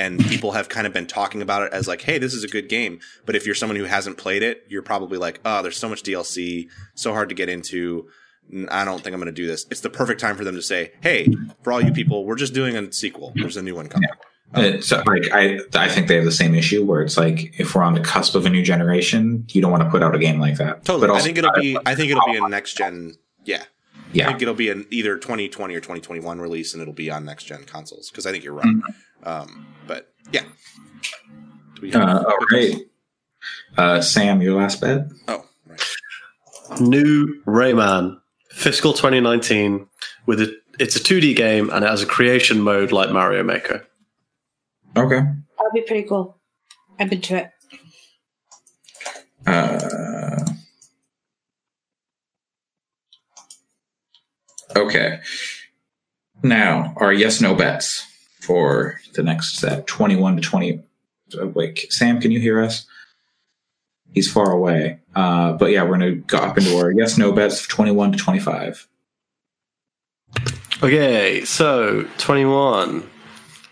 Speaker 4: and people have kind of been talking about it as like, hey, this is a good game. But if you're someone who hasn't played it, you're probably like, oh, there's so much DLC, so hard to get into. N- I don't think I'm going to do this. It's the perfect time for them to say, hey, for all you people, we're just doing a sequel. There's a new one coming.
Speaker 2: It's like I, I think they have the same issue where it's like if we're on the cusp of a new generation, you don't want to put out a game like that.
Speaker 4: Totally.
Speaker 2: But
Speaker 4: I
Speaker 2: also-
Speaker 4: think it'll be. I think it'll be a next gen. Yeah. I
Speaker 2: yeah,
Speaker 4: think it'll be an either 2020 or 2021 release, and it'll be on next gen consoles. Because I think you're right. Um, but yeah. Do we have-
Speaker 2: Mm-hmm. uh, all right. Uh, Sam, your last bet.
Speaker 4: Oh, right.
Speaker 5: New Rayman, fiscal 2019, with a it's a 2D game and it has a creation mode like Mario Maker.
Speaker 2: Okay.
Speaker 3: That'd be pretty cool. I'm into it.
Speaker 2: Uh, okay. Now our yes no bets for the next set twenty one to twenty. uh, Wait, Sam, can you hear us? He's far away. Uh, but yeah, we're gonna go up into our yes no bets twenty one to twenty five.
Speaker 5: Okay, so 21.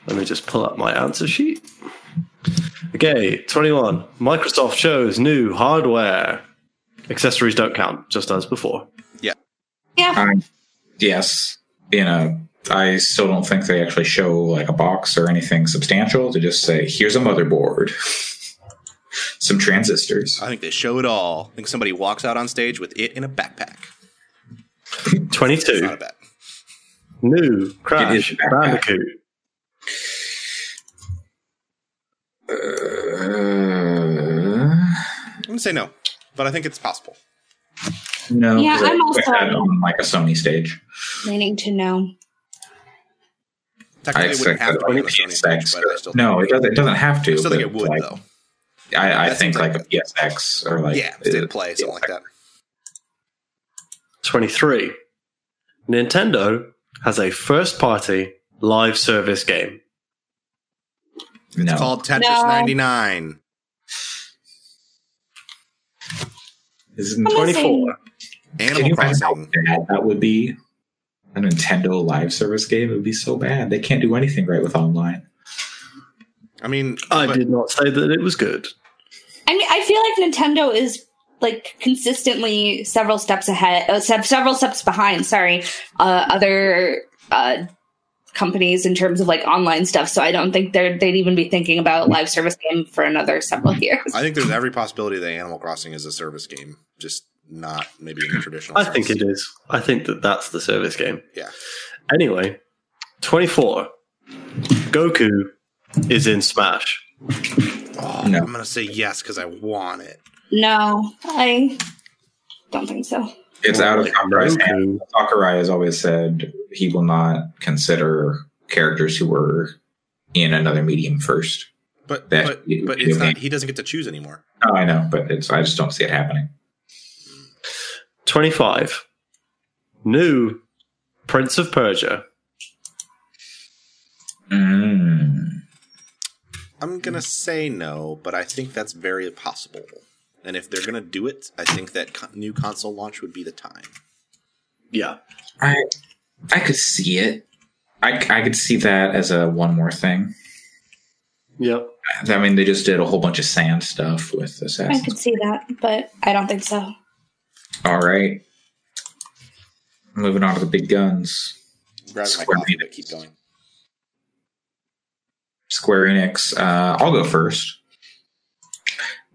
Speaker 5: Let me just pull up my answer sheet. Okay, 21. Microsoft shows new hardware. Accessories don't count, just as before.
Speaker 3: Yeah.
Speaker 2: Um, yes, you know, I still don't think they actually show like a box or anything substantial. They just say, "Here's a motherboard, some transistors."
Speaker 4: I think they show it all. I think somebody walks out on stage with it in a backpack. It's
Speaker 5: 22.
Speaker 4: not a bet.
Speaker 5: New Crash
Speaker 2: It is backpack.
Speaker 5: Bandicoot.
Speaker 2: Uh,
Speaker 4: I'm gonna say no, but I think it's possible.
Speaker 2: no,
Speaker 3: Yeah,
Speaker 2: 'cause I
Speaker 3: I'm
Speaker 2: put
Speaker 3: also-
Speaker 2: that on like a Sony stage.
Speaker 3: Leaning to know.
Speaker 2: I
Speaker 4: Technically, it
Speaker 2: expect
Speaker 4: wouldn't have
Speaker 2: that
Speaker 4: to be on the Sony stage,
Speaker 2: PSX.
Speaker 4: but I still
Speaker 2: no,
Speaker 4: think
Speaker 2: it doesn't. It doesn't have to.
Speaker 4: I still think
Speaker 2: but,
Speaker 4: it would
Speaker 2: like,
Speaker 4: though.
Speaker 2: I, I
Speaker 4: That
Speaker 2: think
Speaker 4: seems
Speaker 2: like
Speaker 4: like
Speaker 2: a PSX or like
Speaker 4: yeah, state of play, something like that.
Speaker 5: 23. Nintendo has a first party live service game.
Speaker 2: No,
Speaker 4: It's called Tetris
Speaker 3: No.
Speaker 4: 99.
Speaker 2: Isn't-
Speaker 3: I'm gonna say-
Speaker 5: 24.
Speaker 2: Can
Speaker 4: Animal
Speaker 2: you imagine how
Speaker 4: Crossing.
Speaker 2: bad that would be? A Nintendo live service game It would be so bad. They can't do anything right with online.
Speaker 4: I mean,
Speaker 5: I
Speaker 4: but-
Speaker 5: did not say that it was good.
Speaker 3: I mean, I feel like Nintendo is like consistently several steps ahead, uh, se- several steps behind. Sorry, uh, other uh, companies in terms of like online stuff. So I don't think they're, they'd even be thinking about live service game for another several years.
Speaker 4: I think there's every possibility that Animal Crossing is a service game, just not maybe in a traditional.
Speaker 5: I
Speaker 4: sense.
Speaker 5: think it is. I think that that's the service game.
Speaker 4: Yeah.
Speaker 5: Anyway, 24. Goku is in Smash.
Speaker 4: Oh,
Speaker 2: No.
Speaker 4: I'm gonna say yes because I want it.
Speaker 3: No, I don't think so.
Speaker 2: It's out of
Speaker 5: Like,
Speaker 2: Sakurai's hands.
Speaker 5: Goku.
Speaker 2: Sakurai has always said he will not consider characters who were in another medium first.
Speaker 4: But
Speaker 2: That-
Speaker 4: but, but it's not. He doesn't get to choose anymore.
Speaker 2: Oh, I know, but it's I just don't see it happening.
Speaker 5: 25. New Prince of Persia.
Speaker 2: Mm.
Speaker 4: I'm
Speaker 5: Mm.
Speaker 4: gonna say no, but I think that's very possible. And if they're gonna do it, I think that co- new console launch would be the time.
Speaker 5: Yeah.
Speaker 2: I I could see it. I, c- I could see that as a one more thing.
Speaker 5: Yep.
Speaker 2: I mean, they just did a whole bunch of sand stuff with
Speaker 3: I
Speaker 2: Assassin's
Speaker 3: could see that, but I don't think so.
Speaker 2: All right. Moving on to the big guns.
Speaker 4: Grabbing my
Speaker 2: Square
Speaker 4: coffee,
Speaker 2: Enix.
Speaker 4: but keep going.
Speaker 2: Square Enix. Uh, I'll go first.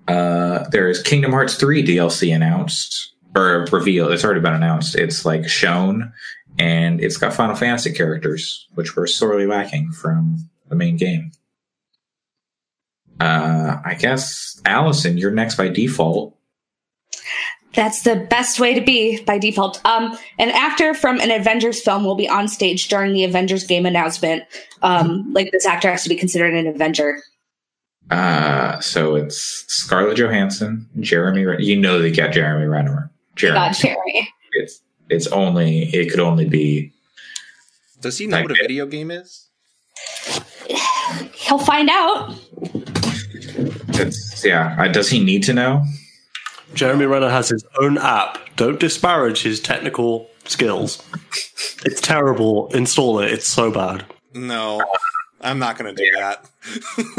Speaker 2: Uh, there is Kingdom Hearts 3 DLC announced or revealed. It's already been announced. It's like shown, and it's got Final Fantasy characters, which were sorely lacking from the main game. Uh, I guess Allison, you're next by default.
Speaker 3: That's the best way to be by default. Um, an actor from an Avengers film will be on stage during the Avengers game announcement. Um, like this actor has to be considered an Avenger.
Speaker 2: Uh, so it's Scarlett Johansson, Jeremy. Ren- You know they got Jeremy Renner. Jeremy.
Speaker 3: God, Jerry.
Speaker 2: It's it's only it could only be
Speaker 4: Does he know
Speaker 2: I
Speaker 4: what a
Speaker 2: get-
Speaker 4: video game is?
Speaker 3: He'll find out.
Speaker 2: it's yeah. Uh, does he need to know?
Speaker 5: Jeremy Renner has his own app. Don't disparage his technical skills. It's terrible. Install it. It's so bad.
Speaker 4: No, I'm not gonna do that.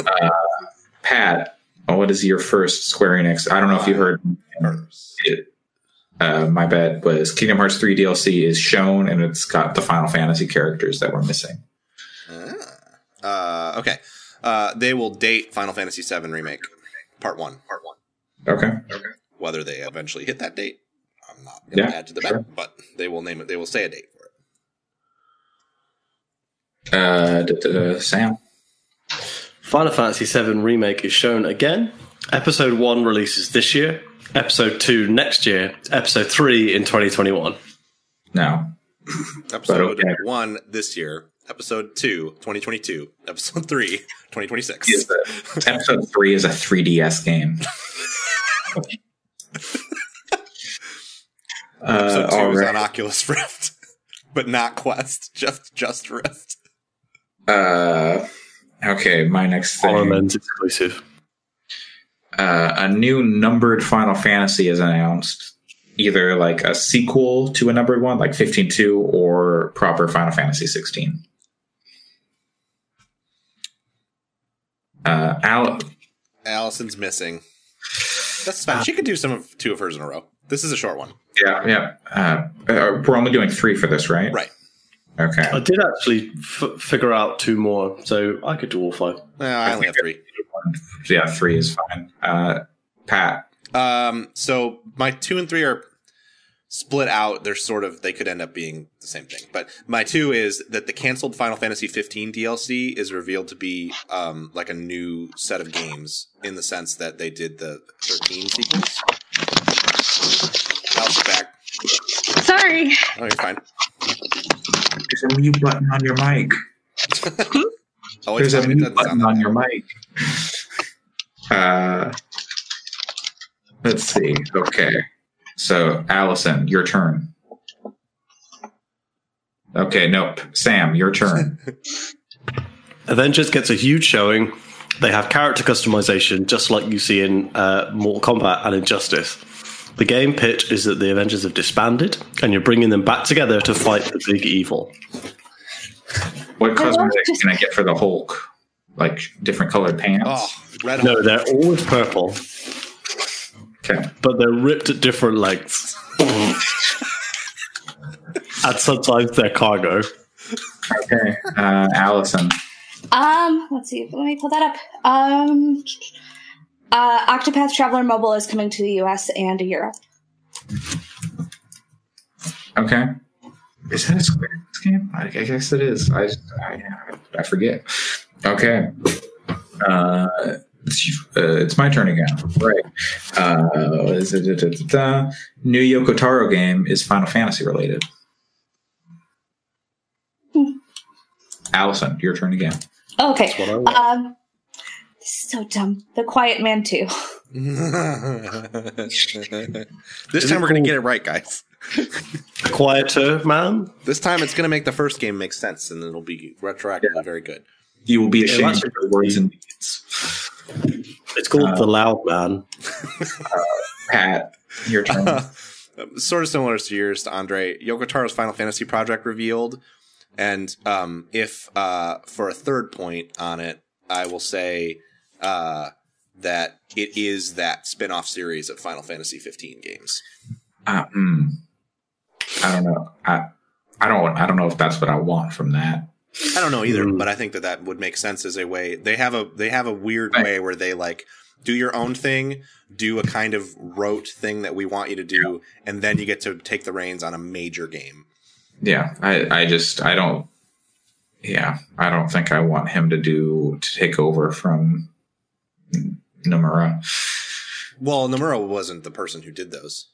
Speaker 2: Uh, Pat, uh, what is your first Square Enix? I don't know if you heard. It. Uh, my bet was Kingdom Hearts 3 DLC is shown and it's got the Final Fantasy characters that were missing.
Speaker 4: Uh, okay. Uh, they will date Final Fantasy VII remake, part one. Part one.
Speaker 2: Okay.
Speaker 4: Whether they eventually hit that date, I'm not gonna
Speaker 2: Yeah,
Speaker 4: add to the
Speaker 2: sure.
Speaker 4: bet, but they will name it. They will say a date for it.
Speaker 2: Uh, d- d- uh, Sam.
Speaker 5: Final Fantasy VII Remake is shown again. Episode 1 releases this year, Episode 2 next year, Episode 3 in 2021.
Speaker 2: No.
Speaker 4: Episode
Speaker 2: okay.
Speaker 4: one this year. Episode two, 2022. Episode three, 2026.
Speaker 2: Is a- episode 3 is a 3DS game.
Speaker 4: Episode
Speaker 2: Uh,
Speaker 4: two
Speaker 2: all
Speaker 4: is
Speaker 2: right.
Speaker 4: on Oculus Rift, but not Quest. Just just Rift.
Speaker 2: Uh, okay, my next thing.
Speaker 5: Horrorman's exclusive.
Speaker 2: uh, a new numbered Final Fantasy is announced, either like a sequel to a numbered one, like 15.2, or proper Final Fantasy 16. Uh, Al-
Speaker 4: Allison's missing. That's
Speaker 2: Ah.
Speaker 4: fine. She could do some of two of hers in a row. This is a short one.
Speaker 2: yeah, yeah. Uh, uh, we're only doing three for this, right?
Speaker 4: Right.
Speaker 2: Okay.
Speaker 5: I did actually f- figure out two more, so I could do all five.
Speaker 4: Uh, I only have three.
Speaker 2: Yeah, three is fine. Uh, Pat,
Speaker 4: Um, so my two and three are split out. They're sort of they could end up being the same thing. But my two is that the canceled Final Fantasy 15 DLC is revealed to be um like a new set of games in the sense that they did the 13 sequence. I'll sit back.
Speaker 3: Sorry.
Speaker 4: Oh, you're fine.
Speaker 2: there's a mute button on your mic.
Speaker 4: Oh, it's
Speaker 2: There's a
Speaker 4: fine. It
Speaker 2: mute
Speaker 4: doesn't
Speaker 2: button
Speaker 4: sound
Speaker 2: on
Speaker 4: that
Speaker 2: your mic. Uh, let's see. Okay. So, Allison, your turn. Okay, nope. Sam, your turn.
Speaker 5: Avengers gets a huge showing. They have character customization, just like you see in uh, Mortal Kombat and Injustice. The game pitch is that the Avengers have disbanded, and you're bringing them back together to fight the big evil.
Speaker 2: What
Speaker 3: I love
Speaker 2: cosmetic
Speaker 3: just-
Speaker 2: can I get for the Hulk? Like different colored pants?
Speaker 4: Oh, red
Speaker 5: No, they're always purple,
Speaker 2: Okay.
Speaker 5: but they're ripped at different lengths. and sometimes they're cargo.
Speaker 2: Okay. Uh, Allison.
Speaker 3: Um, let's see. Let me pull that up. Um, uh, Octopath Traveler Mobile is coming to the U.S. and Europe.
Speaker 2: Okay. Is that a Square Enix game? I, I guess it is. I, I I forget. Okay. Uh, it's, uh, it's my turn again. Right. Uh, is it, uh, da, da, da, da. New Yokotaro game is Final Fantasy related. Allison, your turn again.
Speaker 3: Okay.
Speaker 5: That's what I want.
Speaker 3: Um, this is so dumb. The Quiet Man too.
Speaker 4: this time we're going to get it right, guys.
Speaker 5: Quieter man.
Speaker 4: This time it's going to make the first game make sense, and it'll be retroactively very good.
Speaker 2: You will be
Speaker 5: Yeah,
Speaker 2: ashamed
Speaker 5: that's
Speaker 2: of your words and deeds.
Speaker 5: It's called the loud man.
Speaker 2: Pat, your turn.
Speaker 4: sort of similar to yours to Andre. Yokotaro's Final Fantasy project revealed, and um, if uh, for a third point on it, I will say uh, that it is that spin-off series of Final Fantasy 15 games.
Speaker 2: uh, mm. I don't know. I, I don't. I don't know if that's what I want from that.
Speaker 4: I don't know either,
Speaker 5: Hmm.
Speaker 4: but I think that that would make sense as a way. They have a they have a weird
Speaker 2: Right.
Speaker 4: way where they like do your own thing, do a kind of rote thing that we want you to do, and then you get to take the reins on a major game.
Speaker 2: Yeah. I. I just. I don't. Yeah. I don't think I want him to do to take over from N- Nomura.
Speaker 4: Well, Nomura wasn't the person who did those.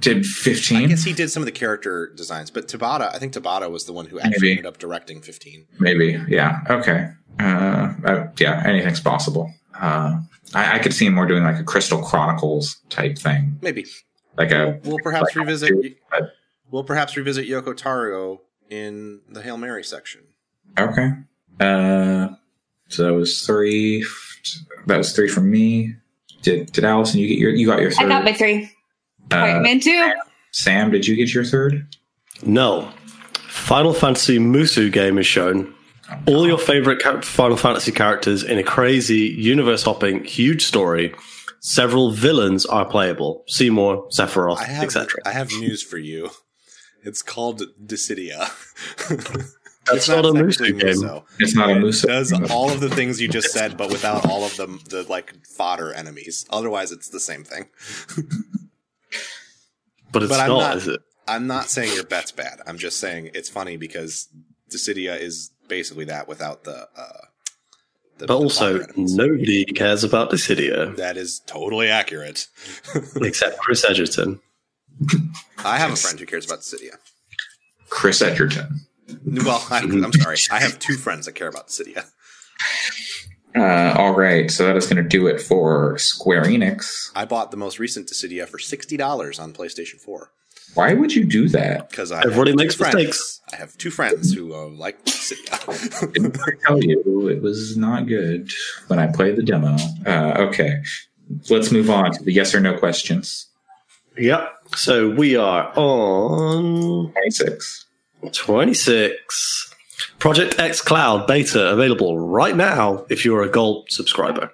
Speaker 2: Did
Speaker 4: I
Speaker 2: fifteen?
Speaker 4: guess he did some of the character designs, but Tabata, I think Tabata was the one who actually
Speaker 2: Maybe.
Speaker 4: ended up directing 15.
Speaker 2: Maybe. Yeah. Okay. Uh, uh, yeah. Anything's possible. Uh, I, I could see him more doing like a Crystal Chronicles type thing,
Speaker 4: Maybe
Speaker 2: like a
Speaker 4: we'll perhaps
Speaker 2: Like,
Speaker 4: revisit.
Speaker 2: but-
Speaker 4: We'll perhaps revisit Yoko Taro in the Hail Mary section.
Speaker 2: Okay. Uh, so that was three. That was three from me. Did Did Allison you get your you got your
Speaker 3: I
Speaker 2: third?
Speaker 3: got my three. Quiet
Speaker 2: uh,
Speaker 3: Man too.
Speaker 2: Sam, did you get your third?
Speaker 5: No. Final Fantasy Musu game is shown. All your favorite char- Final Fantasy characters in a crazy, universe hopping, huge story. Several villains are playable Seymour, Sephiroth,
Speaker 4: I have
Speaker 5: etc.
Speaker 4: I have news for you. It's called Dissidia.
Speaker 5: That's not a
Speaker 4: technically
Speaker 5: Musu game.
Speaker 4: Muso.
Speaker 2: It's not a moose.
Speaker 4: It does all of the things you just said, but without all of the the like fodder enemies. Otherwise, it's the same thing.
Speaker 5: But it's
Speaker 4: but I'm
Speaker 5: not,
Speaker 4: not-
Speaker 5: is it?
Speaker 4: I'm not saying your bet's bad. I'm just saying it's funny because Dissidia is basically that without the. Uh, the
Speaker 5: But
Speaker 4: the
Speaker 5: also,
Speaker 4: fodder enemies.
Speaker 5: nobody cares about Dissidia
Speaker 4: that is totally accurate.
Speaker 5: except Chris Edgerton.
Speaker 4: I have a friend who cares about Dissidia.
Speaker 2: Chris Edgerton.
Speaker 4: Well, I,
Speaker 5: Mhm.
Speaker 4: I'm sorry, I have two friends that care about Dissidia.
Speaker 2: Uh, all right, so that is going to do it for Square Enix.
Speaker 4: I bought the most recent Dissidia for sixty dollars on PlayStation Four
Speaker 2: Why would you do that?
Speaker 4: because I
Speaker 5: Everybody
Speaker 4: have two
Speaker 5: makes
Speaker 4: friends-
Speaker 5: mistakes.
Speaker 4: I have two friends who uh, like Dissidia.
Speaker 2: Didn't I tell you it was not good when I played the demo? Uh, okay, let's move on to the yes or no questions.
Speaker 5: Yep. So we are on
Speaker 2: Twenty six.
Speaker 5: 26. Project X Cloud beta available right now if you're a gold subscriber.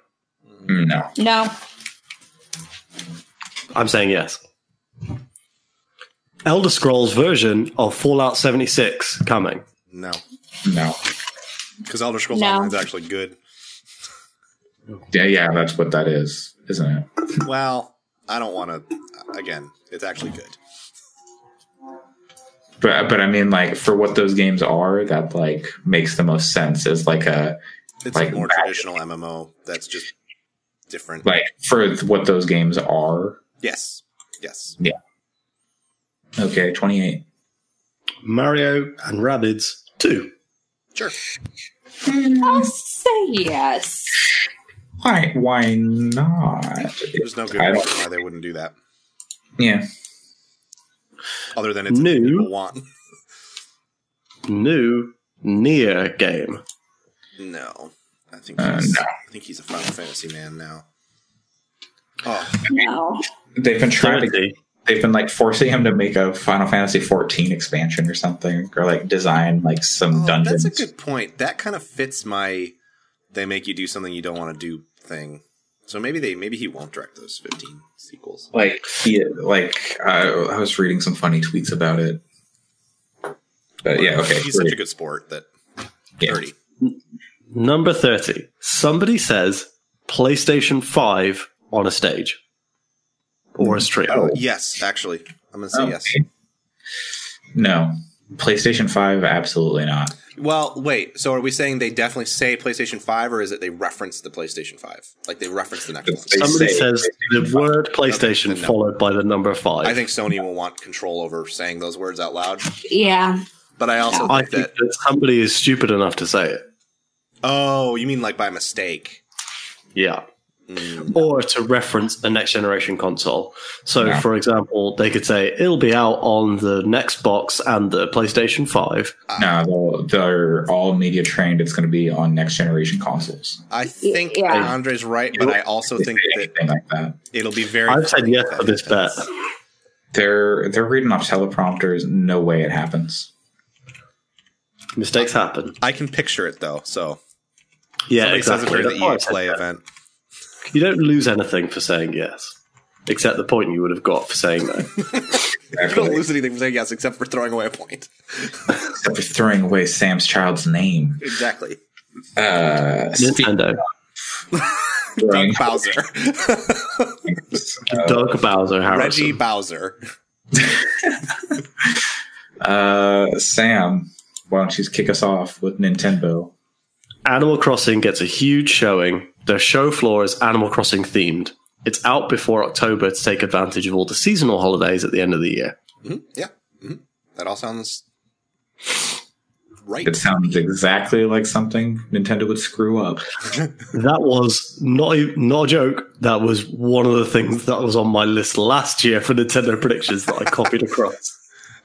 Speaker 2: No.
Speaker 3: No.
Speaker 5: I'm saying yes. Elder Scrolls version of Fallout 76 coming.
Speaker 4: no,
Speaker 2: No.
Speaker 4: because Elder Scrolls
Speaker 3: No.
Speaker 4: Online is actually good.
Speaker 2: Yeah, yeah, that's what that is, isn't it?
Speaker 4: Well, I don't want to. Again, it's actually good.
Speaker 2: But but I mean, like for what those games are, that like makes the most sense is like a
Speaker 4: It's
Speaker 2: Like
Speaker 4: a more
Speaker 2: back-
Speaker 4: traditional MMO that's just different.
Speaker 2: like for what those games are.
Speaker 4: yes, yes.
Speaker 2: Okay, twenty eight.
Speaker 5: Mario and Rabbids 2.
Speaker 4: Sure.
Speaker 3: I'll say yes.
Speaker 2: Why why not?
Speaker 4: There's no good
Speaker 2: I don't-
Speaker 4: reason why they wouldn't do that,
Speaker 2: Yeah,
Speaker 4: other than it's
Speaker 5: New.
Speaker 4: what people want.
Speaker 5: New Nier game.
Speaker 4: No, I think
Speaker 2: Uh,
Speaker 4: he's,
Speaker 2: no.
Speaker 4: I think he's a Final Fantasy man now. Oh,
Speaker 3: No.
Speaker 2: they've been trying to.
Speaker 5: 30.
Speaker 2: They've been like forcing him to make a Final Fantasy fourteen expansion or something, or like design like some
Speaker 4: oh,
Speaker 2: dungeons.
Speaker 4: that's a good point. That kind of fits my they make you do something you don't want to do thing. So maybe they maybe he won't direct those 15 sequels.
Speaker 2: like he like I I was reading some funny tweets about it. But yeah, okay.
Speaker 4: He's such a good sport that
Speaker 2: Yeah.
Speaker 4: 30.
Speaker 5: Number 30. Somebody says PlayStation 5 on a stage or a stream.
Speaker 2: Oh.
Speaker 4: Yes, actually. I'm going to say
Speaker 2: Oh,
Speaker 4: yes.
Speaker 2: okay. No. PlayStation 5, absolutely not.
Speaker 4: Well, wait. So are we saying they definitely say PlayStation 5 or is it they reference the PlayStation 5? Like they reference the next
Speaker 2: They
Speaker 4: one?
Speaker 2: say-
Speaker 5: Somebody says the
Speaker 2: PlayStation
Speaker 5: word PlayStation
Speaker 4: No.
Speaker 5: followed by the number 5.
Speaker 4: I think Sony will want control over saying those words out loud.
Speaker 3: Yeah.
Speaker 4: But I also
Speaker 5: I
Speaker 4: think
Speaker 5: think
Speaker 4: that
Speaker 5: that somebody is stupid enough to say it.
Speaker 4: oh, you mean like by mistake?
Speaker 5: Yeah.
Speaker 4: Mm.
Speaker 5: Or to reference a next generation console. So,
Speaker 2: Yeah.
Speaker 5: for example, they could say it'll be out on the next box and the PlayStation 5.
Speaker 2: No, they'll- they're all media trained. It's going to be on next generation consoles.
Speaker 4: I think
Speaker 3: yeah.
Speaker 4: that Andre's right, but I also
Speaker 2: If
Speaker 4: think
Speaker 2: they-
Speaker 4: that
Speaker 2: anything like that.
Speaker 4: it'll be very.
Speaker 5: I've said
Speaker 4: funny
Speaker 5: yes
Speaker 4: if
Speaker 5: for
Speaker 4: that
Speaker 5: this bet.
Speaker 4: happens.
Speaker 2: They're they're reading off teleprompters. No way it happens.
Speaker 5: Mistakes happen.
Speaker 4: I can picture it though. So
Speaker 5: Yeah,
Speaker 4: somebody says it
Speaker 5: exactly.
Speaker 4: during the
Speaker 5: That's why I
Speaker 4: EA
Speaker 5: said
Speaker 4: Play
Speaker 5: yes.
Speaker 4: event.
Speaker 5: You don't lose anything for saying yes, except the point you would have got for saying no.
Speaker 4: You don't lose anything for saying yes, except for throwing away a point.
Speaker 2: Except for throwing away Sam's child's name.
Speaker 4: Exactly.
Speaker 2: Uh,
Speaker 5: Nintendo,
Speaker 2: speaking of
Speaker 4: Bowser,
Speaker 2: uh,
Speaker 5: Doug Bowser Harrison.
Speaker 4: Reggie Bowser.
Speaker 2: Uh, Sam, why don't you kick us off with Nintendo?
Speaker 5: Animal Crossing gets a huge showing. Their show floor is Animal Crossing themed. It's out before October to take advantage of all the seasonal holidays at the end of the year.
Speaker 4: Mhm, Yeah, mhm. that all sounds right.
Speaker 2: It sounds exactly like something Nintendo would screw up.
Speaker 5: That was not a, not a joke. That was one of the things that was on my list last year for Nintendo predictions that I copied across.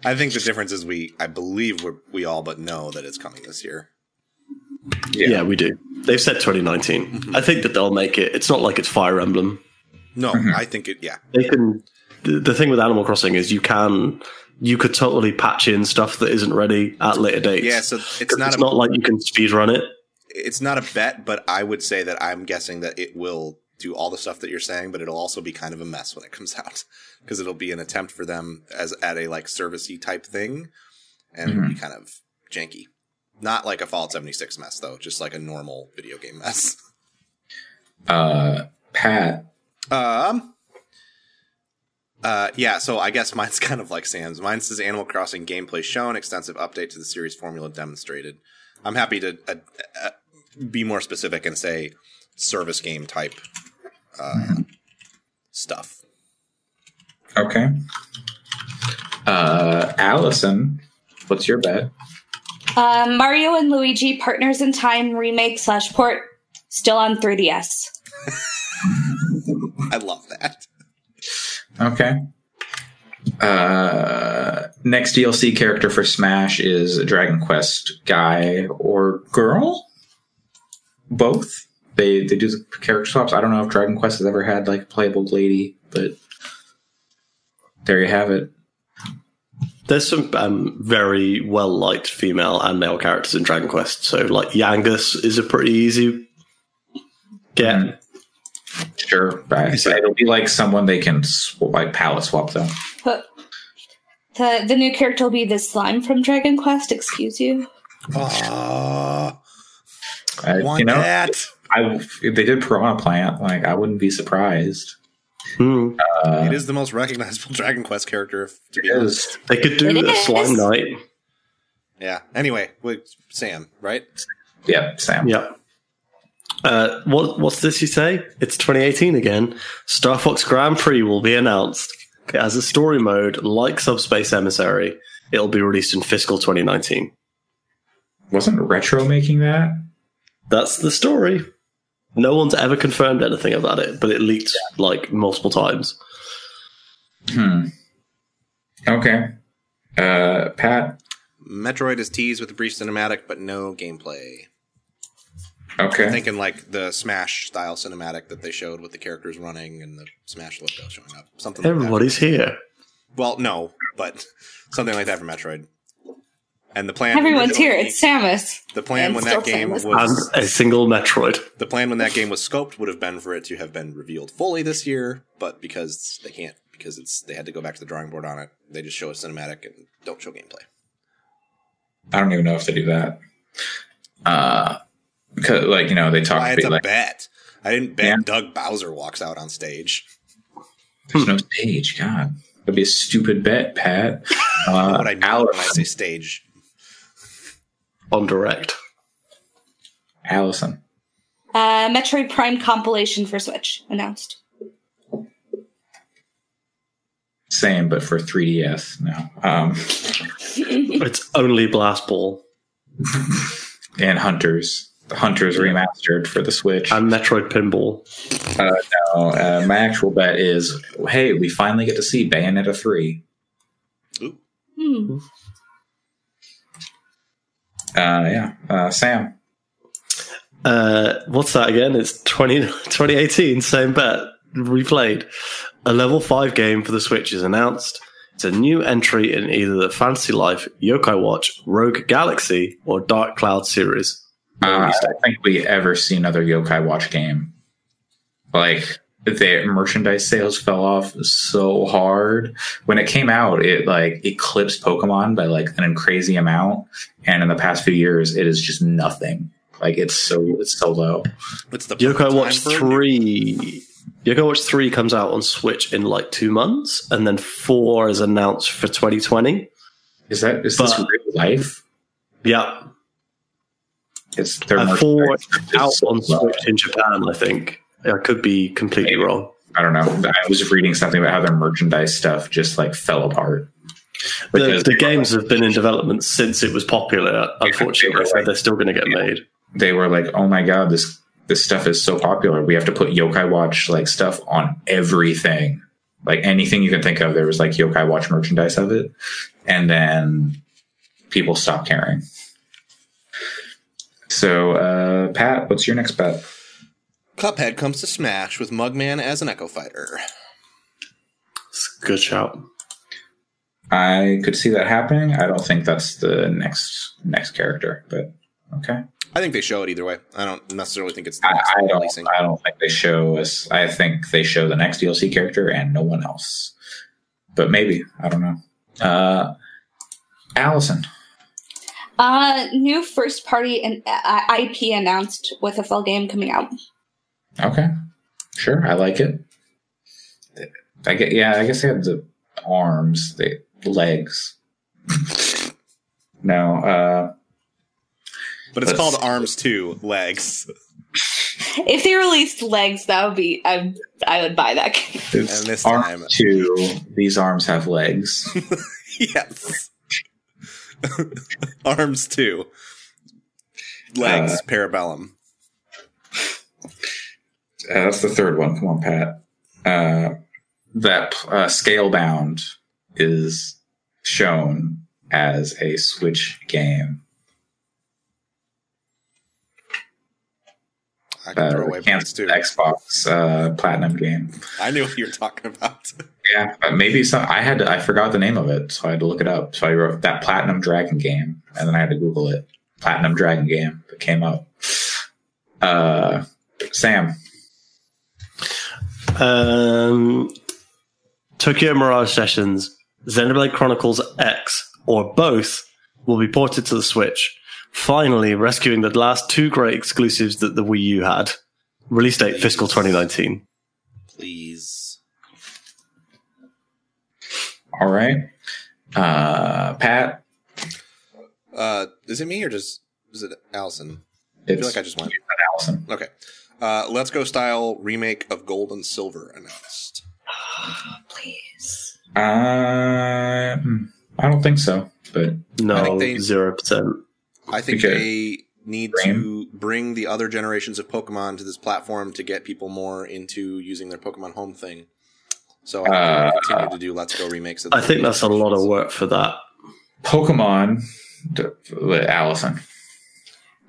Speaker 4: I think the difference is we, I believe we we all but know that it's coming this year.
Speaker 5: Yeah, we do. They've said 2019. I think that they'll make it. It's not like it's Fire Emblem.
Speaker 4: No,
Speaker 5: Mm-hmm.
Speaker 4: I think it. Yeah,
Speaker 5: they can the, the thing with animal crossing is you can you could totally patch in stuff that isn't ready at later dates
Speaker 4: yeah. So it's,
Speaker 5: 'Cause
Speaker 4: not
Speaker 5: it's
Speaker 4: a,
Speaker 5: not like you can speed run it
Speaker 4: it's not a bet, but I would say that I'm guessing that it will do all the stuff that you're saying, but it'll also be kind of a mess when it comes out because it'll be an attempt for them as at a like servicey type thing, and it'll
Speaker 5: Mm-hmm.
Speaker 4: be kind of janky. Not like a Fallout 76 mess though, just like a normal video game mess.
Speaker 2: Uh, Pat,
Speaker 4: Um. Uh, yeah, so I guess mine's kind of like Sam's. Mine says Animal Crossing gameplay shown, extensive update to the series formula demonstrated. I'm happy to uh, uh, be more specific and say service game type uh, stuff.
Speaker 2: okay. Uh, Allison, what's your bet?
Speaker 3: Um, Mario and Luigi Partners in Time remake slash port still on 3DS.
Speaker 4: I love that.
Speaker 2: Okay. Uh, next DLC character for Smash is a Dragon Quest guy or girl? Both. They they do the character swaps. I don't know if Dragon Quest has ever had like a playable lady, but there you have it.
Speaker 5: there's some um, very well liked female and male characters in dragon quest so like yangus is a pretty easy get
Speaker 2: Mhm. Sure, right. So it'll be like someone they can sw- like palette swap them.
Speaker 3: But the the new character will be the slime from Dragon Quest. Excuse you.
Speaker 4: Oh,
Speaker 2: I,
Speaker 4: want
Speaker 2: you know,
Speaker 4: that?
Speaker 2: I if they did Piranha Plant. Like I wouldn't be surprised.
Speaker 5: Hmm.
Speaker 2: Uh,
Speaker 4: it is the most recognizable Dragon Quest character, if, to be
Speaker 2: it
Speaker 4: honest.
Speaker 2: is.
Speaker 5: they could do
Speaker 3: It
Speaker 5: a
Speaker 3: is.
Speaker 5: slime night
Speaker 4: Yeah. Anyway, with Sam, right?
Speaker 2: Yeah, Sam.
Speaker 5: yeah uh, what, what's this you say? It's 2018 again. Star Fox Grand Prix will be announced It has a story mode like Subspace Emissary. It'll be released in fiscal 2019.
Speaker 2: Wasn't Retro making that?
Speaker 5: That's the story. No one's ever confirmed anything about it, but it leaked like multiple times.
Speaker 2: Hmm. Okay. Uh, Pat.
Speaker 4: Metroid is teased with a brief cinematic, but no gameplay.
Speaker 2: Okay.
Speaker 4: thinking like the Smash style cinematic that they showed with the characters running and the Smash logo showing up. Something like
Speaker 5: Everybody's here.
Speaker 4: that. Well, no, but something like that for Metroid. And the plan
Speaker 3: Everyone's here. It's Samus.
Speaker 4: the plan
Speaker 3: and
Speaker 4: when
Speaker 3: still
Speaker 4: that game was
Speaker 3: Samus.
Speaker 5: And a single Metroid.
Speaker 4: the plan when that game was scoped would have been for it to have been revealed fully this year, but because they can't because it's they had to go back to the drawing board on it, they just show a cinematic and don't show gameplay.
Speaker 2: I don't even know if they do that. Uh, 'cause, like you know they talk
Speaker 4: Why
Speaker 2: to
Speaker 4: it's
Speaker 2: be
Speaker 4: a
Speaker 2: like
Speaker 4: bet. I didn't bet
Speaker 2: Yeah.
Speaker 4: Doug Bowser walks out on stage.
Speaker 2: there's no stage. God, that'd be a stupid bet, Pat. Uh,
Speaker 4: what I mean when I
Speaker 2: Allison.
Speaker 4: say stage.
Speaker 5: On direct.
Speaker 2: Allison.
Speaker 3: Uh, Metroid Prime compilation for Switch announced.
Speaker 2: Same, but for 3ds. No. Um,
Speaker 5: It's only Blast Ball
Speaker 2: and Hunters. The Hunters remastered for the Switch.
Speaker 5: and Metroid Pinball.
Speaker 2: Uh, uh, my actual bet is, hey, we finally get to see Bayonetta three.
Speaker 3: Hmm.
Speaker 2: Uh, yeah, uh, Sam.
Speaker 5: Uh, what's that again? It's 20, 2018, same bet, replayed. A level 5 game for the Switch is announced. It's a new entry in either the Fantasy Life, Yokai Watch, Rogue Galaxy, or Dark Cloud series.
Speaker 2: Uh, I don't think we ever see another Yokai Watch game. Like their merchandise sales fell off so hard when it came out. It like eclipsed Pokemon by like an crazy amount, and in the past few years, it is just nothing. Like it's so it's so low.
Speaker 4: It's the perfect
Speaker 5: Yokai
Speaker 4: time
Speaker 5: Watch
Speaker 4: for it.
Speaker 5: 3. Yokai Watch 3 comes out on Switch in like two months, and then 4 is announced for 2020.
Speaker 2: Is that is this
Speaker 5: But-
Speaker 2: real life?
Speaker 5: Yeah,
Speaker 2: It's their
Speaker 5: and four
Speaker 2: merchandise is
Speaker 5: out
Speaker 2: so
Speaker 5: on
Speaker 2: low.
Speaker 5: Switch in Japan, I think. I could be completely wrong.
Speaker 2: I don't know. I was reading something about how their merchandise stuff just like fell apart.
Speaker 5: The,
Speaker 2: Because
Speaker 5: the games have been in development since it was popular. Unfortunately, so they're still going to get made.
Speaker 2: they were like, "Oh my god, this this stuff is so popular. We have to put Yokai Watch like stuff on everything, like anything you can think of." There was like Yokai Watch merchandise of it, and then people stopped caring. So, uh, Pat, what's your next bet?
Speaker 4: Cuphead comes to Smash with Mugman as an Echo Fighter.
Speaker 5: It's a good shout.
Speaker 2: I could see that happening. I don't think that's the next next character, but okay.
Speaker 4: I think they show it either way. I don't necessarily think it's the
Speaker 2: I,
Speaker 4: next
Speaker 2: I
Speaker 4: releasing.
Speaker 2: don't. I don't think they show us. I think they show the next DLC character and no one else. But maybe I don't know. Uh, Allison,
Speaker 3: Uh, new first party and uh, IP announced with a full game coming out.
Speaker 2: okay, sure, I like it. I get. Yeah, I guess they have the arms, the legs. no, uh,
Speaker 4: But it's
Speaker 2: But-
Speaker 4: called Arms 2 Legs.
Speaker 3: If they released legs, that would be I I would buy that. game.
Speaker 2: it's
Speaker 4: And this
Speaker 2: arm
Speaker 4: time-
Speaker 2: two. These arms have legs.
Speaker 4: yes. Arms 2 Legs
Speaker 2: Uh,
Speaker 4: Parabellum.
Speaker 2: Uh, that's the third one. Come on, Pat. Uh, that uh, scale bound is shown as a Switch game.
Speaker 4: I can
Speaker 2: Uh,
Speaker 4: throw away points
Speaker 2: canceled
Speaker 4: too.
Speaker 2: Xbox uh, Platinum game.
Speaker 4: I knew what you were talking about.
Speaker 2: Yeah, but maybe some. I had to, I forgot the name of it, so I had to look it up. So I wrote that Platinum Dragon game, and then I had to Google it. Platinum Dragon game. It came up. Uh, Sam.
Speaker 5: Um, Tokyo Mirage Sessions, Xenoblade Chronicles X, or both, will be ported to the Switch. Finally, rescuing the last two great exclusives that the Wii U had. Release date fiscal 2019.
Speaker 4: Please.
Speaker 2: All right. Uh, Pat.
Speaker 4: Uh, is it me or just is it Allison? I
Speaker 2: It's
Speaker 4: feel like I just went.
Speaker 2: Allison.
Speaker 4: Okay. Uh, Let's Go style remake of Gold and Silver announced.
Speaker 3: Please.
Speaker 2: Uh, hmm, I don't think so. But
Speaker 4: I
Speaker 5: No,
Speaker 4: think they-
Speaker 5: 0%.
Speaker 4: I think
Speaker 2: Okay.
Speaker 4: they need to bring the other generations of Pokemon to this platform to get people more into using their Pokemon Home thing. So I think they'll continue to do Let's Go remakes. Of
Speaker 5: I think that's a lot of work for that.
Speaker 2: Pokemon, d- Allison.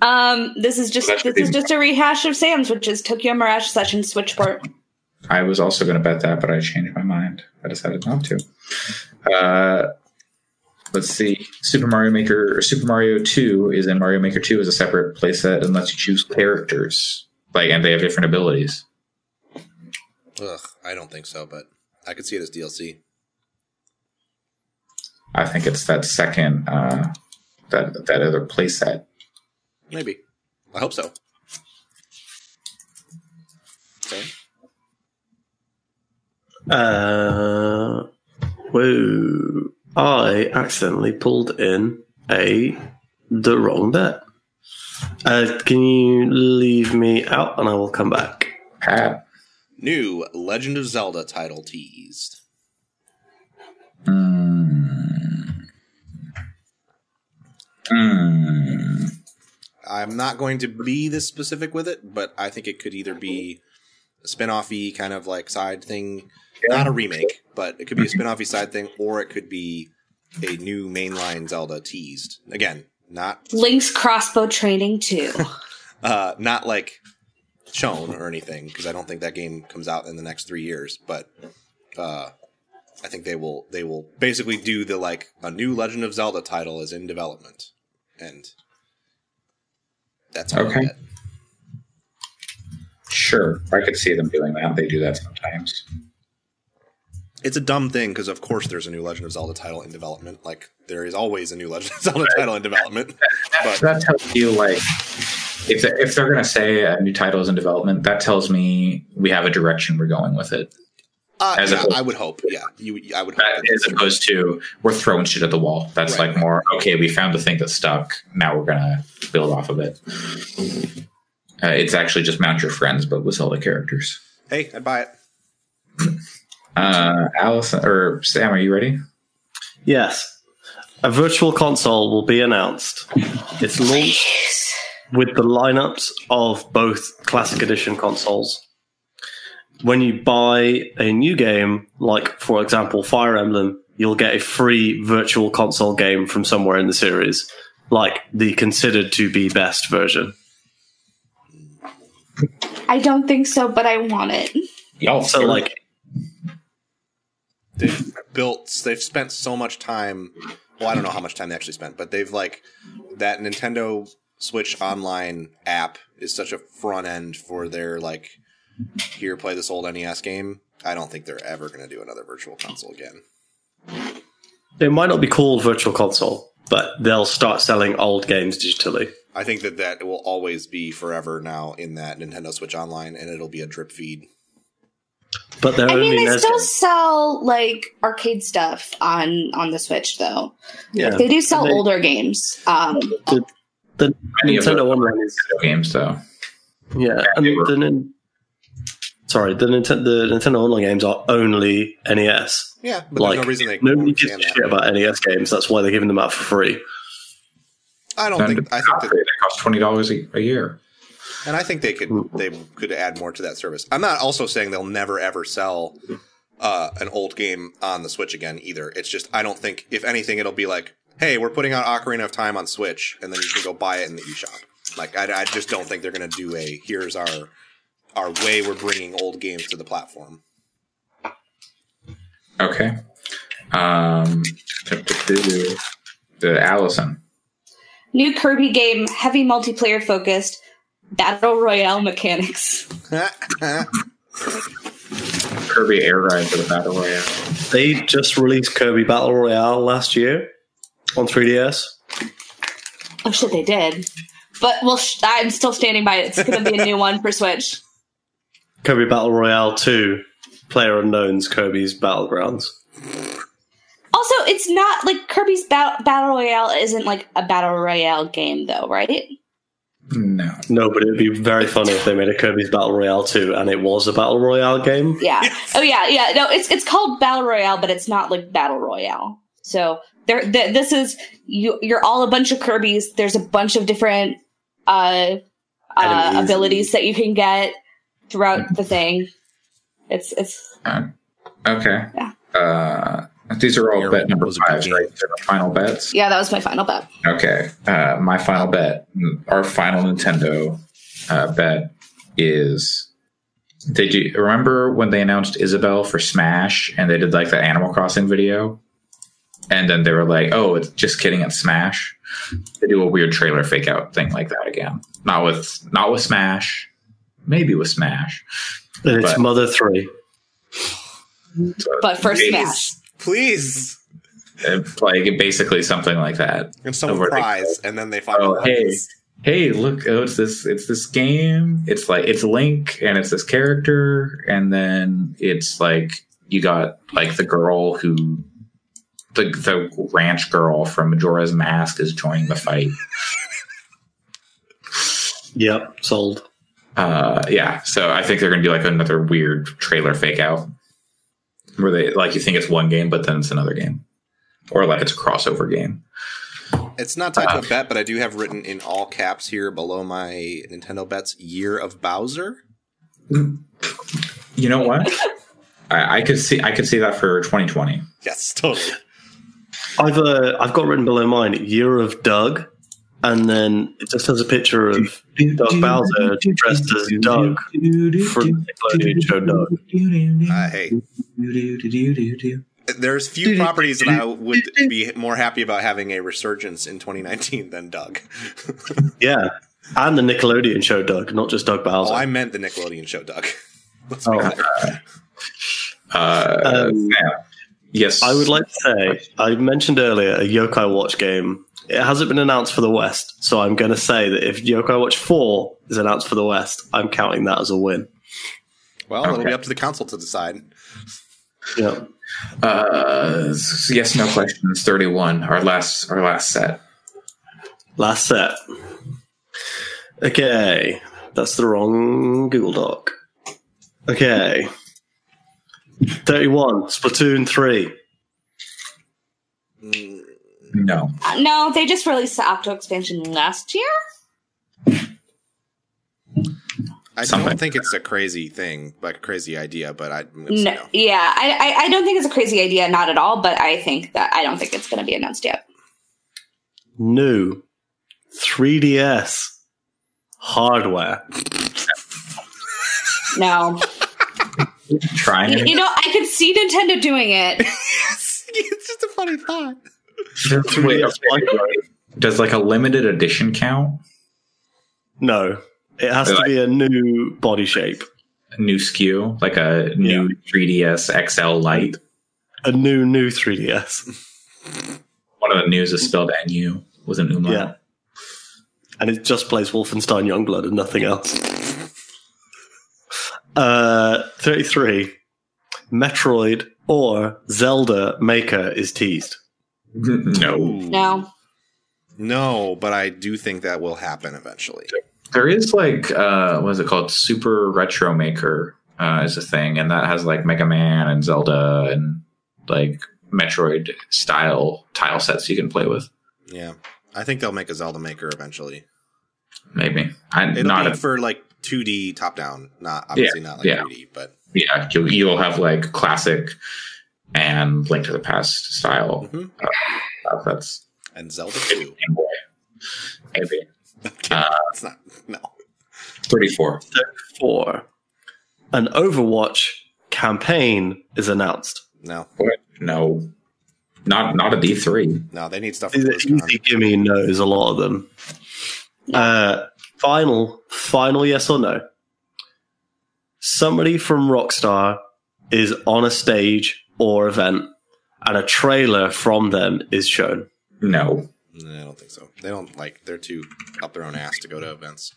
Speaker 3: Um, this is just
Speaker 2: That should
Speaker 3: this is
Speaker 2: be-
Speaker 3: just a rehash of Sam's, which is Tokyo Mirage Session Switchport.
Speaker 2: I was also going to bet that, but I changed my mind. I decided not to. Uh, let's see. Super Mario Maker or Super Mario Two is in Mario Maker Two as a separate playset unless you choose characters. Like, and they have different abilities.
Speaker 4: Ugh, I don't think so, but I could see it as DLC.
Speaker 2: I think it's that second, uh, that that other playset.
Speaker 4: Maybe. I hope so. Okay.
Speaker 5: Uh, whoa! I accidentally pulled in a the wrong bet. Uh, can you leave me out and I will come back?
Speaker 2: Pat.
Speaker 4: New Legend of Zelda title teased.
Speaker 2: Mm. Mm.
Speaker 4: I'm not going to be this specific with it, but I think it could either be a spin-offy kind of like side thing, not a remake, but it could be a spin-offy side thing, or it could be a new mainline Zelda teased. Again, not
Speaker 3: Link's crossbow training too.
Speaker 4: uh, not like shown or anything, because I don't think that game comes out in the next three years. But uh, I think they will they will basically do the like a new Legend of Zelda title is in development, and that's all I
Speaker 2: Okay.
Speaker 4: get.
Speaker 2: Sure, I could see them doing that. They do that sometimes.
Speaker 4: it's a dumb thing because of course there's a new Legend of Zelda title in development. Like there is always a new Legend of Zelda title in development.
Speaker 2: That,
Speaker 4: But-
Speaker 2: that tells you like if they, if they're going to say a new title is in development, that tells me we have a direction we're going with it,
Speaker 4: Uh,
Speaker 2: As
Speaker 4: yeah,
Speaker 2: opposed-
Speaker 4: I would hope. Yeah, you. I would hope.
Speaker 2: That-
Speaker 4: that-
Speaker 2: as opposed to we're throwing shit at the wall. That's
Speaker 4: Right.
Speaker 2: like more okay. We found the thing that stuck. Now we're going to build off of it. Uh, it's actually just mount your friends, but with all the characters.
Speaker 4: hey, I'd buy it.
Speaker 2: Uh, Allison or Sam, are you ready?
Speaker 5: Yes. A virtual console will be announced. It's launched with the lineups of both classic edition consoles. When you buy a new game, like for example Fire Emblem, you'll get a free virtual console game from somewhere in the series, like the considered to be best version.
Speaker 3: I don't think so, but I want it.
Speaker 2: Y'all.
Speaker 5: So, like,
Speaker 4: They've built. They've spent so much time. Well, I don't know how much time they actually spent, but they've like that Nintendo Switch Online app is such a front end for their like here play this old NES game. I don't think they're ever going to do another virtual console again.
Speaker 5: it might not be called virtual console, but they'll start selling old games digitally.
Speaker 4: I think that that will always be forever now in that Nintendo Switch Online, and it'll be a drip feed.
Speaker 5: But they're
Speaker 3: I
Speaker 5: only
Speaker 3: mean, they
Speaker 5: NES
Speaker 3: still
Speaker 5: games.
Speaker 3: sell like arcade stuff on on the Switch, though.
Speaker 5: Yeah.
Speaker 3: They do sell
Speaker 5: And they-
Speaker 3: older games. Um,
Speaker 5: The
Speaker 2: Many of
Speaker 5: Nintendo
Speaker 2: them.
Speaker 5: Online is
Speaker 2: games though.
Speaker 5: Yeah, and
Speaker 2: they were-
Speaker 5: the nin- sorry, the Nintendo the Nintendo online games are only NES.
Speaker 4: Yeah, but
Speaker 5: like
Speaker 4: there's no reason they
Speaker 5: nobody
Speaker 4: won't
Speaker 5: gives a
Speaker 4: stand
Speaker 5: shit
Speaker 4: that.
Speaker 5: about NES games. That's why they're giving them out for free.
Speaker 4: I don't think I think that,
Speaker 2: they cost twenty dollars a a year.
Speaker 4: and I think they could
Speaker 2: Mm-hmm.
Speaker 4: they could add more to that service. I'm not also saying they'll never ever sell uh, an old game on the Switch again either. It's just I don't think if anything it'll be like, hey, we're putting out Ocarina of Time on Switch, and then you can go buy it in the eShop. Like I, I just don't think they're gonna do a here's our our way we're bringing old games to the platform.
Speaker 2: Okay. Um, the, the Allison.
Speaker 3: new Kirby game, heavy multiplayer focused, battle royale mechanics.
Speaker 2: Kirby Air Ride for the Battle Royale.
Speaker 5: They just released Kirby Battle Royale last year on 3DS.
Speaker 3: Oh shit, they did. But well, sh- I'm still standing by it. It's going to be a new one for Switch.
Speaker 5: Kirby Battle Royale 2, Player Unknown's Kirby's Battlegrounds.
Speaker 3: Also, it's not like Kirby's ba- battle royale isn't like a battle royale game, though, right?
Speaker 2: No.
Speaker 5: No, but it would be very funny if they made a Kirby's Battle Royale 2 and it was a Battle Royale game.
Speaker 3: Yeah. Oh yeah, yeah. No, it's it's called battle royale, but it's not like battle royale. So there, th- this is you. You're all a bunch of Kirby's. There's a bunch of different uh, uh
Speaker 5: Enemies.
Speaker 3: abilities that you can get throughout the thing. It's it's
Speaker 2: Uh, Okay.
Speaker 3: Yeah.
Speaker 2: Uh, these are all
Speaker 4: Air
Speaker 2: bet
Speaker 4: Ride
Speaker 2: number
Speaker 4: was a good
Speaker 2: five,
Speaker 4: game.
Speaker 2: right? They're the final bets.
Speaker 3: yeah. That was my final bet.
Speaker 2: Okay. Uh, my final bet, our final Nintendo uh, bet is. Did you remember when they announced Isabel for Smash and they did like the Animal Crossing video? And then they were like, oh, it's just kidding, it's Smash. They do a weird trailer fake out thing like that again. Not with not with Smash. Maybe with Smash.
Speaker 5: And it's
Speaker 2: But-
Speaker 5: Mother 3.
Speaker 3: But for
Speaker 2: Maybe.
Speaker 3: Smash,
Speaker 4: Please.
Speaker 2: Uh, like basically something like that.
Speaker 4: And someone
Speaker 2: Over-
Speaker 4: cries, and then they find
Speaker 2: Oh,
Speaker 4: out
Speaker 2: hey.
Speaker 4: it's-
Speaker 2: hey look oh it's this it's this game it's like it's link and it's this character and then it's like you got like the girl who the, the ranch girl from majora's mask is joining the fight
Speaker 5: Yep, sold.
Speaker 2: uh yeah so i think they're gonna do like another weird trailer fake out where they like you think it's one game but then it's another game or like it's a crossover game
Speaker 4: It's not tied to
Speaker 2: Ah.
Speaker 4: a bet, but I do have written in all caps here below my Nintendo bets Year of Bowser.
Speaker 2: You know what? I, I could see I could see that for 2020.
Speaker 4: Yes, totally.
Speaker 5: I've uh, I've got written below mine year of Doug, and then it just has a picture of Doug Bowser dressed as Doug from Nickelodeon show Doug.
Speaker 4: Uh, hey, there's few properties that I would be more happy about having a resurgence in 2019 than Doug.
Speaker 5: Yeah, and the Nickelodeon show Doug, not just Doug Bowser.
Speaker 4: Oh, I meant the Nickelodeon show Doug. Let's
Speaker 5: Oh.
Speaker 4: be clear.
Speaker 2: Uh,
Speaker 5: Um,
Speaker 2: yeah. Yes,
Speaker 5: I would like to say I mentioned earlier a Yokai Watch game. It hasn't been announced for the West, so I'm going to say that if Yokai Watch Four is announced for the West, I'm counting that as a win.
Speaker 4: Well, it'll
Speaker 2: Okay.
Speaker 4: be up to the council to decide.
Speaker 5: Yeah.
Speaker 2: Uh, s- yes, no questions. 31. Our last our last set.
Speaker 5: Last set. Okay. That's the wrong Google Doc. Okay. 31, Splatoon 3.
Speaker 2: No.
Speaker 3: Uh, No, they just released the Octo expansion last year.
Speaker 4: I
Speaker 2: Something.
Speaker 4: don't think it's a crazy thing, like a crazy idea, but I I'm gonna say
Speaker 3: No,
Speaker 4: no.
Speaker 3: yeah, I, I, I don't think it's a crazy idea, not at all. But I think that I don't think it's going to be announced yet.
Speaker 5: New. 3DS. Hardware.
Speaker 3: No,
Speaker 2: Trying
Speaker 3: you, you know, I could see Nintendo doing it.
Speaker 4: it's just a funny thought.
Speaker 2: Does, wait, does like a limited edition count?
Speaker 5: No. It has to be a new body shape.
Speaker 2: A new SKU? Like a new 3DS XL Lite?
Speaker 5: A new, new 3DS.
Speaker 2: One of the news is spelled NU with an umlaut.
Speaker 5: Yeah. And it just plays Wolfenstein Youngblood and nothing else. Uh, 33. Metroid or Zelda Maker is teased.
Speaker 2: No.
Speaker 3: No,
Speaker 4: No, but I do think that will happen eventually.
Speaker 2: There is like, uh, what is it called? Super Retro Maker uh, is a thing, and that has like Mega Man and Zelda and like Metroid style tile sets you can play with.
Speaker 4: Yeah. I think they'll make a Zelda Maker eventually.
Speaker 2: Maybe. I'm
Speaker 4: It'll
Speaker 2: not
Speaker 4: be
Speaker 2: a,
Speaker 4: for like 2D top down, not obviously not like
Speaker 2: yeah.
Speaker 4: 3D, but
Speaker 2: yeah, you'll, you'll have like classic and Link to the Past style.
Speaker 4: Mhm.
Speaker 2: Uh, that's
Speaker 4: and Zelda 2.
Speaker 2: Game Boy. Maybe.
Speaker 4: It's not no.
Speaker 2: 34.
Speaker 5: 4. An Overwatch campaign is announced.
Speaker 4: No.
Speaker 2: No. Not not a D3.
Speaker 4: No, they need stuff for
Speaker 5: These are easy
Speaker 4: BlizzCon.
Speaker 5: gimme knows a lot of them. Uh, final, final yes or no. Somebody from Rockstar is on a stage or event, and a trailer from them is shown.
Speaker 2: No.
Speaker 4: No, I don't think so. They don't like they're too up their own ass to go to events.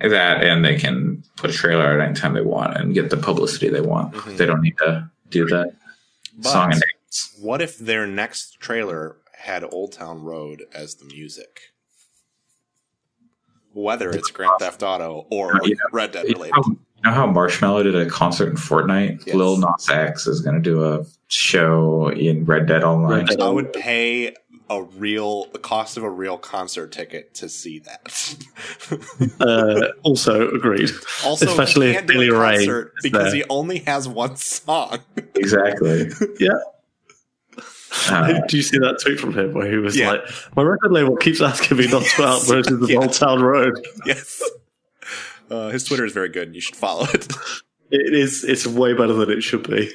Speaker 2: That and they can put a trailer out anytime they want and get the publicity they want.
Speaker 4: Mhm.
Speaker 2: They don't need to do the
Speaker 4: But
Speaker 2: song and dance.
Speaker 4: what if their next trailer had Old Town Road as the music? Whether it's Grand Theft Auto or
Speaker 2: Yeah.
Speaker 4: Red Dead
Speaker 2: You know,
Speaker 4: related.
Speaker 2: how- you know how Marshmallow did a concert in Fortnite?
Speaker 4: Yes.
Speaker 2: Lil Nas X is going to do a show in Red Dead Online.
Speaker 5: Red Dead.
Speaker 4: I would pay a real the cost of a real concert ticket to see that.
Speaker 5: Uh, also agreed.
Speaker 4: also,
Speaker 5: Especially
Speaker 4: he
Speaker 5: if
Speaker 4: can't do
Speaker 5: Billy
Speaker 4: a
Speaker 5: Ray
Speaker 4: concert
Speaker 5: is
Speaker 4: because
Speaker 5: there.
Speaker 4: he only has one song.
Speaker 2: Exactly.
Speaker 5: Yeah.
Speaker 2: Uh,
Speaker 5: Do you see that tweet from him where he was
Speaker 4: Yeah.
Speaker 5: like, "My record label keeps asking me not to put out versions of
Speaker 4: Yeah.
Speaker 5: Old Town Road."
Speaker 4: yes. Uh, his Twitter is very good. You should follow it.
Speaker 5: It is. It's way better than it should be.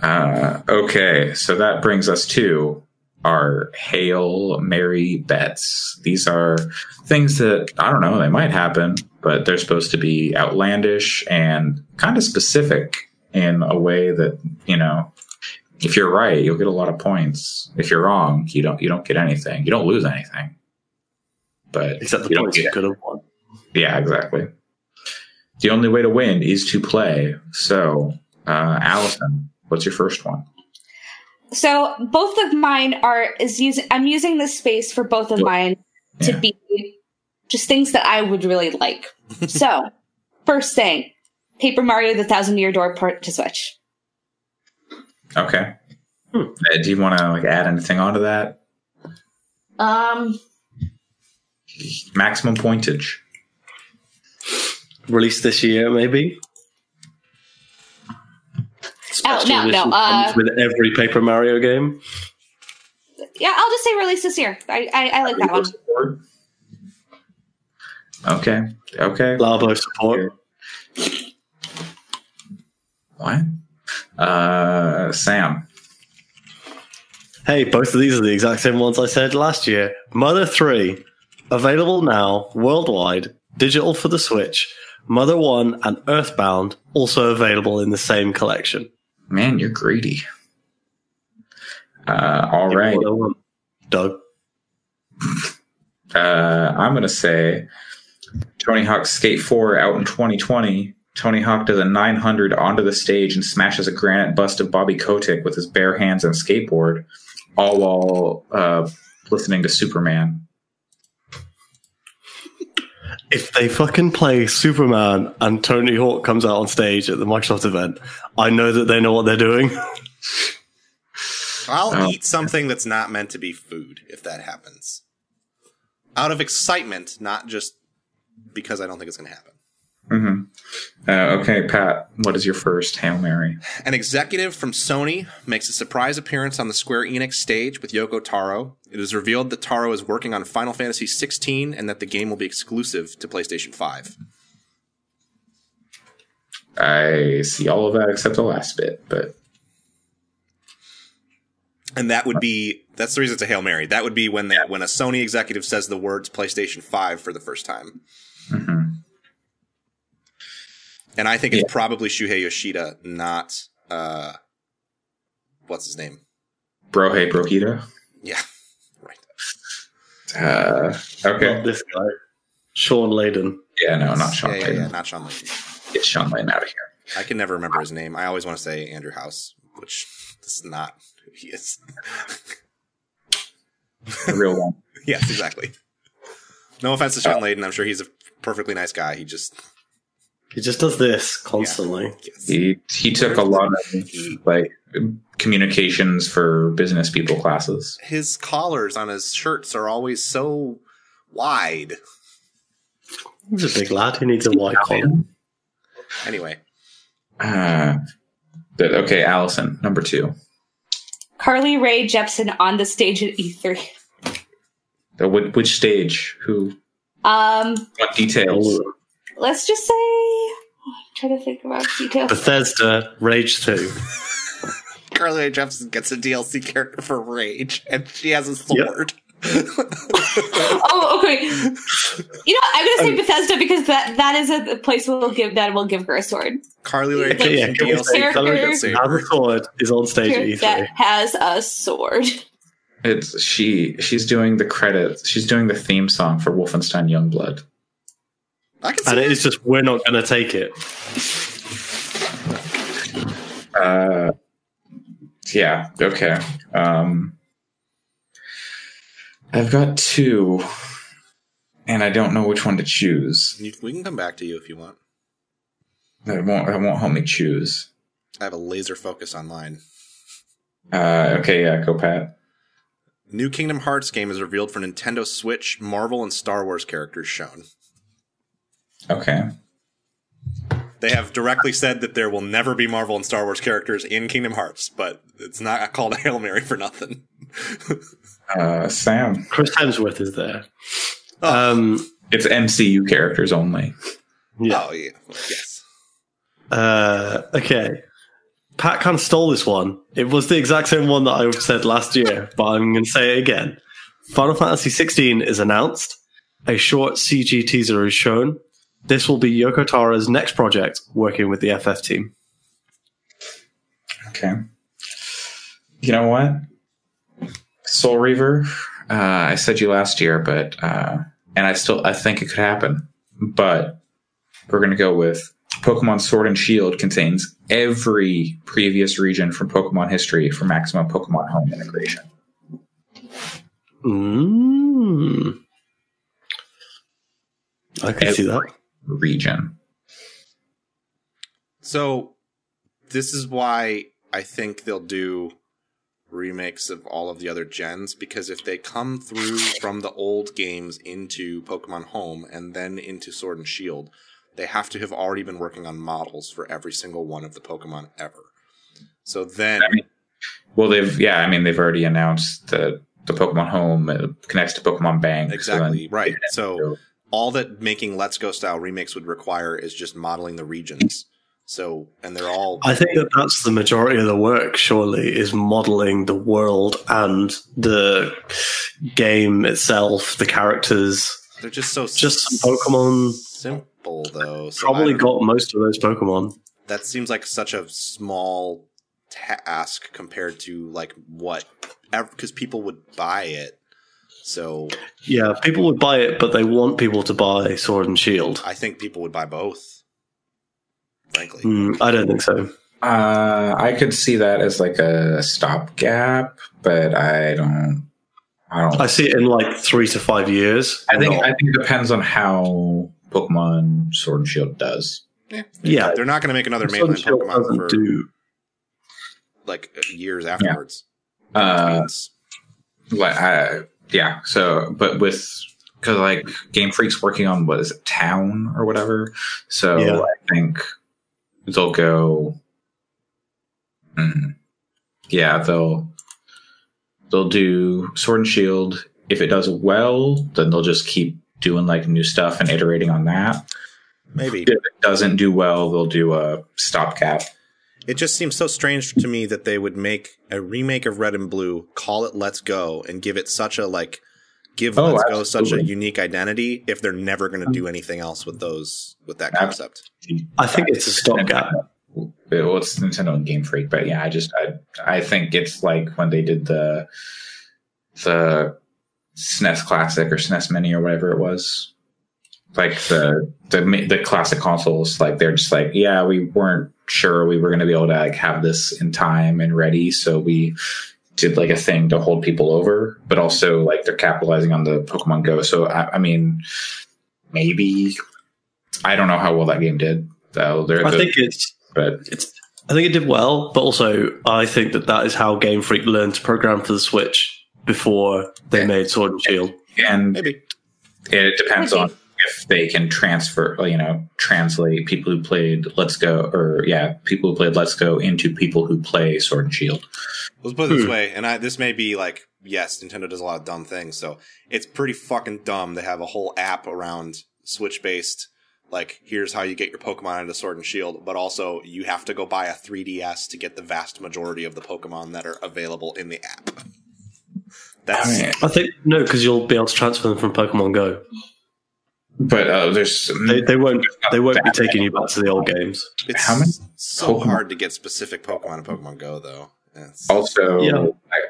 Speaker 2: Uh, okay, so that brings us to our Hail Mary bets. These are things that, I don't know, they might happen, but they're supposed to be outlandish and kind of specific in a way that, you know, if you're right, you'll get a lot of points. If you're wrong, you don't you don't get anything. You don't lose anything. But
Speaker 5: Except the
Speaker 2: you don't
Speaker 5: points
Speaker 2: get
Speaker 5: you could have won.
Speaker 2: yeah, exactly. The only way to win is to play. So, uh, Allison, what's your first one?
Speaker 3: so both of mine are is using. I'm using this space for both of
Speaker 2: Yeah.
Speaker 3: mine to
Speaker 2: Yeah.
Speaker 3: be just things that I would really like. so first thing, Paper Mario: The Thousand Year Door Part to Switch.
Speaker 2: Okay. Uh, do you want to like add anything onto that?
Speaker 3: Um,
Speaker 2: Maximum pointage.
Speaker 5: Released this year, maybe.
Speaker 3: oh, no, no.
Speaker 5: Edition
Speaker 3: Uh,
Speaker 5: comes with every Paper Mario game.
Speaker 3: yeah, I'll just say release this year. I, I, I like that one.
Speaker 2: Okay. Okay.
Speaker 5: Labo support.
Speaker 2: What? Uh, Sam.
Speaker 5: Hey, both of these are the exact same ones I said last year. Mother 3, available now worldwide, digital for the Switch. Mother 1 and Earthbound, also available in the same collection.
Speaker 2: Man, you're greedy. Uh, all
Speaker 5: Give me
Speaker 2: right.
Speaker 5: what I want. Doug.
Speaker 2: Uh, I'm going to say Tony Hawk Skate 4 out in 2020. Tony Hawk does a 900 onto the stage and smashes a granite bust of Bobby Kotick with his bare hands and skateboard, all while uh, listening to Superman.
Speaker 5: If they fucking play Superman and Tony Hawk comes out on stage at the Microsoft event, I know that they know what they're doing.
Speaker 4: I'll
Speaker 2: Oh.
Speaker 4: eat something that's not meant to be food if that happens. Out of excitement, not just because I don't think it's going to happen.
Speaker 2: hmm Uh, okay, Pat, what is your first Hail Mary?
Speaker 4: An executive from Sony makes a surprise appearance on the Square Enix stage with Yoko Taro. It is revealed that Taro is working on Final Fantasy XVI and that the game will be exclusive to PlayStation 5.
Speaker 2: I see all of that except the last bit, but
Speaker 4: And that would be that's the reason it's a Hail Mary. That would be when they, when a Sony executive says the words PlayStation 5 for the first time.
Speaker 2: mhm.
Speaker 4: And I think it's probably Shuhei Yoshida, not uh what's his name?
Speaker 2: bro, hey, Brohita.
Speaker 4: Yeah. Right.
Speaker 2: Uh, okay,
Speaker 5: Not this guy. Sean Layden.
Speaker 2: yeah, no, not Sean.
Speaker 4: yeah, yeah,
Speaker 2: Layden.
Speaker 4: yeah, not Sean Layden.
Speaker 2: Get Sean Layden out of here.
Speaker 4: I can never remember his name. I always want to say Andrew House, which is not who he is.
Speaker 2: The real one.
Speaker 4: yes, exactly. No offense to
Speaker 2: Uh,
Speaker 4: Sean Layden. I'm sure he's a perfectly nice guy. He just
Speaker 5: He just does this constantly.
Speaker 4: yes.
Speaker 2: He he took a lot of like communications for business people classes.
Speaker 4: his collars on his shirts are always so wide.
Speaker 5: He's a big lad. He needs a white collar.
Speaker 4: Anyway,
Speaker 2: Uh, but, okay, Allison, number two.
Speaker 3: Carly Ray Jepsen on the stage at E E3.
Speaker 2: Uh, Which, which stage? Who?
Speaker 3: Um,
Speaker 2: What details?
Speaker 3: let's just say, try to think about details.
Speaker 5: Bethesda Rage 2.
Speaker 4: Carly Rae Jepsen gets a DLC character for Rage, and she has a
Speaker 5: Yep.
Speaker 4: sword.
Speaker 3: oh, okay. You know, I'm gonna say Bethesda because that that is a place we'll give that will give her a sword.
Speaker 4: Carly Rae
Speaker 5: Okay, yeah,
Speaker 4: Jepsen
Speaker 5: can we
Speaker 4: DLC
Speaker 5: say Carly
Speaker 4: character.
Speaker 3: Rae
Speaker 5: Now the sword is on stage
Speaker 2: E
Speaker 5: at E
Speaker 3: that
Speaker 5: E3.
Speaker 3: has a sword.
Speaker 2: It's she. She's doing the credits. She's doing the theme song for Wolfenstein Youngblood.
Speaker 4: I can see
Speaker 5: And
Speaker 4: that.
Speaker 5: it is just, we're not going to take it.
Speaker 2: Uh, yeah. Okay. Um, I've got two, and I don't know which one to choose.
Speaker 4: You- We can come back to you if you want.
Speaker 2: That won't. That won't help me choose.
Speaker 4: I have a laser focus on mine.
Speaker 2: Uh, okay, yeah, go Pat.
Speaker 4: New Kingdom Hearts game is revealed for Nintendo Switch, Marvel, and Star Wars characters shown.
Speaker 2: Okay.
Speaker 4: They have directly said that there will never be Marvel and Star Wars characters in Kingdom Hearts, but it's not called a Hail Mary for nothing.
Speaker 2: Uh, Sam.
Speaker 5: Chris Hemsworth is there. Um,
Speaker 2: It's MCU characters only.
Speaker 5: yeah.
Speaker 4: Oh, yeah. Yes.
Speaker 5: Uh, okay. Pat kind of stole this one. It was the exact same one that I said last year, but I'm going to say it again. Final Fantasy 16 is announced. A short CG teaser is shown. This will be Yoko Tara's next project, working with the FF team.
Speaker 2: Okay. You know what? Soul Reaver. Uh, I said you last year, but uh, and I still I think it could happen, but we're gonna go with Pokemon Sword and Shield contains every previous region from Pokemon history for maximum Pokemon Home integration.
Speaker 5: Mm. I can see that.
Speaker 2: Region.
Speaker 4: So, this is why I think they'll do remakes of all of the other gens because if they come through from the old games into Pokemon Home and then into Sword and Shield, they have to have already been working on models for every single one of the Pokemon ever. So then,
Speaker 2: I mean, Well, they've yeah, I mean they've already announced that the Pokemon Home uh, connects to Pokemon Bank. so then-
Speaker 4: exactly right. So all that making Let's Go style remakes would require is just modeling the regions. So and they're all
Speaker 5: I think that that's the majority of the work, surely, is modeling the world and the game itself, the characters.
Speaker 4: they're just so
Speaker 5: Just some Pokemon.
Speaker 4: simple though. So I
Speaker 5: Probably
Speaker 4: don't know.
Speaker 5: got most of those Pokemon.
Speaker 4: that seems like such a small task compared to like what because people would buy it so
Speaker 5: Yeah, people would buy it, but they want people to buy Sword and Shield.
Speaker 4: i think people would buy both frankly
Speaker 5: Hmm, I don't think so.
Speaker 2: Uh, I could see that as like a stopgap, but I don't. I don't.
Speaker 5: I see it in like three to five years.
Speaker 2: I think
Speaker 5: Not-
Speaker 2: I think it depends on how Pokemon Sword and Shield does.
Speaker 5: yeah,
Speaker 4: they're not going to make another
Speaker 5: Sword and
Speaker 4: mainland
Speaker 5: Shield
Speaker 4: pokemon
Speaker 5: doesn't
Speaker 4: for
Speaker 5: do.
Speaker 4: like uh, years afterwards Which
Speaker 2: Uh,
Speaker 4: means-
Speaker 2: like, I, yeah. So, but with because like Game Freak's working on what is it, Town or whatever. So
Speaker 5: Yeah.
Speaker 2: I think they'll go. Hmm. yeah, they'll they'll do Sword and Shield. If it does well, then they'll just keep doing like new stuff and iterating on that.
Speaker 4: maybe
Speaker 2: If it doesn't do well, they'll do a stopgap.
Speaker 4: It just seems so strange to me that they would make a remake of Red and Blue, call it Let's Go, and give it such a like give
Speaker 2: Oh,
Speaker 4: Let's Go such a
Speaker 2: absolutely.
Speaker 4: unique identity if they're never going to do anything else with those with that
Speaker 2: Ab-
Speaker 4: concept.
Speaker 5: I think it's a stopgap.
Speaker 2: well, it's Nintendo and Game Freak, but yeah, I just I I think it's like when they did the the SNES Classic or SNES Mini or whatever it was, like the the mi- the classic consoles. Like they're just like, yeah, we weren't sure we were going to be able to like have this in time and ready, so we did like a thing to hold people over, but also like they're capitalizing on the Pokemon Go. So I, I mean, maybe I don't know how well that game did. Though they're
Speaker 5: I
Speaker 2: the-
Speaker 5: think it's
Speaker 2: but
Speaker 5: it's I think it did well, but also I think that that is how Game Freak learned to program for the Switch before they
Speaker 2: Yeah.
Speaker 5: made Sword and Shield.
Speaker 2: and
Speaker 4: Maybe.
Speaker 2: it depends
Speaker 3: Okay.
Speaker 2: on if they can transfer uh, you know translate people who played let's go or yeah people who played let's go into people who play sword and shield
Speaker 4: Let's put it this
Speaker 5: Hmm.
Speaker 4: way, and I this may be like yes, Nintendo does a lot of dumb things, so it's pretty fucking dumb to have a whole app around Switch based like here's how you get your Pokemon into Sword and Shield, but also you have to go buy a 3DS to get the vast majority of the Pokemon that are available in the app. That's
Speaker 5: I think no, because you'll be able to transfer them from Pokemon Go.
Speaker 2: but uh, there's
Speaker 5: They, they won't they won't be taking you back to the old games.
Speaker 4: It's
Speaker 2: How many
Speaker 4: so
Speaker 2: Pokemon- Oh.
Speaker 4: hard to get specific Pokemon in Pokemon Go, though. It's-
Speaker 2: also
Speaker 5: Yeah.
Speaker 2: I-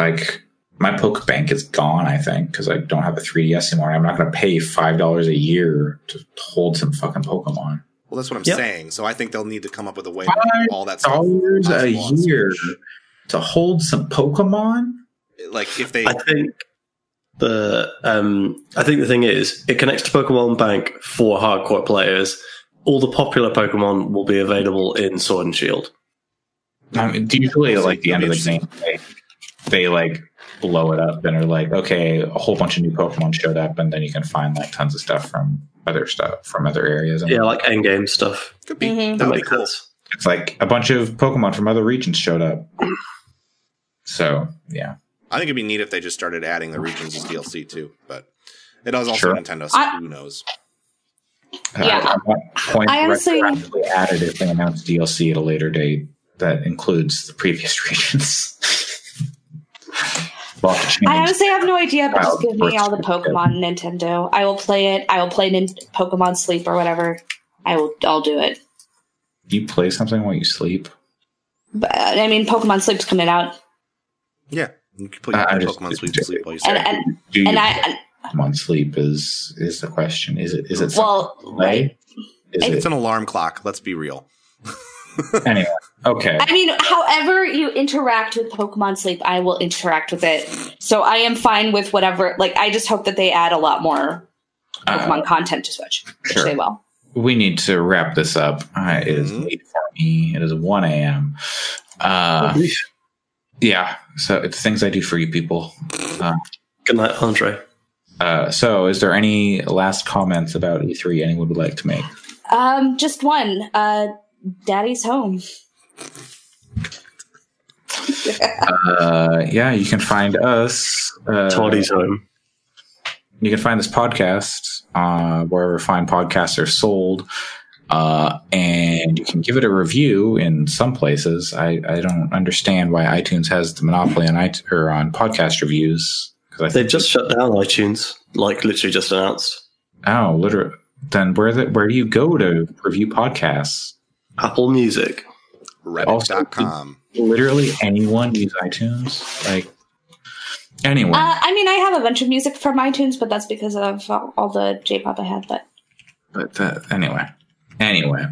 Speaker 2: like my poke bank is gone i think because i don't have a 3ds anymore i'm not going to pay five dollars a year to hold some fucking pokemon
Speaker 4: well, that's what I'm
Speaker 5: Yep.
Speaker 4: saying. So I think they'll need to come up with a way
Speaker 2: Five
Speaker 4: to all that stuff.
Speaker 2: dollars a
Speaker 4: possible on
Speaker 2: year
Speaker 4: Switch.
Speaker 2: to hold some pokemon
Speaker 4: Like if they,
Speaker 5: I think the um, I think the thing is it connects to Pokemon Bank for hardcore players. All the popular Pokemon will be available in Sword and Shield.
Speaker 2: I mean, usually, like the end of the
Speaker 4: That'd
Speaker 2: game, they, they like blow it up and are like, okay, a whole bunch of new Pokemon showed up, and then you can find like tons of stuff from other stuff from other areas. And
Speaker 5: Yeah, like endgame stuff.
Speaker 4: could be
Speaker 3: Mhm.
Speaker 4: that
Speaker 5: That
Speaker 4: would be
Speaker 5: makes
Speaker 4: cool.
Speaker 5: sense.
Speaker 2: it's like a bunch of Pokemon from other regions showed up. So yeah,
Speaker 4: I think it'd be neat if they just started adding the regions as DLC too. But it does also
Speaker 2: Sure.
Speaker 4: Nintendo, so
Speaker 3: I-
Speaker 4: who knows?
Speaker 3: Yeah.
Speaker 2: Uh, at what point
Speaker 3: I honestly-
Speaker 2: retroactively added if they announced DLC at a later date that includes the previous regions. Lots of change.
Speaker 3: I honestly have no idea, but
Speaker 2: Wild
Speaker 3: just give me all the
Speaker 2: Horse.
Speaker 3: Pokemon Nintendo. I will play it. I will play Nin- Pokemon Sleep or whatever. I will. I'll do it.
Speaker 2: you play something while you sleep.
Speaker 3: But I mean, Pokemon Sleep's coming out,
Speaker 4: Yeah, you could put
Speaker 2: I- I
Speaker 4: your
Speaker 2: just-
Speaker 4: Pokemon Sleep
Speaker 2: just-
Speaker 4: sleep while you
Speaker 3: and
Speaker 4: say.
Speaker 3: and,
Speaker 2: Do you
Speaker 3: and I
Speaker 2: Pokemon sleep is is the question. Is it is it
Speaker 3: well,
Speaker 2: something to play? Is it
Speaker 4: It's an alarm clock. Let's be real.
Speaker 2: anyway? Okay,
Speaker 3: I mean, however you interact with Pokemon Sleep, I will interact with it. So I am fine with whatever. Like, I just hope that they add a lot more Pokemon
Speaker 2: uh,
Speaker 3: content to Switch, which
Speaker 2: sure.
Speaker 3: they will.
Speaker 2: we need to wrap this up. Uh, It is
Speaker 4: Mhm.
Speaker 2: late for me. It is one a.m. Uh, yeah, so it's things I do for you people. Uh,
Speaker 5: Good night, Andre.
Speaker 2: uh, so, is there any last comments about E3 anyone would like to make?
Speaker 3: Um, just one. Uh, Daddy's home.
Speaker 2: Uh, yeah, you can find us. Uh,
Speaker 5: Toddy's home.
Speaker 2: You can find this podcast uh, wherever fine podcasts are sold. Uh, and you can give it a review in some places. I, I don't understand why iTunes has the monopoly on it or on podcast reviews. 'cause I
Speaker 5: They've just shut down iTunes, like literally just announced.
Speaker 2: oh, literally. Then where the, where do you go to review podcasts?
Speaker 5: Apple Music.
Speaker 4: Reddit.com.
Speaker 2: Literally anyone use iTunes? Like anyway,
Speaker 3: Uh, I mean, I have a bunch of music from iTunes, but that's because of all, all the J-pop I had. But
Speaker 2: but uh, anyway, anyway,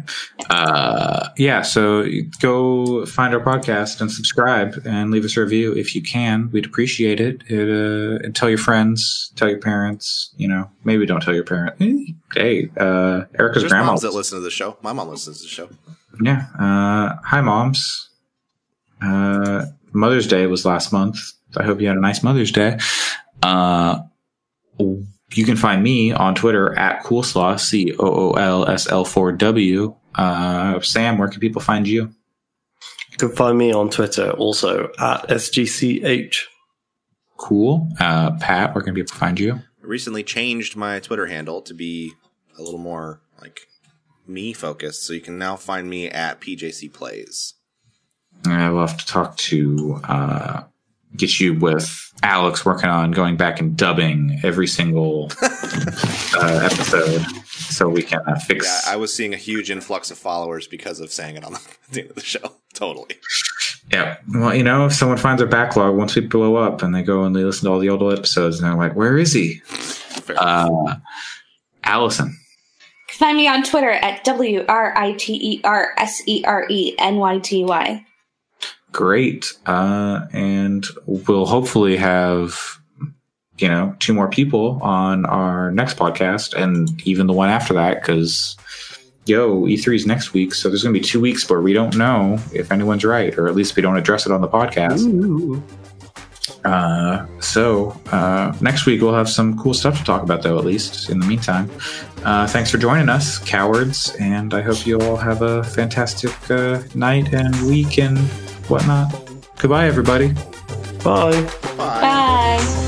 Speaker 2: uh, yeah. So go find our podcast and subscribe and leave us a review if you can. We'd appreciate it. it uh, and tell your friends, tell your parents. You know, maybe don't tell your parents. Hey, uh, Erica's
Speaker 4: There's
Speaker 2: grandma.
Speaker 4: moms that listen to the show. My mom listens to the show.
Speaker 2: Yeah. Uh, hi, moms. Uh, Mother's Day was last month. I hope you had a nice Mother's Day. Uh, you can find me on Twitter at Coolslaw, C O O L S L 4 W. Uh, Sam, where can people find you?
Speaker 5: You can find me on Twitter also at SGCH.
Speaker 2: Cool. Uh, Pat, where can people find you?
Speaker 4: I recently changed my Twitter handle to be a little more like me focused, so you can now find me at PJC Plays.
Speaker 2: I will have to talk to uh, get you with Alex working on going back and dubbing every single uh, episode so we can uh, fix.
Speaker 4: Yeah, I was seeing a huge influx of followers because of saying it on the, at the end of the show. Totally.
Speaker 2: Yeah. Well, you know, if someone finds our backlog, once we blow up and they go and they listen to all the old episodes and they're like, where is he?
Speaker 4: Fair.
Speaker 2: Uh, Allison.
Speaker 3: find me on Twitter at W R I T E R S E R E N Y T Y.
Speaker 2: Great. Uh, and we'll hopefully have, you know, two more people on our next podcast and even the one after that because, yo, E3 is next week. So there's going to be two weeks where we don't know if anyone's right, or at least we don't address it on the podcast. Uh, so uh, next week we'll have some cool stuff to talk about, though. At least in the meantime, uh, thanks for joining us, cowards, and I hope you all have a fantastic uh, night and week and whatnot. Goodbye, everybody.
Speaker 5: Bye.
Speaker 3: Bye.